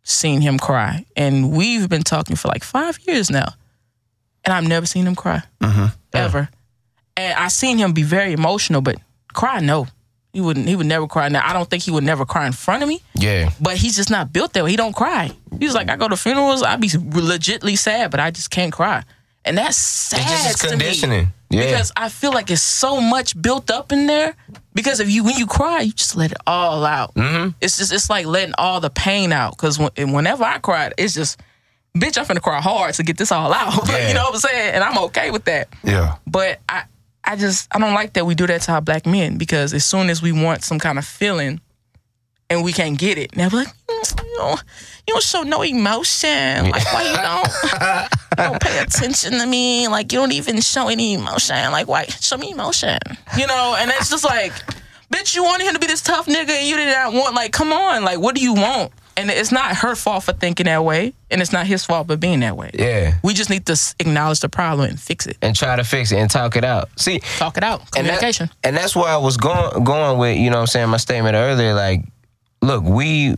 [SPEAKER 4] seen him cry, and we've been talking for like five years now, and I've never seen him cry
[SPEAKER 3] Mm-hmm.
[SPEAKER 4] ever. And I seen him be very emotional, but cry no. He wouldn't. He would never cry. Now I don't think he would never cry in front of me
[SPEAKER 2] yeah.
[SPEAKER 4] but he's just not built that way. He don't cry. He's like, I go to funerals, I be legitly sad, but I just can't cry, and that's sad.
[SPEAKER 2] It's just his
[SPEAKER 4] to me.
[SPEAKER 2] conditioning. Yeah.
[SPEAKER 4] Because I feel like it's so much built up in there. Because if you when you cry, you just let it all out. Mm-hmm. It's just it's like letting all the pain out. Because when, and whenever I cried, it's just, bitch, I'm finna cry hard to get this all out.
[SPEAKER 2] Yeah.
[SPEAKER 4] you know what I'm saying? And I'm okay with that.
[SPEAKER 3] Yeah.
[SPEAKER 4] But I, I just I don't like that we do that to our black men because as soon as we want some kind of feeling, and we can't get it, they're like, "Mm, you, don't, you don't show no emotion. Like why you don't, you don't pay attention to me? Like you don't even show any emotion. Like why show me emotion? You know? And it's just like, bitch, you wanted him to be this tough nigga, and you did not want. Like come on, like what do you want? And it's not her fault for thinking that way, and it's not his fault for being that way.
[SPEAKER 2] Yeah.
[SPEAKER 4] We just need to s- acknowledge the problem and fix it
[SPEAKER 2] And try to fix it and talk it out. See,
[SPEAKER 4] talk it out.
[SPEAKER 2] and that-
[SPEAKER 4] Communication.
[SPEAKER 2] and that's where I was going going with, you know what I'm saying, my statement earlier, like, look, we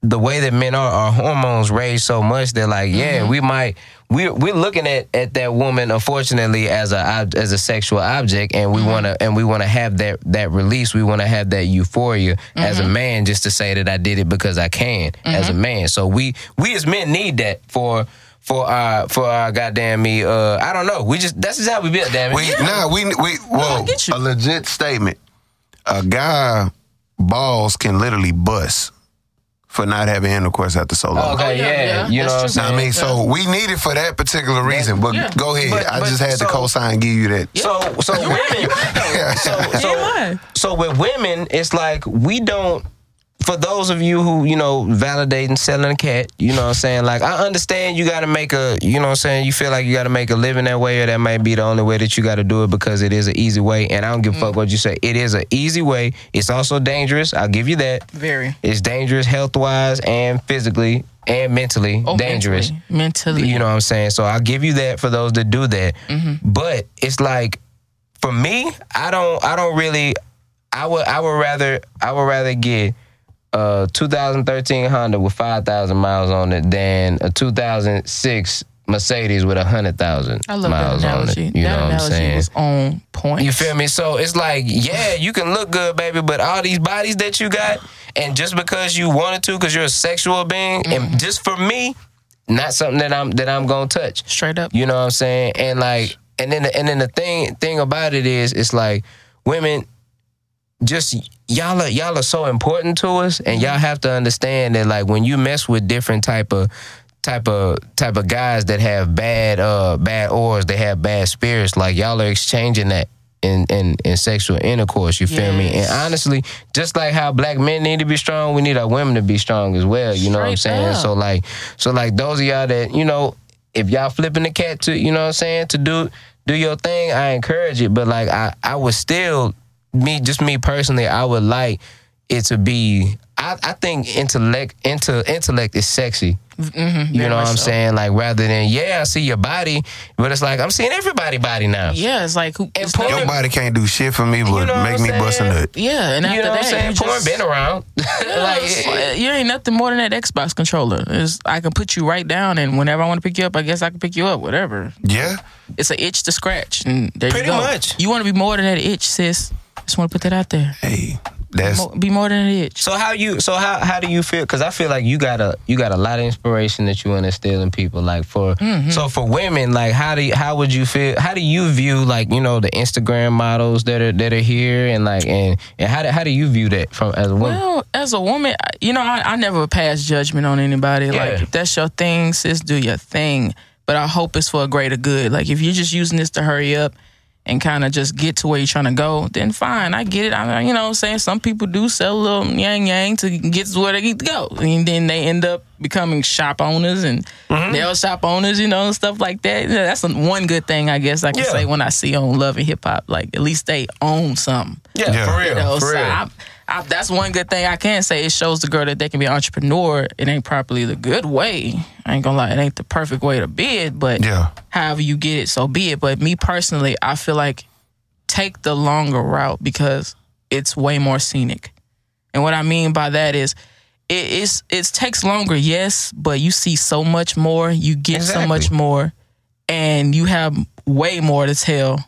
[SPEAKER 2] the way that men are, our hormones raise so much that like, yeah, we might we're we're looking at, at that woman unfortunately as a ob- as a sexual object and we wanna and we wanna have that that release. We wanna have that euphoria as a man just to say that I did it because I can as a man. So we we as men need that for for our for our goddamn me uh I don't know. We just that's just how we built, damn it.
[SPEAKER 3] We nah, we we whoa,
[SPEAKER 4] get you.
[SPEAKER 3] a legit statement. A guy balls can literally bust for not having intercourse after so long.
[SPEAKER 2] Okay,
[SPEAKER 4] Oh, yeah,
[SPEAKER 2] yeah,
[SPEAKER 4] yeah,
[SPEAKER 2] You know
[SPEAKER 4] that's
[SPEAKER 2] what I'm
[SPEAKER 4] true.
[SPEAKER 3] Now,
[SPEAKER 2] saying?
[SPEAKER 3] I mean, so we need it for that particular reason. But
[SPEAKER 4] yeah.
[SPEAKER 3] go ahead.
[SPEAKER 2] But-
[SPEAKER 3] I
[SPEAKER 2] but
[SPEAKER 3] just had
[SPEAKER 2] so-
[SPEAKER 3] to co-sign give you that.
[SPEAKER 2] So so so so,
[SPEAKER 4] Yeah.
[SPEAKER 2] so with women, it's like we don't. For those of you who, you know, validating selling a cat, you know what I'm saying? Like, I understand you gotta make a, you know what I'm saying? You feel like you gotta make a living that way, or that might be the only way that you gotta do it because it is an easy way. And I don't give a
[SPEAKER 4] Mm.
[SPEAKER 2] fuck what you say. It is an easy way. It's also dangerous. I'll give you that.
[SPEAKER 4] Very.
[SPEAKER 2] It's dangerous health wise and physically and mentally. dangerous.
[SPEAKER 4] Oh, Mentally.
[SPEAKER 2] You know what I'm saying? So I'll give you that for those that do that.
[SPEAKER 4] Mm-hmm.
[SPEAKER 2] But it's like for me, I don't I don't really I would I would rather I would rather get a 2013 Honda with 5,000 miles on it than a 2006 Mercedes with 100,000
[SPEAKER 4] I love
[SPEAKER 2] miles
[SPEAKER 4] that
[SPEAKER 2] on it.
[SPEAKER 4] analogy.
[SPEAKER 2] You know
[SPEAKER 4] that
[SPEAKER 2] what I'm
[SPEAKER 4] analogy
[SPEAKER 2] saying?
[SPEAKER 4] was on point.
[SPEAKER 2] You feel me? So it's like, yeah, you can look good, baby, but all these bodies that you got, and just because you wanted to, because you're a sexual being, and just for me, not something that I'm that I'm gonna touch.
[SPEAKER 4] Straight up.
[SPEAKER 2] You know what I'm saying? And like, and then and then the thing thing about it is, it's like women just y'all are y'all are so important to us and y'all have to understand that like when you mess with different type of type of type of guys that have bad uh bad ores they have bad spirits like y'all are exchanging that in in, in sexual intercourse you feel me and
[SPEAKER 4] Yes.
[SPEAKER 2] honestly just like how black men need to be strong we need our women to be strong as well you know what i'm
[SPEAKER 4] Straight
[SPEAKER 2] saying
[SPEAKER 4] up.
[SPEAKER 2] so like so like those of y'all that you know if y'all flipping the cat to you know what i'm saying to do do your thing. I encourage it, but like I, I would still me just me personally. I would like it to be. I, I think intellect inter, intellect is sexy. you know
[SPEAKER 4] Mm-hmm. much
[SPEAKER 2] what I'm
[SPEAKER 4] so.
[SPEAKER 2] saying? Like rather than yeah, I see your body, but it's like I'm seeing everybody body now.
[SPEAKER 4] Yeah, it's like who? it's
[SPEAKER 2] porn-
[SPEAKER 4] no-
[SPEAKER 3] Your body can't do shit for me, but
[SPEAKER 2] know what
[SPEAKER 3] make
[SPEAKER 2] I'm
[SPEAKER 3] me bust a
[SPEAKER 2] saying?
[SPEAKER 3] nut.
[SPEAKER 4] yeah, and after
[SPEAKER 2] You know what I'm
[SPEAKER 4] that,
[SPEAKER 2] saying?
[SPEAKER 4] you
[SPEAKER 2] Porn
[SPEAKER 4] just-
[SPEAKER 2] been around. like it-
[SPEAKER 4] It's like, you ain't nothing more than that Xbox controller. It's, I can put you right down, and whenever I want to pick you up, I guess I can pick you up. Whatever.
[SPEAKER 3] Yeah.
[SPEAKER 4] It's an itch to scratch, and there
[SPEAKER 2] Pretty
[SPEAKER 4] you go.
[SPEAKER 2] much.
[SPEAKER 4] You want to be more than that itch, sis. Just want to put that out there.
[SPEAKER 3] Hey, that's
[SPEAKER 4] Mo- be more than an itch.
[SPEAKER 2] So how you? So how how do you feel? Because I feel like you got a you got a lot of inspiration that you want to instill in people. Like for
[SPEAKER 4] Mm-hmm.
[SPEAKER 2] so for women, like how do you, how would you feel? How do you view like you know the Instagram models that are that are here and like and and how do, how do you view that from as a woman?
[SPEAKER 4] Well, as a woman, I- you know, I, I never pass judgment on anybody. Like,
[SPEAKER 2] Yeah.
[SPEAKER 4] if that's your thing, sis, do your thing. But I hope it's for a greater good. Like, if you're just using this to hurry up and kind of just get to where you're trying to go, then fine, I get it. I, you know what I'm saying? Some people do sell a little yang yang to get to where they need to go. And then they end up becoming shop owners and
[SPEAKER 2] Mm-hmm.
[SPEAKER 4] they'll shop owners, you know, and stuff like that. Yeah, That's one good thing, I guess, I can
[SPEAKER 2] Yeah.
[SPEAKER 4] say when I see on Love and Hip Hop. Like, at least they own something.
[SPEAKER 3] Yeah. for
[SPEAKER 2] real,
[SPEAKER 4] You know, so I, I, that's one good thing I can say. It shows the girl that they can be an entrepreneur. It ain't probably the good way. I ain't gonna lie, it ain't the perfect way to be it, but
[SPEAKER 3] yeah.
[SPEAKER 4] however you get it, so be it. But me personally, I feel like take the longer route because it's way more scenic. And what I mean by that is it, it's it takes longer, yes, but you see so much more, you get
[SPEAKER 2] Exactly.
[SPEAKER 4] so much more, and you have way more to tell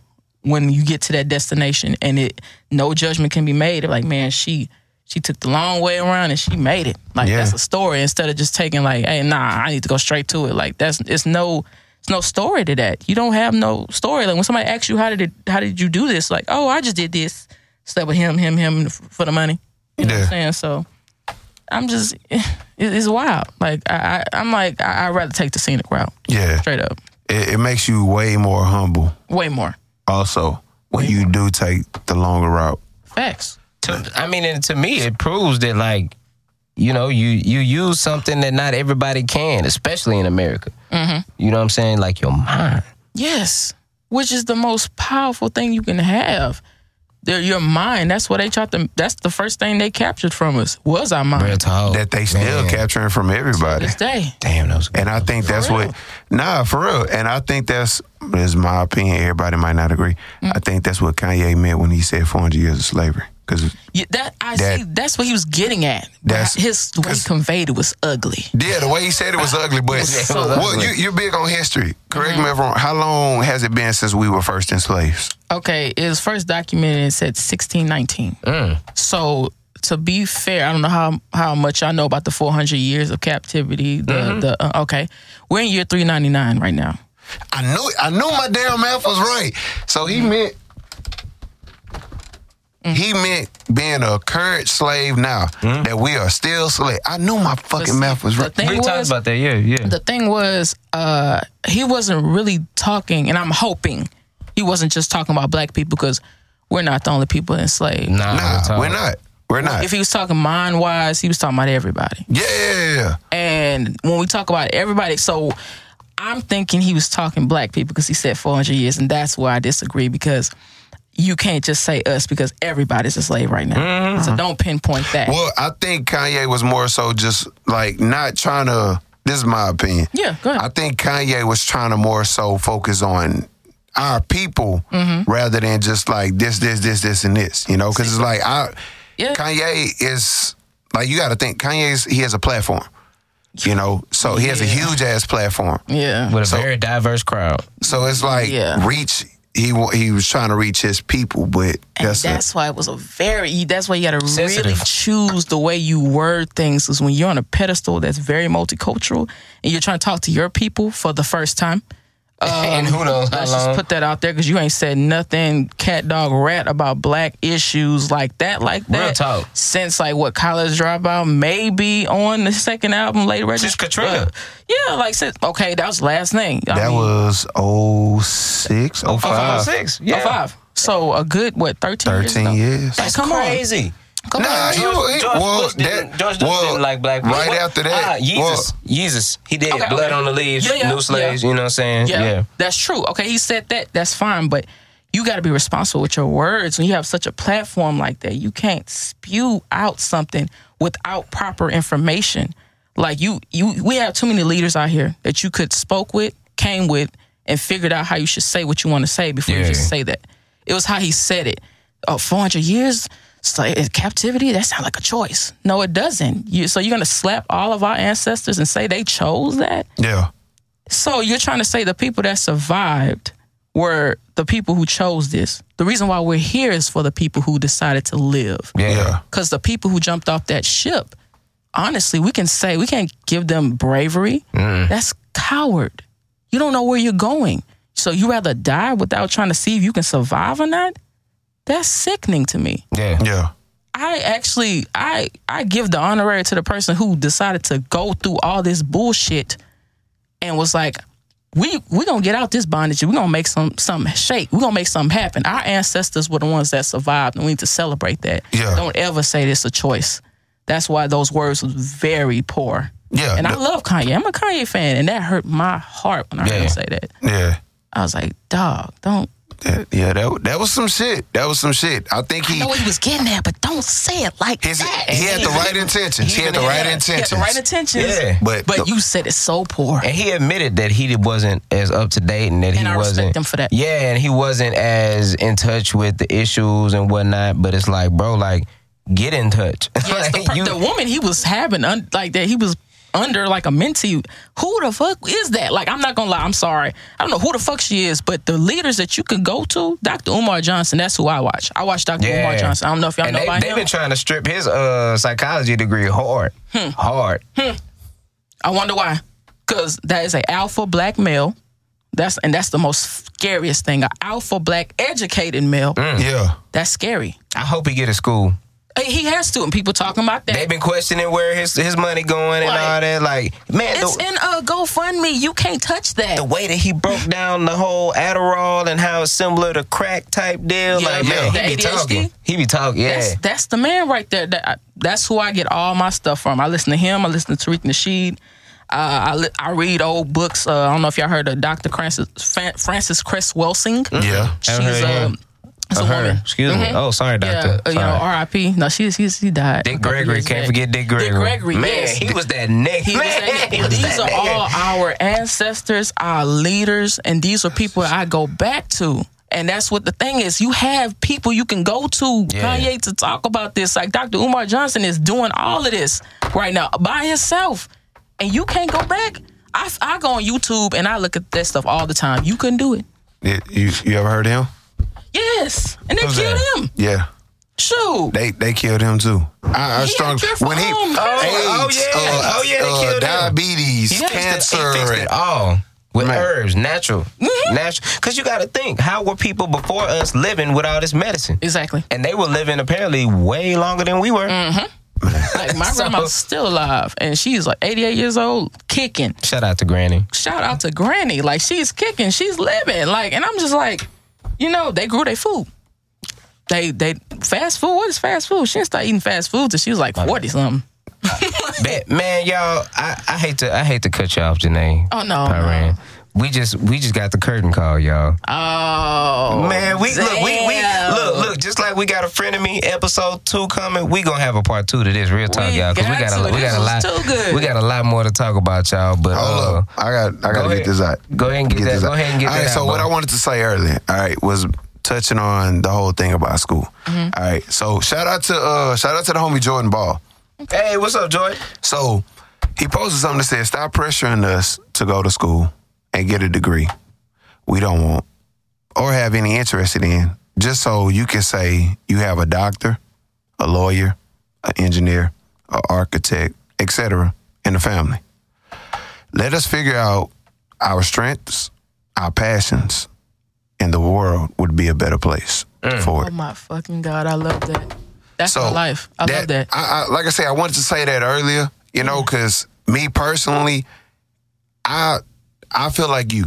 [SPEAKER 4] when you get to that destination. And it no judgment can be made. Like, man, she she took the long way around and she made it. Like
[SPEAKER 3] Yeah.
[SPEAKER 4] that's a story instead of just taking like, hey, nah, I need to go straight to it. Like that's it's no it's no story to that. You don't have no story. Like when somebody asks you how did it, how did you do this? Like, oh, I just did this. Slept with him, him, him f- for the money. You know
[SPEAKER 3] Yeah.
[SPEAKER 4] what I'm saying? So I'm just it, it's wild. Like I, I I'm like I, I'd rather take the scenic route
[SPEAKER 3] Yeah.
[SPEAKER 4] straight up.
[SPEAKER 3] It, it makes you way more humble
[SPEAKER 4] Way more
[SPEAKER 3] also when you do take the longer route.
[SPEAKER 4] facts.
[SPEAKER 2] To, I mean, and to me, it proves that like you know you you use something that not everybody can, especially in America.
[SPEAKER 4] Mm-hmm.
[SPEAKER 2] You know what I'm saying? Like your mind.
[SPEAKER 4] Yes, which is the most powerful thing you can have. Their, your mind. That's what they tried to. That's the first thing they captured from us was our mind.
[SPEAKER 2] Real talk.
[SPEAKER 3] That they still
[SPEAKER 2] Man.
[SPEAKER 3] capturing from everybody.
[SPEAKER 4] This day.
[SPEAKER 2] Damn, that was.
[SPEAKER 3] And I think that's what nah for real. And I think that's is my opinion. Everybody might not agree. I
[SPEAKER 4] Mm.
[SPEAKER 3] think that's what Kanye meant when he said 400 years of slavery. Because
[SPEAKER 4] Yeah, that I
[SPEAKER 3] That-
[SPEAKER 4] see. That's what he was getting at. But
[SPEAKER 3] That's-
[SPEAKER 4] his way he conveyed it was ugly.
[SPEAKER 3] yeah, the way he said it was ugly. But
[SPEAKER 2] so
[SPEAKER 3] well,
[SPEAKER 2] ugly.
[SPEAKER 3] you, you're big on history. Correct me if I'm
[SPEAKER 4] Mm-hmm.
[SPEAKER 3] wrong. How long has it been since we were first enslaved?
[SPEAKER 4] Okay, it was first documented. It said 1619.
[SPEAKER 3] Mm.
[SPEAKER 4] So to be fair, I don't know how how much I know about the 400 years of captivity. The
[SPEAKER 3] Mm-hmm.
[SPEAKER 4] the uh, okay, we're in year 399 right now.
[SPEAKER 3] I knew I knew my damn math was right. So he
[SPEAKER 4] Mm-hmm.
[SPEAKER 3] meant
[SPEAKER 4] Mm.
[SPEAKER 3] he meant being a current slave now that we are still slave. I knew my fucking math was right.
[SPEAKER 4] The thing
[SPEAKER 2] We talked
[SPEAKER 4] was-
[SPEAKER 2] about that. Yeah, yeah.
[SPEAKER 4] the thing was uh he wasn't really talking and i'm hoping he wasn't just talking about black people because we're not the only people enslaved
[SPEAKER 2] nah, real
[SPEAKER 3] Nah,
[SPEAKER 2] talk.
[SPEAKER 3] we're not. We're not.
[SPEAKER 4] if he was talking mind wise he was talking about everybody
[SPEAKER 3] Yeah, yeah, yeah.
[SPEAKER 4] and when we talk about everybody so i'm thinking he was talking black people because he said 400 years and that's where i disagree because you can't just say us because everybody's a slave right now so don't pinpoint that
[SPEAKER 3] Well, I think Kanye was more so just like not trying to. This is my opinion.
[SPEAKER 4] yeah go ahead
[SPEAKER 3] I think Kanye was trying to more so focus on our people
[SPEAKER 4] Mm-hmm.
[SPEAKER 3] rather than just like this, this, this, this, and this. You know, because it's like I,
[SPEAKER 4] Yeah.
[SPEAKER 3] Kanye is like you got to think Kanye's he has a platform. You know, so he has a huge ass platform.
[SPEAKER 4] yeah
[SPEAKER 2] with a very diverse crowd.
[SPEAKER 3] So it's like
[SPEAKER 4] Yeah.
[SPEAKER 3] reach. He wa- he was trying to reach his people, but
[SPEAKER 4] And
[SPEAKER 3] that's, a-
[SPEAKER 4] that's, why it was a very. That's why you got to really
[SPEAKER 2] Sensitive.
[SPEAKER 4] choose the way you word things. Because when you're on a pedestal that's very multicultural, and you're trying to talk to your people for the first time,
[SPEAKER 2] and who knows how
[SPEAKER 4] let's just
[SPEAKER 2] long?
[SPEAKER 4] put that out there because you ain't said nothing cat dog rat about black issues like that, like that.
[SPEAKER 2] Real talk.
[SPEAKER 4] Since like what college dropout, maybe on the second album, late
[SPEAKER 2] Since
[SPEAKER 4] registration.
[SPEAKER 2] Katrina.
[SPEAKER 4] yeah, like since okay, that was the last thing. I
[SPEAKER 3] that
[SPEAKER 4] mean,
[SPEAKER 3] was oh six, oh
[SPEAKER 2] Five,
[SPEAKER 3] five,
[SPEAKER 4] Oh,
[SPEAKER 2] six, yeah,
[SPEAKER 4] five. So a good what thirteen? years
[SPEAKER 3] thirteen
[SPEAKER 4] ago?
[SPEAKER 3] years.
[SPEAKER 4] Like, come on.
[SPEAKER 2] crazy.
[SPEAKER 4] Come
[SPEAKER 3] Nah,
[SPEAKER 4] on.
[SPEAKER 3] you- he-
[SPEAKER 2] George, George
[SPEAKER 3] well,
[SPEAKER 2] Bush didn't,
[SPEAKER 3] that-
[SPEAKER 2] George Bush
[SPEAKER 3] well,
[SPEAKER 2] didn't like black people.
[SPEAKER 3] right
[SPEAKER 2] What?
[SPEAKER 3] after that,
[SPEAKER 2] Ah, Jesus.
[SPEAKER 3] well-
[SPEAKER 2] Jesus. He did.
[SPEAKER 4] Okay,
[SPEAKER 2] Blood
[SPEAKER 4] okay.
[SPEAKER 2] on the leaves,
[SPEAKER 4] Yeah, yeah,
[SPEAKER 2] new slaves, you know what I'm saying?
[SPEAKER 4] Yeah,
[SPEAKER 2] Yeah.
[SPEAKER 4] that's true. Okay, he said that. That's fine, but you got to be responsible with your words. When you have such a platform like that, you can't spew out something without proper information. Like you, you, we have too many leaders out here that you could spoke with, came with, and figured out how you should say what you want to say before you
[SPEAKER 2] Yeah.
[SPEAKER 4] just say that. It was how he said it. Oh, 400 years sla- in captivity? That sounds like a choice. No, it doesn't. You, so you're going to slap all of our ancestors and say they chose that?
[SPEAKER 3] Yeah.
[SPEAKER 4] So you're trying to say the people that survived were the people who chose this. The reason why we're here is for the people who decided to live.
[SPEAKER 2] Yeah.
[SPEAKER 3] Yeah.
[SPEAKER 4] Because the people who jumped off that ship, honestly, we can say we can't give them bravery. That's coward. You don't know where you're going. So you rather die without trying to see if you can survive or not? That's sickening to me.
[SPEAKER 2] Yeah.
[SPEAKER 3] Yeah.
[SPEAKER 4] I actually I I give the honorary to the person who decided to go through all this bullshit and was like, we we gonna get out this bondage. We gonna make some some shake. We gonna make something happen. Our ancestors were the ones that survived, and we need to celebrate that.
[SPEAKER 3] Yeah.
[SPEAKER 4] Don't ever say this a choice. That's why those words was very poor.
[SPEAKER 3] Yeah,
[SPEAKER 4] And I
[SPEAKER 3] the-
[SPEAKER 4] love Kanye. I'm a Kanye fan, and that hurt my heart when I heard
[SPEAKER 2] Yeah.
[SPEAKER 4] him say that.
[SPEAKER 3] Yeah.
[SPEAKER 4] I was like, dog, don't.
[SPEAKER 3] That- yeah, that that was some shit. That was some shit. I think he
[SPEAKER 4] I know he was getting at, but don't say it like
[SPEAKER 3] his,
[SPEAKER 4] that.
[SPEAKER 3] he had the right intentions. He had the right
[SPEAKER 4] He had
[SPEAKER 3] intentions.
[SPEAKER 4] the right intentions.
[SPEAKER 2] Yeah.
[SPEAKER 3] But
[SPEAKER 4] But
[SPEAKER 3] the-
[SPEAKER 4] you said it so poor.
[SPEAKER 2] And he admitted that he wasn't as up to date and that he
[SPEAKER 4] And I respect
[SPEAKER 2] wasn't.
[SPEAKER 4] him for that.
[SPEAKER 2] Yeah, and he wasn't as in touch with the issues and whatnot. But it's like, bro, like, get in touch.
[SPEAKER 4] Yes, the,
[SPEAKER 2] Like,
[SPEAKER 4] per-
[SPEAKER 2] you-
[SPEAKER 4] the woman he was having un- like that, he was under like a mentee. Who the fuck is that? Like, I'm not gonna lie, I'm sorry. I don't know who the fuck she is, but the leaders that you can go to, Dr. Umar Johnson, that's who I watch. I watch Dr. Umar Johnson. I don't know if y'all
[SPEAKER 2] and
[SPEAKER 4] know
[SPEAKER 2] they,
[SPEAKER 4] about
[SPEAKER 2] They've
[SPEAKER 4] him.
[SPEAKER 2] been trying to strip his uh, psychology degree hard,
[SPEAKER 4] Hmm.
[SPEAKER 2] hard.
[SPEAKER 4] I wonder why. Cause that is a alpha black male. That's and that's the most scariest thing. An alpha black educated male.
[SPEAKER 2] Mm.
[SPEAKER 3] yeah.
[SPEAKER 4] That's scary.
[SPEAKER 2] I hope he get a school.
[SPEAKER 4] Hey, He has to, and people talking about that.
[SPEAKER 2] They've been questioning where his his money going and
[SPEAKER 4] Like,
[SPEAKER 2] all that. Like, man,
[SPEAKER 4] it's
[SPEAKER 2] the,
[SPEAKER 4] in a GoFundMe. You can't touch that.
[SPEAKER 2] the way that he broke down the whole Adderall and how it's similar to crack type deal.
[SPEAKER 4] Yeah,
[SPEAKER 2] like,
[SPEAKER 4] yeah.
[SPEAKER 2] man,
[SPEAKER 4] The
[SPEAKER 2] he be
[SPEAKER 4] ADHD?
[SPEAKER 2] talking. He be talking. Yeah,
[SPEAKER 4] That's that's the man right there. That I, that's who I get all my stuff from. I listen to him. I listen to Tariq Nasheed. Uh, I li- I read old books. Uh, I don't know if y'all heard of Dr. Francis Fran- Francis Cress Welsing.
[SPEAKER 2] Mm-hmm.
[SPEAKER 3] Yeah.
[SPEAKER 4] She's
[SPEAKER 2] Haven't heard of
[SPEAKER 4] um,
[SPEAKER 2] him.
[SPEAKER 4] it's a
[SPEAKER 2] Of her.
[SPEAKER 4] woman. Mm-hmm.
[SPEAKER 2] Excuse me. Oh, sorry,
[SPEAKER 4] Yeah,
[SPEAKER 2] doctor.
[SPEAKER 4] uh, you know,
[SPEAKER 2] Sorry.
[SPEAKER 4] R.I.P. No, she's she's he died. a
[SPEAKER 2] Dick
[SPEAKER 4] couple
[SPEAKER 2] Gregory.
[SPEAKER 4] years
[SPEAKER 2] Can't
[SPEAKER 4] back.
[SPEAKER 2] forget Dick Gregory.
[SPEAKER 4] Gregory,
[SPEAKER 2] Man,
[SPEAKER 4] yes.
[SPEAKER 2] he was that neck.
[SPEAKER 4] He was
[SPEAKER 2] man,
[SPEAKER 4] that-
[SPEAKER 2] he was
[SPEAKER 4] these
[SPEAKER 2] that
[SPEAKER 4] are
[SPEAKER 2] nigga.
[SPEAKER 4] all our ancestors, our leaders, and these are people I go back to. And that's what the thing is. You have people you can go to,
[SPEAKER 2] Yeah.
[SPEAKER 4] Kanye, to talk about this. Like Dr. Umar Johnson is doing all of this right now by himself. And you can't go back. I, I go on YouTube and I look at that stuff all the time. You couldn't do it.
[SPEAKER 3] Yeah, You you ever heard him?
[SPEAKER 4] Yes. And they
[SPEAKER 2] Who's
[SPEAKER 4] killed
[SPEAKER 2] that?
[SPEAKER 4] him.
[SPEAKER 3] Yeah.
[SPEAKER 4] Shoot.
[SPEAKER 3] They they killed him too. I, I
[SPEAKER 4] He
[SPEAKER 3] strong
[SPEAKER 4] had cure for
[SPEAKER 3] when he
[SPEAKER 4] all
[SPEAKER 3] AIDS,
[SPEAKER 4] cancer.
[SPEAKER 2] Oh, yeah.
[SPEAKER 3] uh,
[SPEAKER 2] Oh, yeah, they
[SPEAKER 3] uh,
[SPEAKER 2] killed him.
[SPEAKER 3] diabetes,
[SPEAKER 2] He fixed it-
[SPEAKER 3] cancer.
[SPEAKER 2] He fixed
[SPEAKER 3] and-
[SPEAKER 2] it all with
[SPEAKER 3] Man.
[SPEAKER 2] herbs, natural,
[SPEAKER 4] Mm-hmm.
[SPEAKER 2] natural. Because you got to think, how were people before us living with all this medicine?
[SPEAKER 4] Exactly.
[SPEAKER 2] and they were living apparently way longer than we were.
[SPEAKER 4] Mm. Like my grandma's still alive and she's like 88 years old, kicking.
[SPEAKER 2] Shout out to Granny.
[SPEAKER 4] shout out to Granny. Like she's kicking, she's living. Like, and I'm just like, you know, they grew their food. They they fast food. What is fast food? She didn't start eating fast food till she was like forty something.
[SPEAKER 2] Ba- man, y'all, I, I hate to I hate to cut you off, Janae.
[SPEAKER 4] Oh, no,
[SPEAKER 2] Pyran. We just we just got the curtain call, y'all.
[SPEAKER 4] Oh
[SPEAKER 2] Man, we look, we, we
[SPEAKER 4] damn.
[SPEAKER 2] look, look. Just like we got a friend of me episode two coming, we gonna have a part two to this real talk,
[SPEAKER 4] We
[SPEAKER 2] y'all, because we
[SPEAKER 4] got
[SPEAKER 2] got a
[SPEAKER 4] to.
[SPEAKER 2] we
[SPEAKER 4] This
[SPEAKER 2] got a lot
[SPEAKER 4] was too good.
[SPEAKER 2] we got a lot more to talk about, y'all. But
[SPEAKER 3] Hold
[SPEAKER 2] uh,
[SPEAKER 3] up. I got I gotta
[SPEAKER 2] ahead.
[SPEAKER 3] get this out.
[SPEAKER 2] Go ahead and get that-
[SPEAKER 3] this
[SPEAKER 2] go ahead and get
[SPEAKER 3] all
[SPEAKER 2] that
[SPEAKER 3] right,
[SPEAKER 2] out,
[SPEAKER 3] so what
[SPEAKER 2] bro.
[SPEAKER 3] I wanted to say earlier, all right, was touching on the whole thing about school.
[SPEAKER 2] Mm-hmm.
[SPEAKER 3] All right. So shout out to uh shout out to the homie Jordan Ball.
[SPEAKER 2] hey, what's up, Joy?
[SPEAKER 3] So he posted something that said, Stop pressuring us to go to school and get a degree we don't want or have any interest in, just so you can say you have a doctor, a lawyer, an engineer, an architect, etc., in the family. Let us figure out our strengths, our passions, and the world would be a better place for it.
[SPEAKER 4] Oh my fucking god, I love that. That's my life. I love that. Mm-hmm.
[SPEAKER 3] I, I, like I said, I wanted to say that earlier, you know, because me
[SPEAKER 4] Mm-hmm.
[SPEAKER 3] personally, I I feel like you.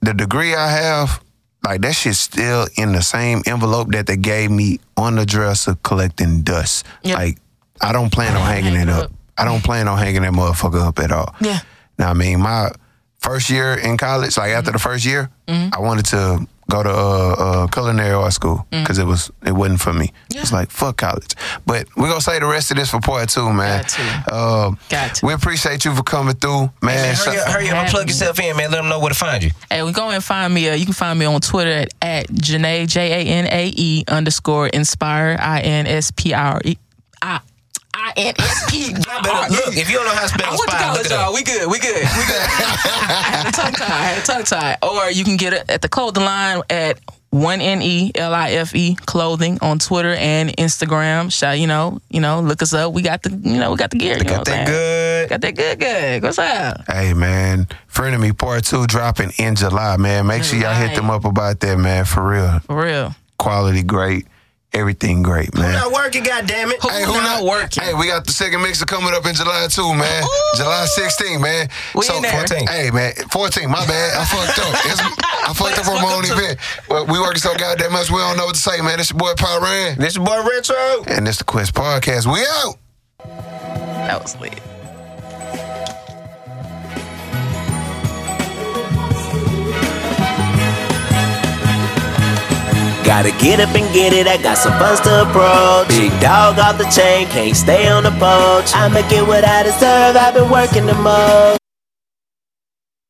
[SPEAKER 3] The degree I have, Like that shit's still in the same envelope that they gave me on the dresser collecting dust.
[SPEAKER 4] Yep.
[SPEAKER 3] Like I don't plan on hanging it up. I don't plan on hanging that motherfucker up at all.
[SPEAKER 4] Yeah.
[SPEAKER 3] Now I mean my first year in college, like after the first year,
[SPEAKER 2] Mm-hmm.
[SPEAKER 3] I wanted to go to uh, uh, culinary art school
[SPEAKER 2] Mm.
[SPEAKER 3] because it was it wasn't for me. It's like fuck college. But we're gonna say the rest of this for part two, man.
[SPEAKER 4] Got to.
[SPEAKER 3] Um,
[SPEAKER 4] Got to.
[SPEAKER 3] We appreciate you for coming through, man.
[SPEAKER 2] Man,
[SPEAKER 3] So-
[SPEAKER 2] hurry up, hurry up and plug yourself in, man. Let them know where to find you.
[SPEAKER 4] Hey, we go and find me. Uh, you can find me on Twitter at, at Janae, J A N A E underscore inspire, I N S P R E. I I N S P R
[SPEAKER 2] Better-
[SPEAKER 4] E.
[SPEAKER 2] Look, if you don't know how to
[SPEAKER 4] I
[SPEAKER 2] spell
[SPEAKER 4] went to
[SPEAKER 2] spy, look
[SPEAKER 4] college,
[SPEAKER 2] it up.
[SPEAKER 4] y'all. We good. We good. We good. I had a tongue tie. I had a tongue tie. Or you can get it at the clothing line at one n e l i f e clothing on Twitter and Instagram. Shout, you know, you know, look us up. We got the, you know, we got the gear. You know
[SPEAKER 2] Got
[SPEAKER 4] what I'm
[SPEAKER 2] that
[SPEAKER 4] saying?
[SPEAKER 2] good.
[SPEAKER 4] Got that good, good. What's up?
[SPEAKER 3] Hey man, Frenemy Part Two dropping in July, man. Make sure y'all hit them up about that, man. For real,
[SPEAKER 4] For real.
[SPEAKER 3] quality great, everything great, man.
[SPEAKER 2] Not working, goddammit. it.
[SPEAKER 3] Hey, who not working? Hey, we got the second mixer coming up in July too, man. July 16, man.
[SPEAKER 4] We in there.
[SPEAKER 2] 14.
[SPEAKER 3] Hey, man, 14. My bad. I fucked up. It's, I fucked up on my own event. Well, we working so goddamn much, we don't know what to say, man. It's your boy Pyran,
[SPEAKER 2] This your boy Retro.
[SPEAKER 3] and it's the Quest Podcast. We out.
[SPEAKER 4] That was lit.
[SPEAKER 1] Gotta get up and get it, I got some funds to approach. Big dog off the chain, can't stay on the porch. I'ma get what I deserve, I've been working the most.